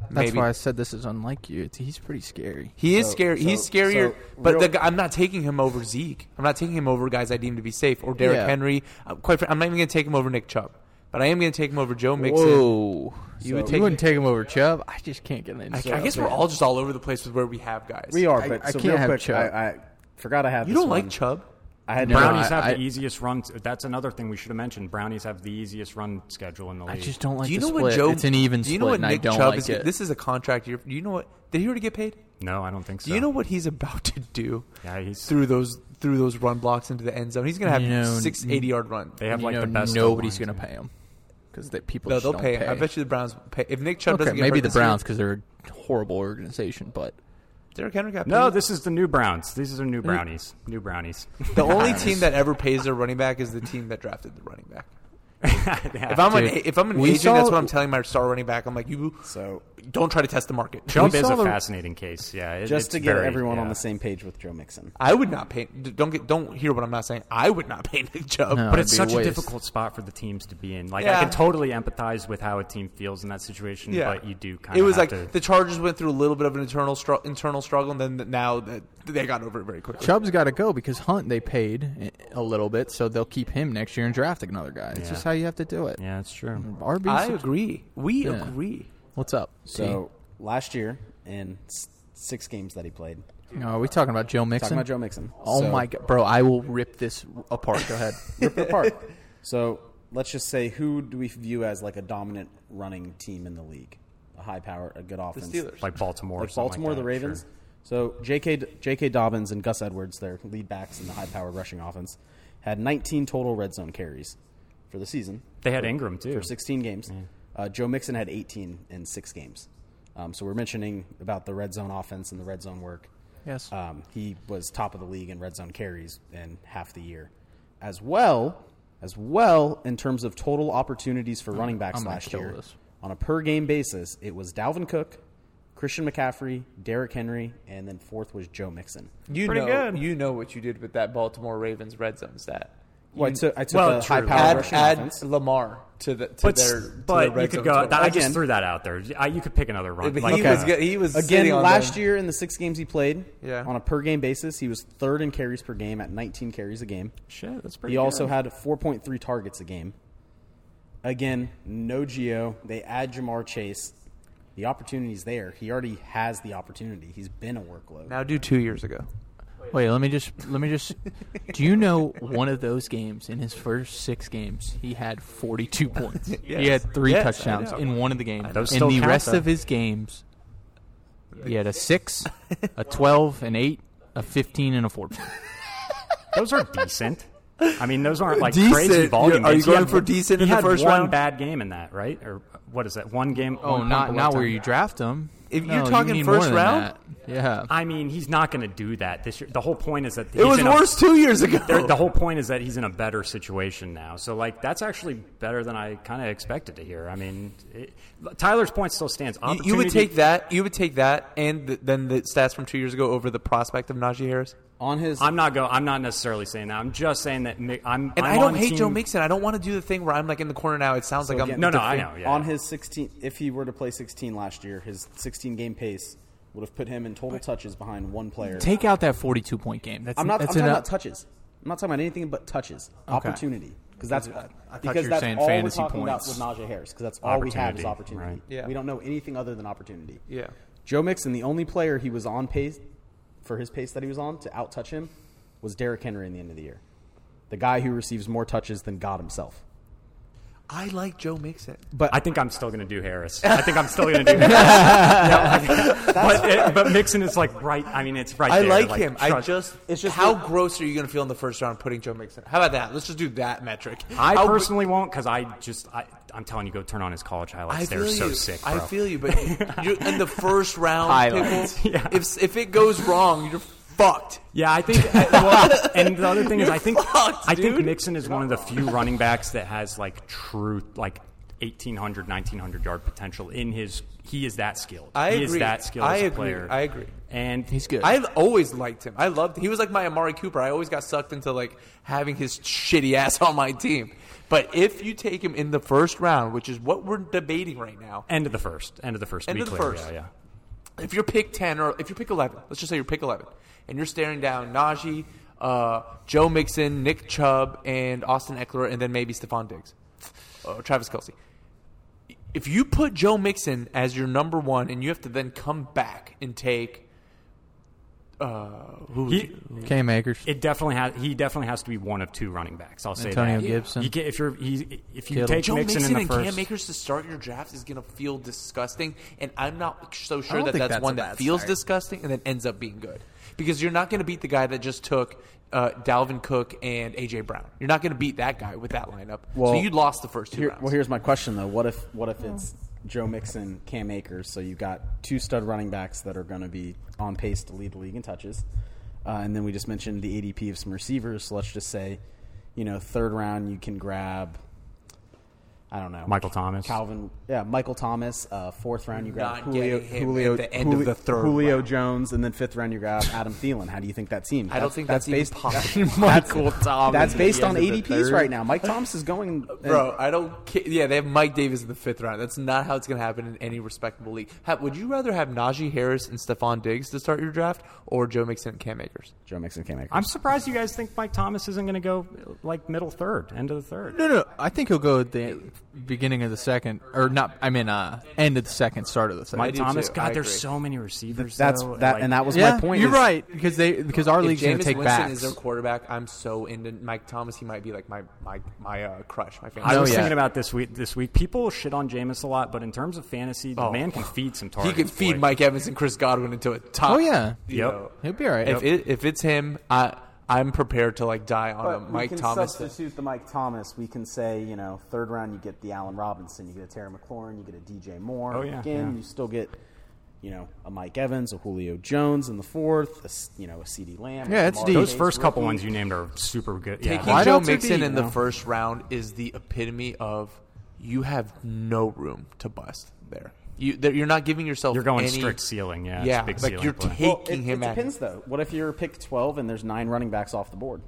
Speaker 3: That's
Speaker 2: maybe.
Speaker 3: why I said this is unlike you. It's, he's pretty scary.
Speaker 2: he is scary. He's
Speaker 5: so-
Speaker 2: scarier.
Speaker 5: so
Speaker 2: but
Speaker 5: real-
Speaker 2: the, guy- I'm not taking him over Zeke. I'm not taking him over guys I deem to be safe or Derrick
Speaker 3: Yeah.
Speaker 2: Henry. i quite. fr- I'm not even going to take him over Nick Chubb. But I am going to take him over Joe Mixon.
Speaker 3: Whoa.
Speaker 2: You
Speaker 3: You,
Speaker 2: would
Speaker 3: would
Speaker 2: take-
Speaker 3: not take him over Chubb. I just can't get into
Speaker 2: I, I
Speaker 3: Chubb,
Speaker 2: guess we're
Speaker 3: man.
Speaker 2: all just all over the place with where we have guys.
Speaker 5: We are,
Speaker 3: I-
Speaker 5: but
Speaker 3: I
Speaker 5: so
Speaker 3: can't
Speaker 5: real
Speaker 3: have
Speaker 5: quick,
Speaker 3: Chubb.
Speaker 5: I, I forgot I had
Speaker 2: You
Speaker 5: this
Speaker 2: don't
Speaker 5: one.
Speaker 2: like Chubb?
Speaker 5: I had no,
Speaker 4: Brownies
Speaker 5: I-
Speaker 4: have
Speaker 5: I-
Speaker 4: the easiest run. That's another thing we should have mentioned. Brownies have the easiest run schedule in the league.
Speaker 3: I just don't like
Speaker 2: do you
Speaker 3: the
Speaker 2: know what
Speaker 3: split.
Speaker 2: Joe?
Speaker 3: it's an even
Speaker 2: do you
Speaker 3: split,
Speaker 2: know what
Speaker 3: and
Speaker 2: Nick
Speaker 3: I don't
Speaker 2: Chubb
Speaker 3: like
Speaker 2: is?
Speaker 3: it.
Speaker 2: This is a contract year. Do you know what? Did he already get paid?
Speaker 4: no, I don't think so.
Speaker 2: Do you know what he's <laughs> about to do
Speaker 4: Yeah, he's-
Speaker 2: through those through those run blocks into the end zone? He's going to have
Speaker 3: You know,
Speaker 2: six eighty yard run.
Speaker 4: They have
Speaker 3: you
Speaker 4: like
Speaker 3: know,
Speaker 4: the best.
Speaker 3: nobody's
Speaker 4: O-line,
Speaker 3: going to
Speaker 4: too.
Speaker 3: pay him because they people
Speaker 2: No,
Speaker 3: just
Speaker 2: they'll
Speaker 3: don't
Speaker 2: pay. him. I bet you the Browns will pay. If Nick Chubb
Speaker 3: Okay,
Speaker 2: doesn't get
Speaker 3: maybe
Speaker 2: hurt
Speaker 3: the
Speaker 2: this year-
Speaker 3: Browns because they're a horrible organization, but
Speaker 2: Derrick Henry got
Speaker 4: No,
Speaker 2: paid.
Speaker 4: this is the new Browns. These are new brownies. New brownies. <laughs>
Speaker 2: the
Speaker 3: <laughs>
Speaker 2: only team that ever pays their running back is the team that drafted the running back. If I'm an
Speaker 3: Ah, Dude,
Speaker 2: if I'm an
Speaker 3: we
Speaker 2: agent,
Speaker 3: saw-
Speaker 2: that's what I'm telling my star running back. I'm like, you
Speaker 5: So
Speaker 2: don't try to test the market.
Speaker 4: Chubb
Speaker 5: We
Speaker 4: is
Speaker 5: saw
Speaker 4: a
Speaker 5: the-
Speaker 4: fascinating case. Yeah, it-
Speaker 5: just
Speaker 4: it's
Speaker 5: to get
Speaker 4: very-
Speaker 5: everyone on
Speaker 4: yeah.
Speaker 5: the same page with Joe Mixon.
Speaker 2: I would not pay. d- Don't get. Don't hear what I'm not saying. I would not pay Nick Chubb.
Speaker 3: No.
Speaker 2: But
Speaker 4: But
Speaker 3: That'd
Speaker 4: it's
Speaker 3: be
Speaker 4: such
Speaker 3: a
Speaker 4: a
Speaker 3: waste.
Speaker 4: difficult spot for the teams to be in. Like
Speaker 2: Yeah.
Speaker 4: I can totally empathize with how a team feels in that situation,
Speaker 2: yeah,
Speaker 4: but you do kind
Speaker 2: It
Speaker 4: of
Speaker 2: was like
Speaker 4: have to,
Speaker 2: the Chargers went through a little bit of an internal str- internal struggle, and then th- now that they got over it very quickly.
Speaker 3: Chubb's got to go because Hunt they paid a little bit, so they'll keep him next year and draft another guy. It's
Speaker 4: Yeah.
Speaker 3: just how you have to do it.
Speaker 4: Yeah, it's true.
Speaker 3: RB.
Speaker 2: I agree. We
Speaker 3: Yeah.
Speaker 2: agree.
Speaker 3: What's up?
Speaker 5: So last year in s- six games that he played,
Speaker 3: T? no, are we talking about Joe Mixon?
Speaker 5: talking about Joe Mixon.
Speaker 3: Oh
Speaker 5: So-
Speaker 3: my god, bro! I will rip this apart. Go ahead.
Speaker 5: rip it apart. <laughs> So let's just say, who do we view as like a dominant running team in the league? A high power, a good offense.
Speaker 2: Steelers.
Speaker 4: like Baltimore, or
Speaker 5: like
Speaker 4: something
Speaker 5: Baltimore,
Speaker 4: like
Speaker 5: the
Speaker 4: that,
Speaker 5: Ravens.
Speaker 4: sure.
Speaker 5: So J.K. D- J.K. Dobbins and Gus Edwards, their lead backs in the high power rushing offense, had 19 total red zone carries for the season
Speaker 4: They had Ingram too.
Speaker 5: for 16 games. Uh, Joe Mixon had 18 in six games. Um, so we're mentioning about the red zone offense and the red zone work.
Speaker 3: yes.
Speaker 5: Um, he was top of the league in red zone carries in half the year, as well as well in terms of total opportunities for running backs
Speaker 3: I'm gonna
Speaker 5: last
Speaker 3: kill
Speaker 5: year.
Speaker 3: this.
Speaker 5: On a per game basis, it was Dalvin Cook, Christian McCaffrey, Derrick Henry, and then fourth was Joe Mixon.
Speaker 2: You
Speaker 4: Pretty
Speaker 2: know.
Speaker 4: good.
Speaker 2: You know what you did with that Baltimore Ravens red zone stat.
Speaker 5: Well, I took, I took
Speaker 4: well,
Speaker 5: the
Speaker 4: true.
Speaker 5: high power
Speaker 2: Add,
Speaker 5: rushing
Speaker 2: add
Speaker 5: offense.
Speaker 2: Lamar to the to
Speaker 4: But,
Speaker 2: their to
Speaker 4: but
Speaker 2: their red
Speaker 4: you could
Speaker 2: zone
Speaker 4: go.
Speaker 2: total.
Speaker 4: That, I just
Speaker 5: Again.
Speaker 4: threw that out there. I, you could pick another run.
Speaker 2: He
Speaker 4: Like,
Speaker 2: was
Speaker 4: uh,
Speaker 2: good. He was
Speaker 5: Again,
Speaker 2: sitting on
Speaker 5: last
Speaker 2: the-
Speaker 5: year in the six games he played,
Speaker 2: Yeah.
Speaker 5: on a per game basis, he was third in carries per game at 19 carries a game.
Speaker 4: Shit, that's pretty.
Speaker 5: He also
Speaker 4: good.
Speaker 5: had 4.3 targets a game. Again, no Geo. They add Jamar Chase. The opportunity's there. He already has the opportunity. He's been a workload.
Speaker 2: Now do two years ago.
Speaker 3: Wait, let me just let me just. do you know one of those games in his first six games he had
Speaker 2: <laughs>
Speaker 3: forty two points? He had three
Speaker 2: Yes, I
Speaker 3: touchdowns
Speaker 2: know.
Speaker 3: in one of the games.
Speaker 4: Those
Speaker 3: In
Speaker 4: still
Speaker 3: the
Speaker 4: count,
Speaker 3: rest
Speaker 4: though.
Speaker 3: of his games, he had a six,
Speaker 2: <laughs>
Speaker 3: a twelve, an eight, a fifteen, and a fourteen.
Speaker 4: Those are decent. I mean, those aren't like
Speaker 2: Decent?
Speaker 4: crazy volume.
Speaker 2: You're- are you
Speaker 4: games. He
Speaker 2: going
Speaker 4: had-
Speaker 2: for decent
Speaker 4: he
Speaker 2: in the
Speaker 4: had
Speaker 2: first
Speaker 4: one
Speaker 2: round?
Speaker 4: bad game in that, right? Or uh, what is that? One game.
Speaker 3: Oh,
Speaker 4: one
Speaker 3: not
Speaker 4: fumble
Speaker 3: not
Speaker 4: at
Speaker 3: where
Speaker 4: time.
Speaker 3: you draft him.
Speaker 2: If
Speaker 3: No,
Speaker 2: you're talking
Speaker 3: need
Speaker 2: first
Speaker 3: more than
Speaker 2: round?
Speaker 3: that. yeah.
Speaker 4: I mean, he's not going to do that this year. The whole point is that
Speaker 2: It was worse two years ago.
Speaker 4: There- the whole point is that he's in a better situation now. So, like, that's actually better than I kind of expected to hear. I mean, it, Tyler's point still stands.
Speaker 2: You, you would
Speaker 4: Opportunity-
Speaker 2: take that. You would take that, and th then the stats from two years ago over the prospect of Najee Harris.
Speaker 5: on his
Speaker 4: I'm not go. I'm not necessarily saying that. I'm just saying that. Mi- I'm.
Speaker 2: And I'm I
Speaker 4: I'm
Speaker 2: do
Speaker 4: on
Speaker 2: not hate
Speaker 4: team-
Speaker 2: Joe Mixon. I don't want to do the thing where I'm like in the corner now. It sounds like I'm
Speaker 5: again-
Speaker 4: No, no, I
Speaker 2: defend-
Speaker 4: know. Yeah.
Speaker 5: on his 16 if he were to play 16 last year, his 16 game pace would have put him in total touches behind one player.
Speaker 3: Take out that forty-two point game. That's
Speaker 5: I'm not I'm
Speaker 3: That's
Speaker 5: talking
Speaker 3: enough.
Speaker 5: about touches. I'm not talking about anything but touches. Opportunity. Because that's
Speaker 3: you
Speaker 5: because
Speaker 3: were
Speaker 5: that's
Speaker 3: saying
Speaker 5: all
Speaker 3: fantasy
Speaker 5: we're talking
Speaker 3: points.
Speaker 5: about with Najee Harris. Because that's all we have is
Speaker 4: Opportunity,
Speaker 5: opportunity.
Speaker 4: right.
Speaker 2: Yeah.
Speaker 5: We don't know anything other than opportunity.
Speaker 2: Yeah.
Speaker 5: Joe Mixon, the only player he was on pace for his pace that he was on to outtouch him was Derrick Henry in the end of the year. The guy who receives more touches than God himself.
Speaker 2: I like Joe Mixon.
Speaker 5: But
Speaker 4: I think I'm still going to do Harris. I think I'm still going to
Speaker 2: <laughs>
Speaker 4: do Harris. No, I- but, it, but Mixon is like right. I mean, it's right.
Speaker 2: I
Speaker 4: there,
Speaker 2: like him. I
Speaker 4: trust-
Speaker 2: just.
Speaker 5: It's just
Speaker 2: how
Speaker 5: that-
Speaker 2: gross are you going to feel in the first round putting Joe Mixon? How about that? Let's just do that metric.
Speaker 4: I
Speaker 2: How-
Speaker 4: personally won't because I just. I, I'm telling you, go turn on his college highlights.
Speaker 2: I
Speaker 4: They're
Speaker 2: feel
Speaker 4: so
Speaker 2: you.
Speaker 4: sick. Bro.
Speaker 2: I feel you,
Speaker 4: <laughs>
Speaker 2: but you're in the first round,
Speaker 3: Highlights.
Speaker 2: pickle, if if it goes wrong, you're fucked.
Speaker 4: Yeah, I think. I-
Speaker 2: <laughs>
Speaker 4: well, and the other thing is, I think
Speaker 2: fucked,
Speaker 4: I think
Speaker 2: dude.
Speaker 4: Mixon is one of the few running backs that has like true like 1800, 1900 yard potential in his. He is that skilled.
Speaker 2: I
Speaker 4: he is
Speaker 2: agree.
Speaker 4: that skilled
Speaker 2: I
Speaker 4: as a
Speaker 2: agree.
Speaker 4: player.
Speaker 2: I agree.
Speaker 4: And
Speaker 3: He's good.
Speaker 2: I've always liked him. I loved. He was like my Amari Cooper. I always got sucked into like having his shitty ass on my team. But if you take him in the first round, which is what we're debating right now,
Speaker 4: end of the first. End of the first. to
Speaker 2: End
Speaker 4: be
Speaker 2: of the
Speaker 4: clear.
Speaker 2: first.
Speaker 4: Yeah, yeah.
Speaker 2: if you're pick ten or if you're pick eleven, let's just say you're pick eleven, and you're staring down Najee, uh, Joe Mixon, Nick Chubb, and Austin Eckler, and then maybe Stephon Diggs, or Travis Kelsey. If you put Joe Mixon as your number one, and you have to then come back and take Uh, who? would
Speaker 4: He,
Speaker 2: you-
Speaker 3: Cam Akers.
Speaker 4: it definitely has. He definitely has to be one of two running backs. I'll say
Speaker 3: Antonio
Speaker 4: that.
Speaker 3: Gibson.
Speaker 4: You get, if you're he, if you
Speaker 3: Kittle.
Speaker 4: take
Speaker 2: Joe
Speaker 4: Mixon,
Speaker 2: Mixon,
Speaker 4: in the
Speaker 2: and
Speaker 4: first.
Speaker 2: Cam Akers to start your draft is going to feel disgusting, and I'm not so sure
Speaker 3: don't
Speaker 2: that
Speaker 3: think
Speaker 2: that's,
Speaker 3: that's
Speaker 2: one
Speaker 3: a
Speaker 2: that
Speaker 3: bad
Speaker 2: feels
Speaker 3: start.
Speaker 2: disgusting and then ends up being good because you're not going to beat the guy that just took uh, Dalvin Cook and AJ Brown. You're not going to beat that guy with that lineup.
Speaker 5: Well,
Speaker 2: so you lost the first two
Speaker 5: Here,
Speaker 2: rounds.
Speaker 5: well, here's my question though. What if what if it's Joe Mixon, Cam Akers? So you've got two stud running backs that are going to be on pace to lead the league in touches, uh, and then we just mentioned the ADP of some receivers. So let's just say, you know, third round you can grab. I don't know.
Speaker 4: Michael Thomas.
Speaker 5: Calvin, yeah, Michael Thomas. Uh, fourth round, you grab
Speaker 2: Not
Speaker 5: Julio,
Speaker 2: getting him
Speaker 5: Julio,
Speaker 2: at the end of the
Speaker 5: Julio-
Speaker 2: third
Speaker 5: Julio
Speaker 2: round.
Speaker 5: Jones, and then fifth round you grab Adam Thielen. How do you think that team?
Speaker 2: I don't think that's,
Speaker 5: based
Speaker 2: even
Speaker 5: <laughs>
Speaker 3: <laughs>
Speaker 2: possible.
Speaker 5: Michael
Speaker 3: Thomas
Speaker 5: That's
Speaker 3: at
Speaker 5: based
Speaker 3: the
Speaker 5: on
Speaker 3: end of the
Speaker 5: ADPs
Speaker 3: third.
Speaker 5: right now. Mike Thomas is going,
Speaker 2: Bro, I don't. Ca- yeah, they have Mike Davis in the fifth round. That's not how it's going to happen in any respectable league. Ha- would you rather have Najee Harris and Stephon Diggs to start your draft, or Joe Mixon and Cam Akers?
Speaker 5: Joe Mixon, Cam Akers.
Speaker 4: I'm surprised you guys think Mike Thomas isn't going to go like middle third, end of the third.
Speaker 3: No, no. I think he'll go at the beginning of the second, or not. I mean, uh, end of the second, start of the second.
Speaker 4: Mike
Speaker 2: do
Speaker 4: Thomas,
Speaker 2: too. I
Speaker 4: God, there's
Speaker 2: agree.
Speaker 4: so many receivers.
Speaker 5: That's
Speaker 4: though,
Speaker 5: that,
Speaker 4: like-
Speaker 5: and that was
Speaker 3: yeah,
Speaker 5: my point.
Speaker 3: You're
Speaker 5: is-
Speaker 3: right because they because our
Speaker 2: If
Speaker 3: league's going
Speaker 2: Jameis
Speaker 3: to take
Speaker 2: Winston
Speaker 3: backs.
Speaker 2: is their quarterback, I'm so into Mike Thomas. He might be like my my my uh, crush, my
Speaker 4: I
Speaker 3: No,
Speaker 2: fantasy.
Speaker 4: was
Speaker 3: yeah.
Speaker 4: thinking about this week. This week, people shit on Jameis a lot, but in terms of fantasy, the
Speaker 2: Oh.
Speaker 4: man can feed some
Speaker 2: he
Speaker 4: targets.
Speaker 2: could feed
Speaker 4: boy.
Speaker 2: Mike Evans and Chris Godwin into a top.
Speaker 3: Oh yeah,
Speaker 2: you
Speaker 4: Yep.
Speaker 2: know.
Speaker 3: he'll be all right.
Speaker 2: If it, if it's him, I I'm prepared to like die on a
Speaker 5: But
Speaker 2: Mike
Speaker 5: we can
Speaker 2: Thomas.
Speaker 5: substitute the Mike Thomas. We can say, you know, third round you get the Allen Robinson, you get a Terry McLaurin, you get a DJ Moore.
Speaker 4: Oh, yeah,
Speaker 5: Again,
Speaker 4: yeah.
Speaker 5: you still get, you know, a Mike Evans, a Julio Jones in the fourth, a s you know, a CD Lamb.
Speaker 3: Yeah, it's
Speaker 5: Jamar
Speaker 3: deep.
Speaker 4: Those
Speaker 5: Chase,
Speaker 4: first couple
Speaker 5: rookie.
Speaker 4: ones you named are super good. Yeah,
Speaker 2: Taking
Speaker 4: that-
Speaker 3: Why
Speaker 2: Joe
Speaker 3: don't they
Speaker 2: Mixon
Speaker 3: be,
Speaker 2: in the
Speaker 5: no?
Speaker 2: first round is the epitome of you have no room to bust there. You there, you're not giving yourself.
Speaker 4: You're going
Speaker 2: any-
Speaker 4: strict ceiling, yeah, it's
Speaker 2: yeah.
Speaker 4: big
Speaker 2: like
Speaker 4: ceiling
Speaker 2: you're
Speaker 4: play.
Speaker 2: taking
Speaker 5: Well, it,
Speaker 2: him
Speaker 5: it
Speaker 2: at.
Speaker 5: depends though. What if you're pick twelve and there's nine running backs off the board?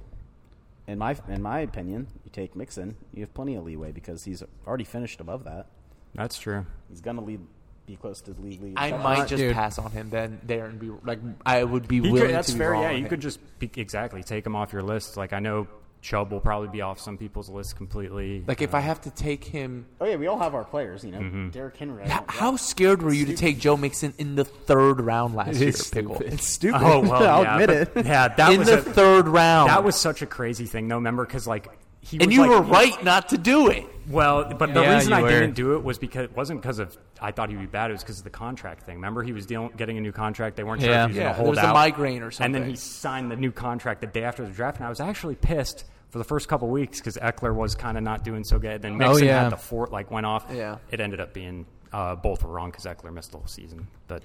Speaker 5: In my in my opinion, you take Mixon. You have plenty of leeway because he's already finished above that.
Speaker 4: that's true.
Speaker 5: He's going to lead, be close to the league lead.
Speaker 2: I
Speaker 5: But-
Speaker 3: Uh,
Speaker 2: might just
Speaker 3: dude.
Speaker 2: pass on him then there and be like I would be
Speaker 4: He
Speaker 2: willing
Speaker 4: could, that's
Speaker 2: to be
Speaker 4: fair.
Speaker 2: wrong
Speaker 4: Yeah,
Speaker 2: on
Speaker 4: you
Speaker 2: him.
Speaker 4: could just be, exactly take him off your list. Like I know Chubb will probably be off some people's list completely.
Speaker 2: like if I have to take him
Speaker 5: Oh yeah, we all have our players, you know. Derrick Henry. I
Speaker 2: H-
Speaker 5: don't-
Speaker 2: How scared were you to take Joe Mixon in the third round last year,
Speaker 3: is
Speaker 2: Pickle?
Speaker 3: It's stupid.
Speaker 2: <laughs>
Speaker 4: oh well,
Speaker 5: I'll
Speaker 4: yeah,
Speaker 5: admit
Speaker 4: but- Yeah, that
Speaker 2: In
Speaker 4: was
Speaker 2: the
Speaker 4: a,
Speaker 2: third round.
Speaker 4: that was such a crazy thing though. Remember, because like he
Speaker 2: and
Speaker 4: was,
Speaker 2: you
Speaker 4: like-
Speaker 2: were right not to do it.
Speaker 4: Well, but the
Speaker 3: Yeah,
Speaker 4: reason
Speaker 3: you
Speaker 4: I
Speaker 3: were.
Speaker 4: didn't do it was because it wasn't because of I thought he'd be bad. It was because of the contract thing. Remember, he was dealing getting a new contract. They weren't sure
Speaker 3: Yeah.
Speaker 4: if he was
Speaker 2: Yeah,
Speaker 4: going to
Speaker 2: there
Speaker 4: hold
Speaker 2: was a
Speaker 4: out.
Speaker 2: migraine or
Speaker 4: And
Speaker 2: something.
Speaker 4: then he signed the new contract the day after the draft. And I was actually pissed for the first couple weeks because Eckler was kind of not doing so good. Then
Speaker 3: Oh,
Speaker 4: Mixon
Speaker 3: yeah.
Speaker 4: had the fort like went off.
Speaker 2: Yeah.
Speaker 4: it ended up being uh, both were wrong because Eckler missed the whole season. But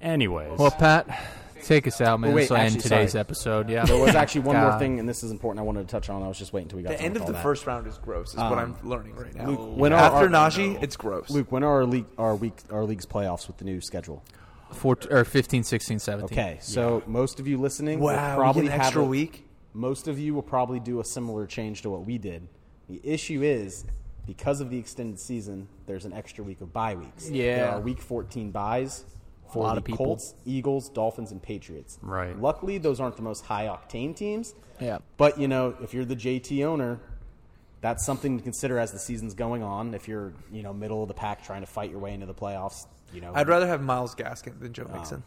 Speaker 4: anyways,
Speaker 3: Well, Pat, take us out, man.
Speaker 5: Well, Oh, wait,
Speaker 3: This will end
Speaker 5: actually,
Speaker 3: today's
Speaker 5: sorry.
Speaker 3: episode. Yeah, <laughs>
Speaker 5: There was actually one more
Speaker 3: God.
Speaker 5: thing, and this is important. I wanted to touch on. I was just waiting until we got
Speaker 2: The
Speaker 5: done
Speaker 2: end
Speaker 5: with
Speaker 2: of the
Speaker 5: all that.
Speaker 2: first round is gross, is what I'm learning right now.
Speaker 5: Luke, when are
Speaker 2: After
Speaker 5: our-
Speaker 2: Najee, it's gross.
Speaker 5: Luke, when are our league, our week, our league's playoffs with the new schedule?
Speaker 3: Four, or 15, 16, 17.
Speaker 5: Okay, so most of you listening, will
Speaker 2: Wow, we
Speaker 5: probably
Speaker 2: get an
Speaker 5: have
Speaker 2: extra
Speaker 5: a-
Speaker 2: week?
Speaker 5: Most of you will probably do a similar change to what we did. The issue is because of the extended season, there's an extra week of bye weeks. there
Speaker 3: Yeah.
Speaker 5: are week 14 buys for
Speaker 3: lot
Speaker 5: the
Speaker 3: of people.
Speaker 5: Colts, Eagles, Dolphins, and Patriots.
Speaker 4: Right.
Speaker 5: Luckily, those aren't the most high octane teams.
Speaker 3: Yeah.
Speaker 5: But you know, if you're the JT owner, that's something to consider as the season's going on. If you're you know middle of the pack trying to fight your way into the playoffs, you know
Speaker 2: I'd rather have Miles Gaskin than Joe Mixon.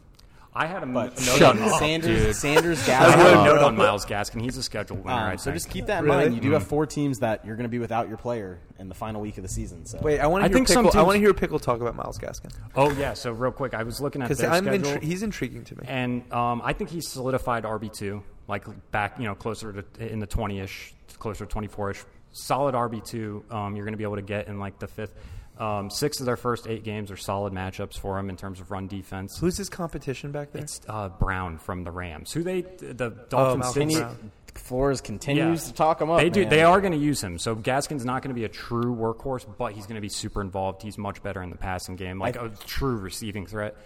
Speaker 4: I had a m-
Speaker 3: <laughs>
Speaker 5: But
Speaker 4: note
Speaker 3: Shut
Speaker 4: on,
Speaker 3: up,
Speaker 5: Sanders,
Speaker 3: dude. <laughs>
Speaker 5: Sanders,
Speaker 4: I
Speaker 5: Gallup.
Speaker 4: had a note on Miles Gaskin. He's a schedule winner.
Speaker 2: Oh,
Speaker 5: Um,
Speaker 4: I
Speaker 5: so
Speaker 4: think.
Speaker 5: just keep that in
Speaker 2: Really? Hmm.
Speaker 5: mind. You do have four teams that you're going to be without your player in the final week of the season. So
Speaker 2: Wait, I want
Speaker 4: I
Speaker 2: to hear
Speaker 4: think some
Speaker 2: Pickle. I
Speaker 4: teams-
Speaker 2: want to hear Pickle talk about Miles Gaskin
Speaker 4: Oh yeah. So real quick, I was looking at
Speaker 2: because
Speaker 4: their
Speaker 2: I'm
Speaker 4: schedule.
Speaker 2: intri- he's intriguing to me.
Speaker 4: and um, I think he solidified RB two, like back you know closer to in the twenty ish, closer to twenty four ish. Solid RB two. Um, you're going to be able to get in like the fifth, um, six of their first eight games are solid matchups for him in terms of run defense.
Speaker 2: Who's his competition back there?
Speaker 4: It's uh, Brown from the Rams, who they the Dolphins
Speaker 2: Malcolm
Speaker 4: didn't-
Speaker 2: Brown.
Speaker 5: Flores continues
Speaker 4: yeah.
Speaker 5: to talk them up.
Speaker 4: They do.
Speaker 5: man.
Speaker 4: They are going to use him. So Gaskin's not going to be a true workhorse, but he's going to be super involved. He's much better in the passing game, like a true receiving threat.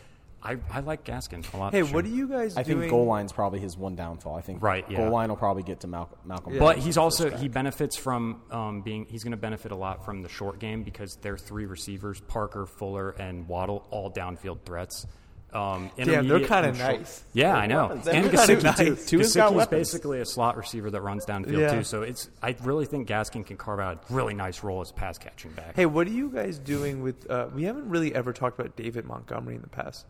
Speaker 4: I, I like Gaskin a lot.
Speaker 2: hey,
Speaker 4: this year.
Speaker 2: what are you guys
Speaker 5: I
Speaker 2: doing?
Speaker 5: think goal line's probably his one downfall. I think
Speaker 4: Right, yeah.
Speaker 5: goal line will probably get to Malcolm. Malcolm
Speaker 4: But
Speaker 5: Brown.
Speaker 4: he's also he benefits from um, being he's going to benefit a lot from the short game because their three receivers Parker, Fuller, and Waddle all downfield threats. Um,
Speaker 2: Damn, they're
Speaker 4: intermediate
Speaker 2: kinda
Speaker 4: and short-
Speaker 2: nice.
Speaker 4: Yeah, I know. And
Speaker 2: kinda
Speaker 4: Gasicki too.
Speaker 2: nice.
Speaker 5: Tua's got
Speaker 4: Gasicki's
Speaker 5: weapons.
Speaker 4: basically a slot receiver that runs downfield
Speaker 2: Yeah.
Speaker 4: too. So it's I really think Gaskin can carve out a really nice role as pass catching back.
Speaker 2: Hey, what are you guys doing with? Uh, we haven't really ever talked about David Montgomery in the past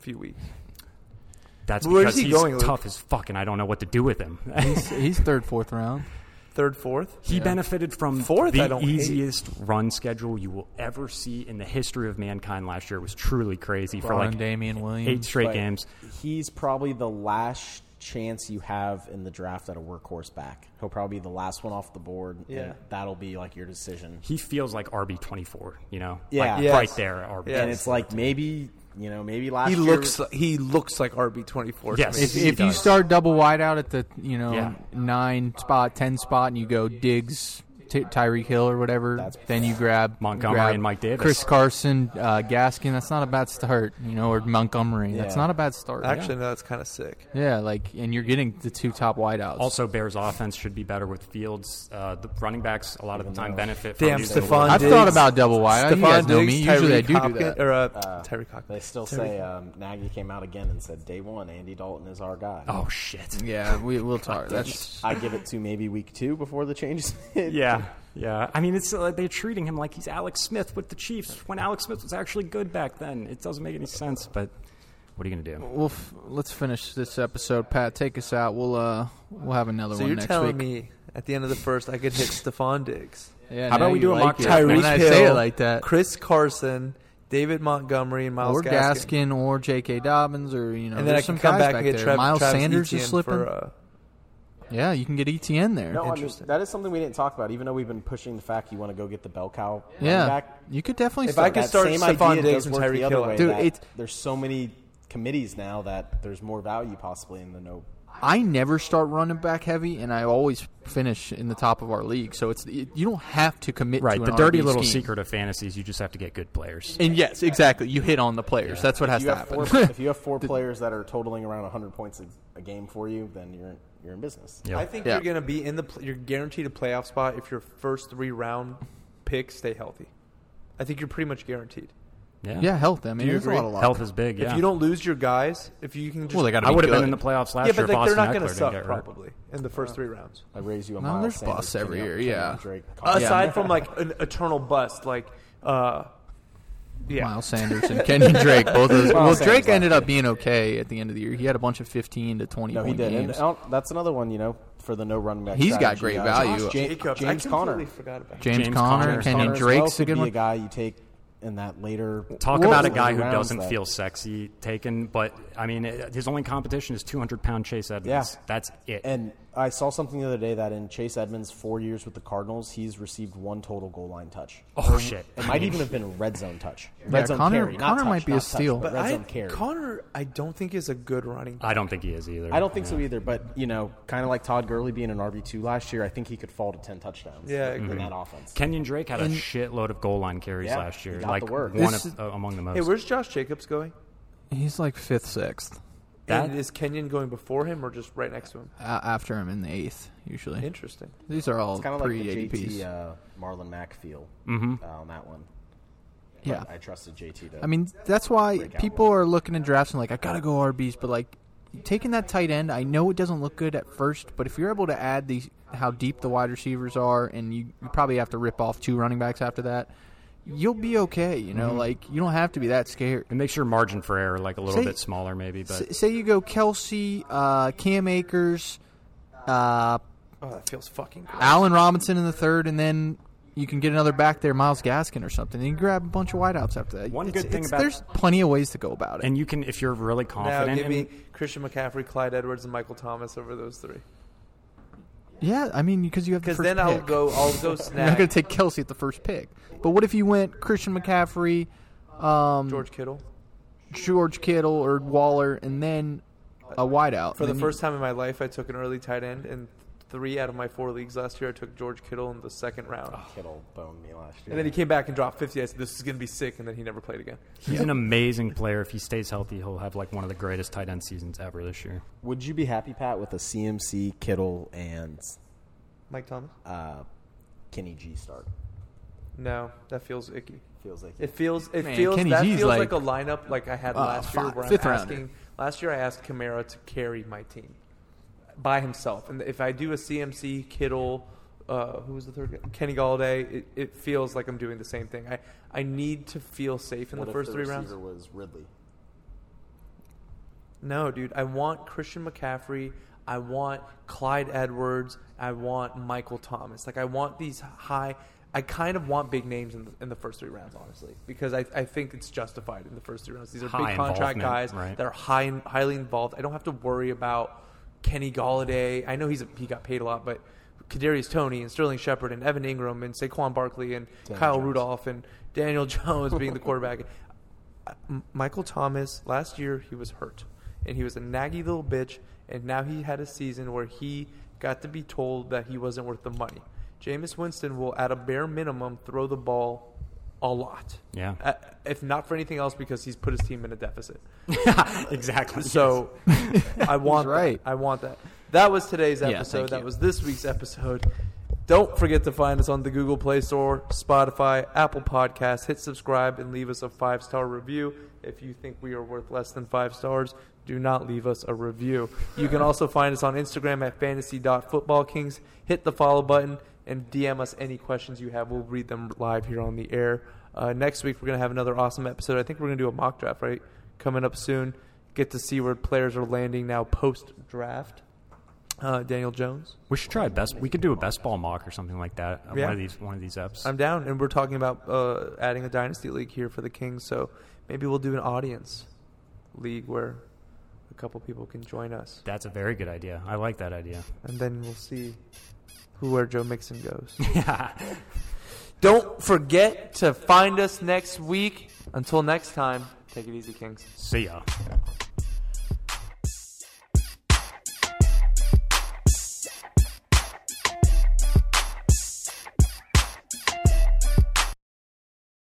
Speaker 2: few weeks.
Speaker 4: that's
Speaker 2: Where
Speaker 4: because
Speaker 2: is he
Speaker 4: he's
Speaker 2: going, Luke?
Speaker 4: tough as fuck, and I don't know what to do with him.
Speaker 3: He's, he's third, fourth round.
Speaker 2: Third, fourth.
Speaker 4: He benefited from
Speaker 2: Fourth, I
Speaker 4: the
Speaker 2: don't hate.
Speaker 4: easiest run schedule you will ever see in the history of mankind. Last year It was truly crazy for
Speaker 3: Brought
Speaker 4: like
Speaker 3: in Damian Williams.
Speaker 4: eight straight
Speaker 5: But
Speaker 4: games.
Speaker 5: He's probably the last chance you have in the draft at a workhorse back. He'll probably be the last one off the board.
Speaker 2: Yeah.
Speaker 5: And that'll be like your decision.
Speaker 4: He feels like RB twenty four, you know,
Speaker 5: Yeah.
Speaker 4: like
Speaker 5: Yes.
Speaker 4: right there. RB.
Speaker 2: Yes.
Speaker 5: And it's like maybe you know maybe last
Speaker 2: He
Speaker 5: year
Speaker 2: looks like, he looks like RB twenty four.
Speaker 4: Yes.
Speaker 3: If,
Speaker 4: He
Speaker 3: if you
Speaker 4: does.
Speaker 3: start double wide out at the you know
Speaker 4: Yeah.
Speaker 3: nine spot, ten spot, and you go Diggs, Ty Tyreek Hill or whatever, then you grab
Speaker 4: Montgomery
Speaker 3: grab
Speaker 4: and Mike Davis.
Speaker 3: Chris Carson, uh, Gaskin. That's not a bad start, you know, or Montgomery. That's
Speaker 5: Yeah.
Speaker 3: not a bad start.
Speaker 2: Actually, no, that's kind of sick.
Speaker 3: yeah, like and you're getting the two top wideouts.
Speaker 4: Also, Bears offense should be better with Fields. Uh, the running backs a lot of the time benefit. from
Speaker 2: Damn,
Speaker 4: using the
Speaker 2: Stephon.
Speaker 4: word.
Speaker 3: I've
Speaker 2: Diggs,
Speaker 3: thought about double wide. you guys
Speaker 2: Stephon
Speaker 3: know me.
Speaker 2: Diggs,
Speaker 3: Usually I
Speaker 2: Tyreek
Speaker 3: do do
Speaker 2: Hopkins-
Speaker 3: that.
Speaker 2: Or uh,
Speaker 5: Uh,
Speaker 2: Tyreek Hopkins.
Speaker 5: They still say um, Nagy came out again and said day one Andy Dalton is our guy.
Speaker 4: Oh
Speaker 3: <laughs>
Speaker 4: shit.
Speaker 3: Yeah, we will talk. That's
Speaker 5: I give it to maybe week two before the changes. <laughs> made.
Speaker 4: Yeah. Yeah, I mean, it's uh, they're treating him like he's Alex Smith with the Chiefs when Alex Smith was actually good back then. It doesn't make any sense, but what are you going to do?
Speaker 3: we'll f- let's finish this episode. Pat, take us out. We'll uh we'll have another
Speaker 2: So
Speaker 3: one
Speaker 2: you're
Speaker 3: next
Speaker 2: telling
Speaker 3: week.
Speaker 2: me at the end of the first, I could hit Stephon Diggs,
Speaker 3: Yeah,
Speaker 4: How about
Speaker 3: now
Speaker 4: we
Speaker 3: you
Speaker 4: do a
Speaker 3: like
Speaker 4: mock
Speaker 3: it.
Speaker 4: draft
Speaker 2: Tyreek
Speaker 3: When I say it
Speaker 2: Hill,
Speaker 3: like that,
Speaker 2: Chris Carson, David Montgomery, and Miles
Speaker 3: or Gaskin. or J.K. Dobbins or you know,
Speaker 2: And then I
Speaker 3: there's
Speaker 2: can
Speaker 3: some
Speaker 2: come
Speaker 3: guys
Speaker 2: back, and
Speaker 3: back
Speaker 2: get
Speaker 3: there.
Speaker 2: Trav-
Speaker 3: Miles
Speaker 2: Travis
Speaker 3: Sanders
Speaker 2: Etienne
Speaker 3: is slipping.
Speaker 2: For, uh,
Speaker 3: yeah, you can get ETN there.
Speaker 5: No, I mean,
Speaker 2: Interesting.
Speaker 5: that is something we didn't talk about, even though we've been pushing the fact you want to go get the bell cow running
Speaker 3: yeah,
Speaker 5: back.
Speaker 3: you could definitely.
Speaker 2: If
Speaker 3: start
Speaker 2: I could
Speaker 5: That
Speaker 2: start
Speaker 5: same
Speaker 2: Stephon
Speaker 5: idea
Speaker 2: Diggs
Speaker 5: does
Speaker 2: and
Speaker 5: work the
Speaker 2: Tyreek
Speaker 5: other
Speaker 2: Hill.
Speaker 5: way,
Speaker 3: Dude,
Speaker 5: that
Speaker 3: it's-
Speaker 5: there's so many committees now that there's more value possibly in the no.
Speaker 3: I never start running back heavy, and I always finish in the top of our league. So it's it, you don't have to commit.
Speaker 4: Right,
Speaker 3: to
Speaker 4: the
Speaker 3: an
Speaker 4: dirty
Speaker 3: RB
Speaker 4: little
Speaker 3: scheme.
Speaker 4: secret of fantasy is you just have to get good players.
Speaker 3: And yes, exactly. You hit on the players. That's what has
Speaker 5: If you,
Speaker 3: to
Speaker 5: have
Speaker 3: happen.
Speaker 5: four, <laughs>
Speaker 3: <laughs>
Speaker 5: if you have four players that are totaling around 100 points a, a game for you, then you're you're in business.
Speaker 4: Yeah.
Speaker 2: I think
Speaker 3: Yeah.
Speaker 2: you're going to be in the. Pl- you're guaranteed a playoff spot if your first three round picks stay healthy. I think you're pretty much guaranteed.
Speaker 3: yeah, health. I mean,
Speaker 2: you
Speaker 3: there's a
Speaker 2: agree?
Speaker 3: lot of luck.
Speaker 4: Health is big. Yeah,
Speaker 2: If you don't lose your guys, if you can just
Speaker 3: Well, they got.
Speaker 4: I would have been in the playoffs last
Speaker 2: yeah,
Speaker 4: year.
Speaker 2: but like,
Speaker 4: if
Speaker 2: they're not going
Speaker 4: Austin Eckler
Speaker 2: to
Speaker 4: didn't
Speaker 2: suck
Speaker 4: get hurt.
Speaker 2: probably in the first three rounds.
Speaker 5: I raise you a
Speaker 3: No,
Speaker 5: Miles
Speaker 3: there's
Speaker 5: Sanders,
Speaker 3: busts every
Speaker 5: Kenyon-
Speaker 3: year,
Speaker 5: Kenyon
Speaker 3: yeah.
Speaker 5: Drake, Colin
Speaker 2: Aside from like <laughs> an eternal bust, like uh, yeah,
Speaker 3: Miles Sanders <laughs> and Kenyon Drake. Both. Of, well,
Speaker 5: Miles
Speaker 3: Drake
Speaker 5: Sanders last
Speaker 3: ended up being okay at the end of the year. He had a bunch of fifteen to twenty.
Speaker 5: No, he
Speaker 3: point
Speaker 5: did. And
Speaker 3: games.
Speaker 2: uh,
Speaker 5: out- that's another one, you know, for the no running back.
Speaker 3: He's got
Speaker 5: strategy.
Speaker 3: great
Speaker 5: Uh,
Speaker 3: value.
Speaker 5: Ja-
Speaker 2: Jacobs.
Speaker 5: James
Speaker 2: I
Speaker 5: Conner.
Speaker 2: completely forgot about.
Speaker 3: James,
Speaker 4: James
Speaker 3: Conner,
Speaker 4: Conner.
Speaker 3: Kenyon
Speaker 5: Conner as well
Speaker 3: Drake's
Speaker 5: could
Speaker 3: a good
Speaker 5: be
Speaker 3: one.
Speaker 5: a guy you take in that later.
Speaker 4: Talk
Speaker 3: Well,
Speaker 4: about a
Speaker 5: those
Speaker 4: guy who
Speaker 5: rounds
Speaker 4: doesn't
Speaker 5: that-
Speaker 4: feel sexy taken, but I mean, it- his only competition is 200 pound Chase Edmonds.
Speaker 5: Yeah.
Speaker 4: That's it.
Speaker 5: And I saw something the other day that in Chase Edmonds' four years with the Cardinals, he's received one total goal line touch.
Speaker 4: oh, shit.
Speaker 5: It might even have been a red zone touch.
Speaker 3: Yeah,
Speaker 5: Red zone
Speaker 3: Connor-
Speaker 5: carry. not
Speaker 3: Connor
Speaker 5: touch,
Speaker 3: might be
Speaker 5: not
Speaker 3: a
Speaker 5: touch,
Speaker 3: steal.
Speaker 5: but
Speaker 2: But
Speaker 5: red zone
Speaker 2: I,
Speaker 5: carry.
Speaker 2: Connor, I don't think is a good running back.
Speaker 4: I don't think he is either.
Speaker 5: I don't think so either. But you know, kind of like Todd Gurley being an RB two last year, I think he could fall to ten touchdowns.
Speaker 2: Yeah, I
Speaker 5: in
Speaker 2: agree.
Speaker 5: that offense.
Speaker 4: Kenyon Drake had a shitload of goal line carries
Speaker 5: Yeah,
Speaker 4: last year,
Speaker 5: he got
Speaker 4: like
Speaker 5: the work.
Speaker 4: one
Speaker 3: This
Speaker 4: of, uh, among the most.
Speaker 2: Hey, where's Josh Jacobs going?
Speaker 3: He's like fifth, sixth.
Speaker 4: That-
Speaker 2: and is Kenyon going before him or just right next to him?
Speaker 3: A after him in the eighth, usually.
Speaker 2: Interesting.
Speaker 3: These are all
Speaker 5: It's kind of like
Speaker 3: pre
Speaker 5: the JT
Speaker 3: ADPs.
Speaker 5: uh, Marlon Mack feel uh, on that one. But
Speaker 3: Mm-hmm. yeah.
Speaker 5: I uh, trusted JT. To,
Speaker 3: I mean, that's why
Speaker 5: Breakout
Speaker 3: people are looking at drafts and like, I gotta go RBs, but like taking that tight end, I know it doesn't look good at first, but if you're able to add the how deep the wide receivers are, and you, you probably have to rip off two running backs after that, you'll be okay. You
Speaker 5: Mm-hmm.
Speaker 3: know, like you don't have to be that scared.
Speaker 4: It makes your margin for error like a little
Speaker 3: Say-
Speaker 4: bit smaller, maybe. But
Speaker 3: S- say you go Kelsey, uh, Cam Akers, uh,
Speaker 2: Oh, that feels fucking. Gross.
Speaker 3: Allen Robinson in the third, and then you can get another back there, Miles Gaskin or something. And you grab a bunch of wideouts after that.
Speaker 4: One
Speaker 3: It's-
Speaker 4: good thing
Speaker 3: it's-
Speaker 4: about-
Speaker 3: there's plenty of ways to go about it.
Speaker 4: and you can, if you're really
Speaker 2: Now
Speaker 4: confident,
Speaker 2: give me
Speaker 4: in,
Speaker 2: Christian McCaffrey, Clyde Edwards, and Michael Thomas over those three.
Speaker 3: yeah, I mean, because you have the
Speaker 2: Because
Speaker 3: first
Speaker 2: then
Speaker 3: pick.
Speaker 2: I'll go. I'll go
Speaker 3: You're not
Speaker 2: snag
Speaker 3: going to take Kelsey at the first pick. But what if you went Christian McCaffrey, um,
Speaker 2: George Kittle.
Speaker 3: George Kittle, or Waller, and then a wideout
Speaker 2: For the
Speaker 3: Then you-
Speaker 2: first time in my life, I took an early tight end, and three out of my four leagues last year, I took George Kittle in the second round.
Speaker 5: Kittle boned me last year.
Speaker 2: And then he came back and dropped 50. I said, this is going to be sick, and then he never played again.
Speaker 4: he's an amazing player. If he stays healthy, he'll have like one of the greatest tight end seasons ever this year.
Speaker 5: Would you be happy, Pat, with a CMC, Kittle, and
Speaker 2: Mike Thomas?
Speaker 5: uh, Kenny G start?
Speaker 2: No, that feels icky.
Speaker 5: Feels like
Speaker 2: It feels it
Speaker 3: Man,
Speaker 2: feels
Speaker 3: Kenny
Speaker 2: that
Speaker 3: G's
Speaker 2: feels like,
Speaker 3: like-
Speaker 2: a lineup like I had
Speaker 3: Uh,
Speaker 2: last year
Speaker 3: fi-
Speaker 2: where I'm
Speaker 3: fifth
Speaker 2: asking
Speaker 3: rounder.
Speaker 2: last year I asked Kamara to carry my team by himself. And if I do a CMC Kittle uh, who was the third guy? Kenny Galladay. It, it feels like I'm doing the same thing. I, I need to feel safe in the first three rounds.
Speaker 5: was Ridley.
Speaker 8: No, dude. I want Christian McCaffrey. I want Clyde Edwards. I want Michael Thomas. Like I want these high. I kind of want big names in the, in the first three rounds, honestly, because I, I think it's justified in the first three rounds. These are
Speaker 4: High
Speaker 8: big contract
Speaker 4: involvement,
Speaker 8: guys
Speaker 4: right.
Speaker 8: that are high in, highly involved. I don't have to worry about Kenny Galladay. I know he's a, he got paid a lot, but Kadarius Tony and Sterling Shepard and Evan Ingram and Saquon Barkley and Kyle Rudolph and Daniel Jones being the quarterback. M- Michael Thomas last year he was hurt and he was a naggy little bitch and now he had a season where he got to be told that he wasn't worth the money. Jameis Winston will at a bare minimum throw the ball a lot.
Speaker 4: Yeah.
Speaker 8: Uh, if not for anything else because he's put his team in a deficit.
Speaker 2: <laughs>
Speaker 4: exactly.
Speaker 8: So I want
Speaker 2: right.
Speaker 8: that. I want that. That was today's
Speaker 2: Yeah,
Speaker 8: episode.
Speaker 2: thank
Speaker 8: that
Speaker 2: you.
Speaker 8: was this week's episode. Don't forget to find us on the Google Play Store, Spotify, Apple Podcasts. Hit subscribe and leave us a five star review. If you think we are worth less than five stars, do not leave us a review. You can also find us on Instagram at fantasy.footballkings. Hit the follow button and DM us any questions you have. We'll read them live here on the air. Uh, next week, we're going to have another awesome episode. I think we're going to do a mock draft, right? Coming up soon. Get to see where players are landing now post draft. Uh, Daniel Jones.
Speaker 4: we should try a best. We could do a best ball mock or something like that. uh,
Speaker 8: Yeah.
Speaker 4: One of these one of these eps.
Speaker 8: I'm down, and we're talking about uh, adding a dynasty league here for the Kings. So maybe we'll do an audience league where a couple people can join us,
Speaker 4: That's a very good idea. I like that idea.
Speaker 8: and then we'll see who where Joe Mixon goes. <laughs> Don't forget to find us next week. Until next time, take it easy, Kings.
Speaker 4: <laughs> See ya.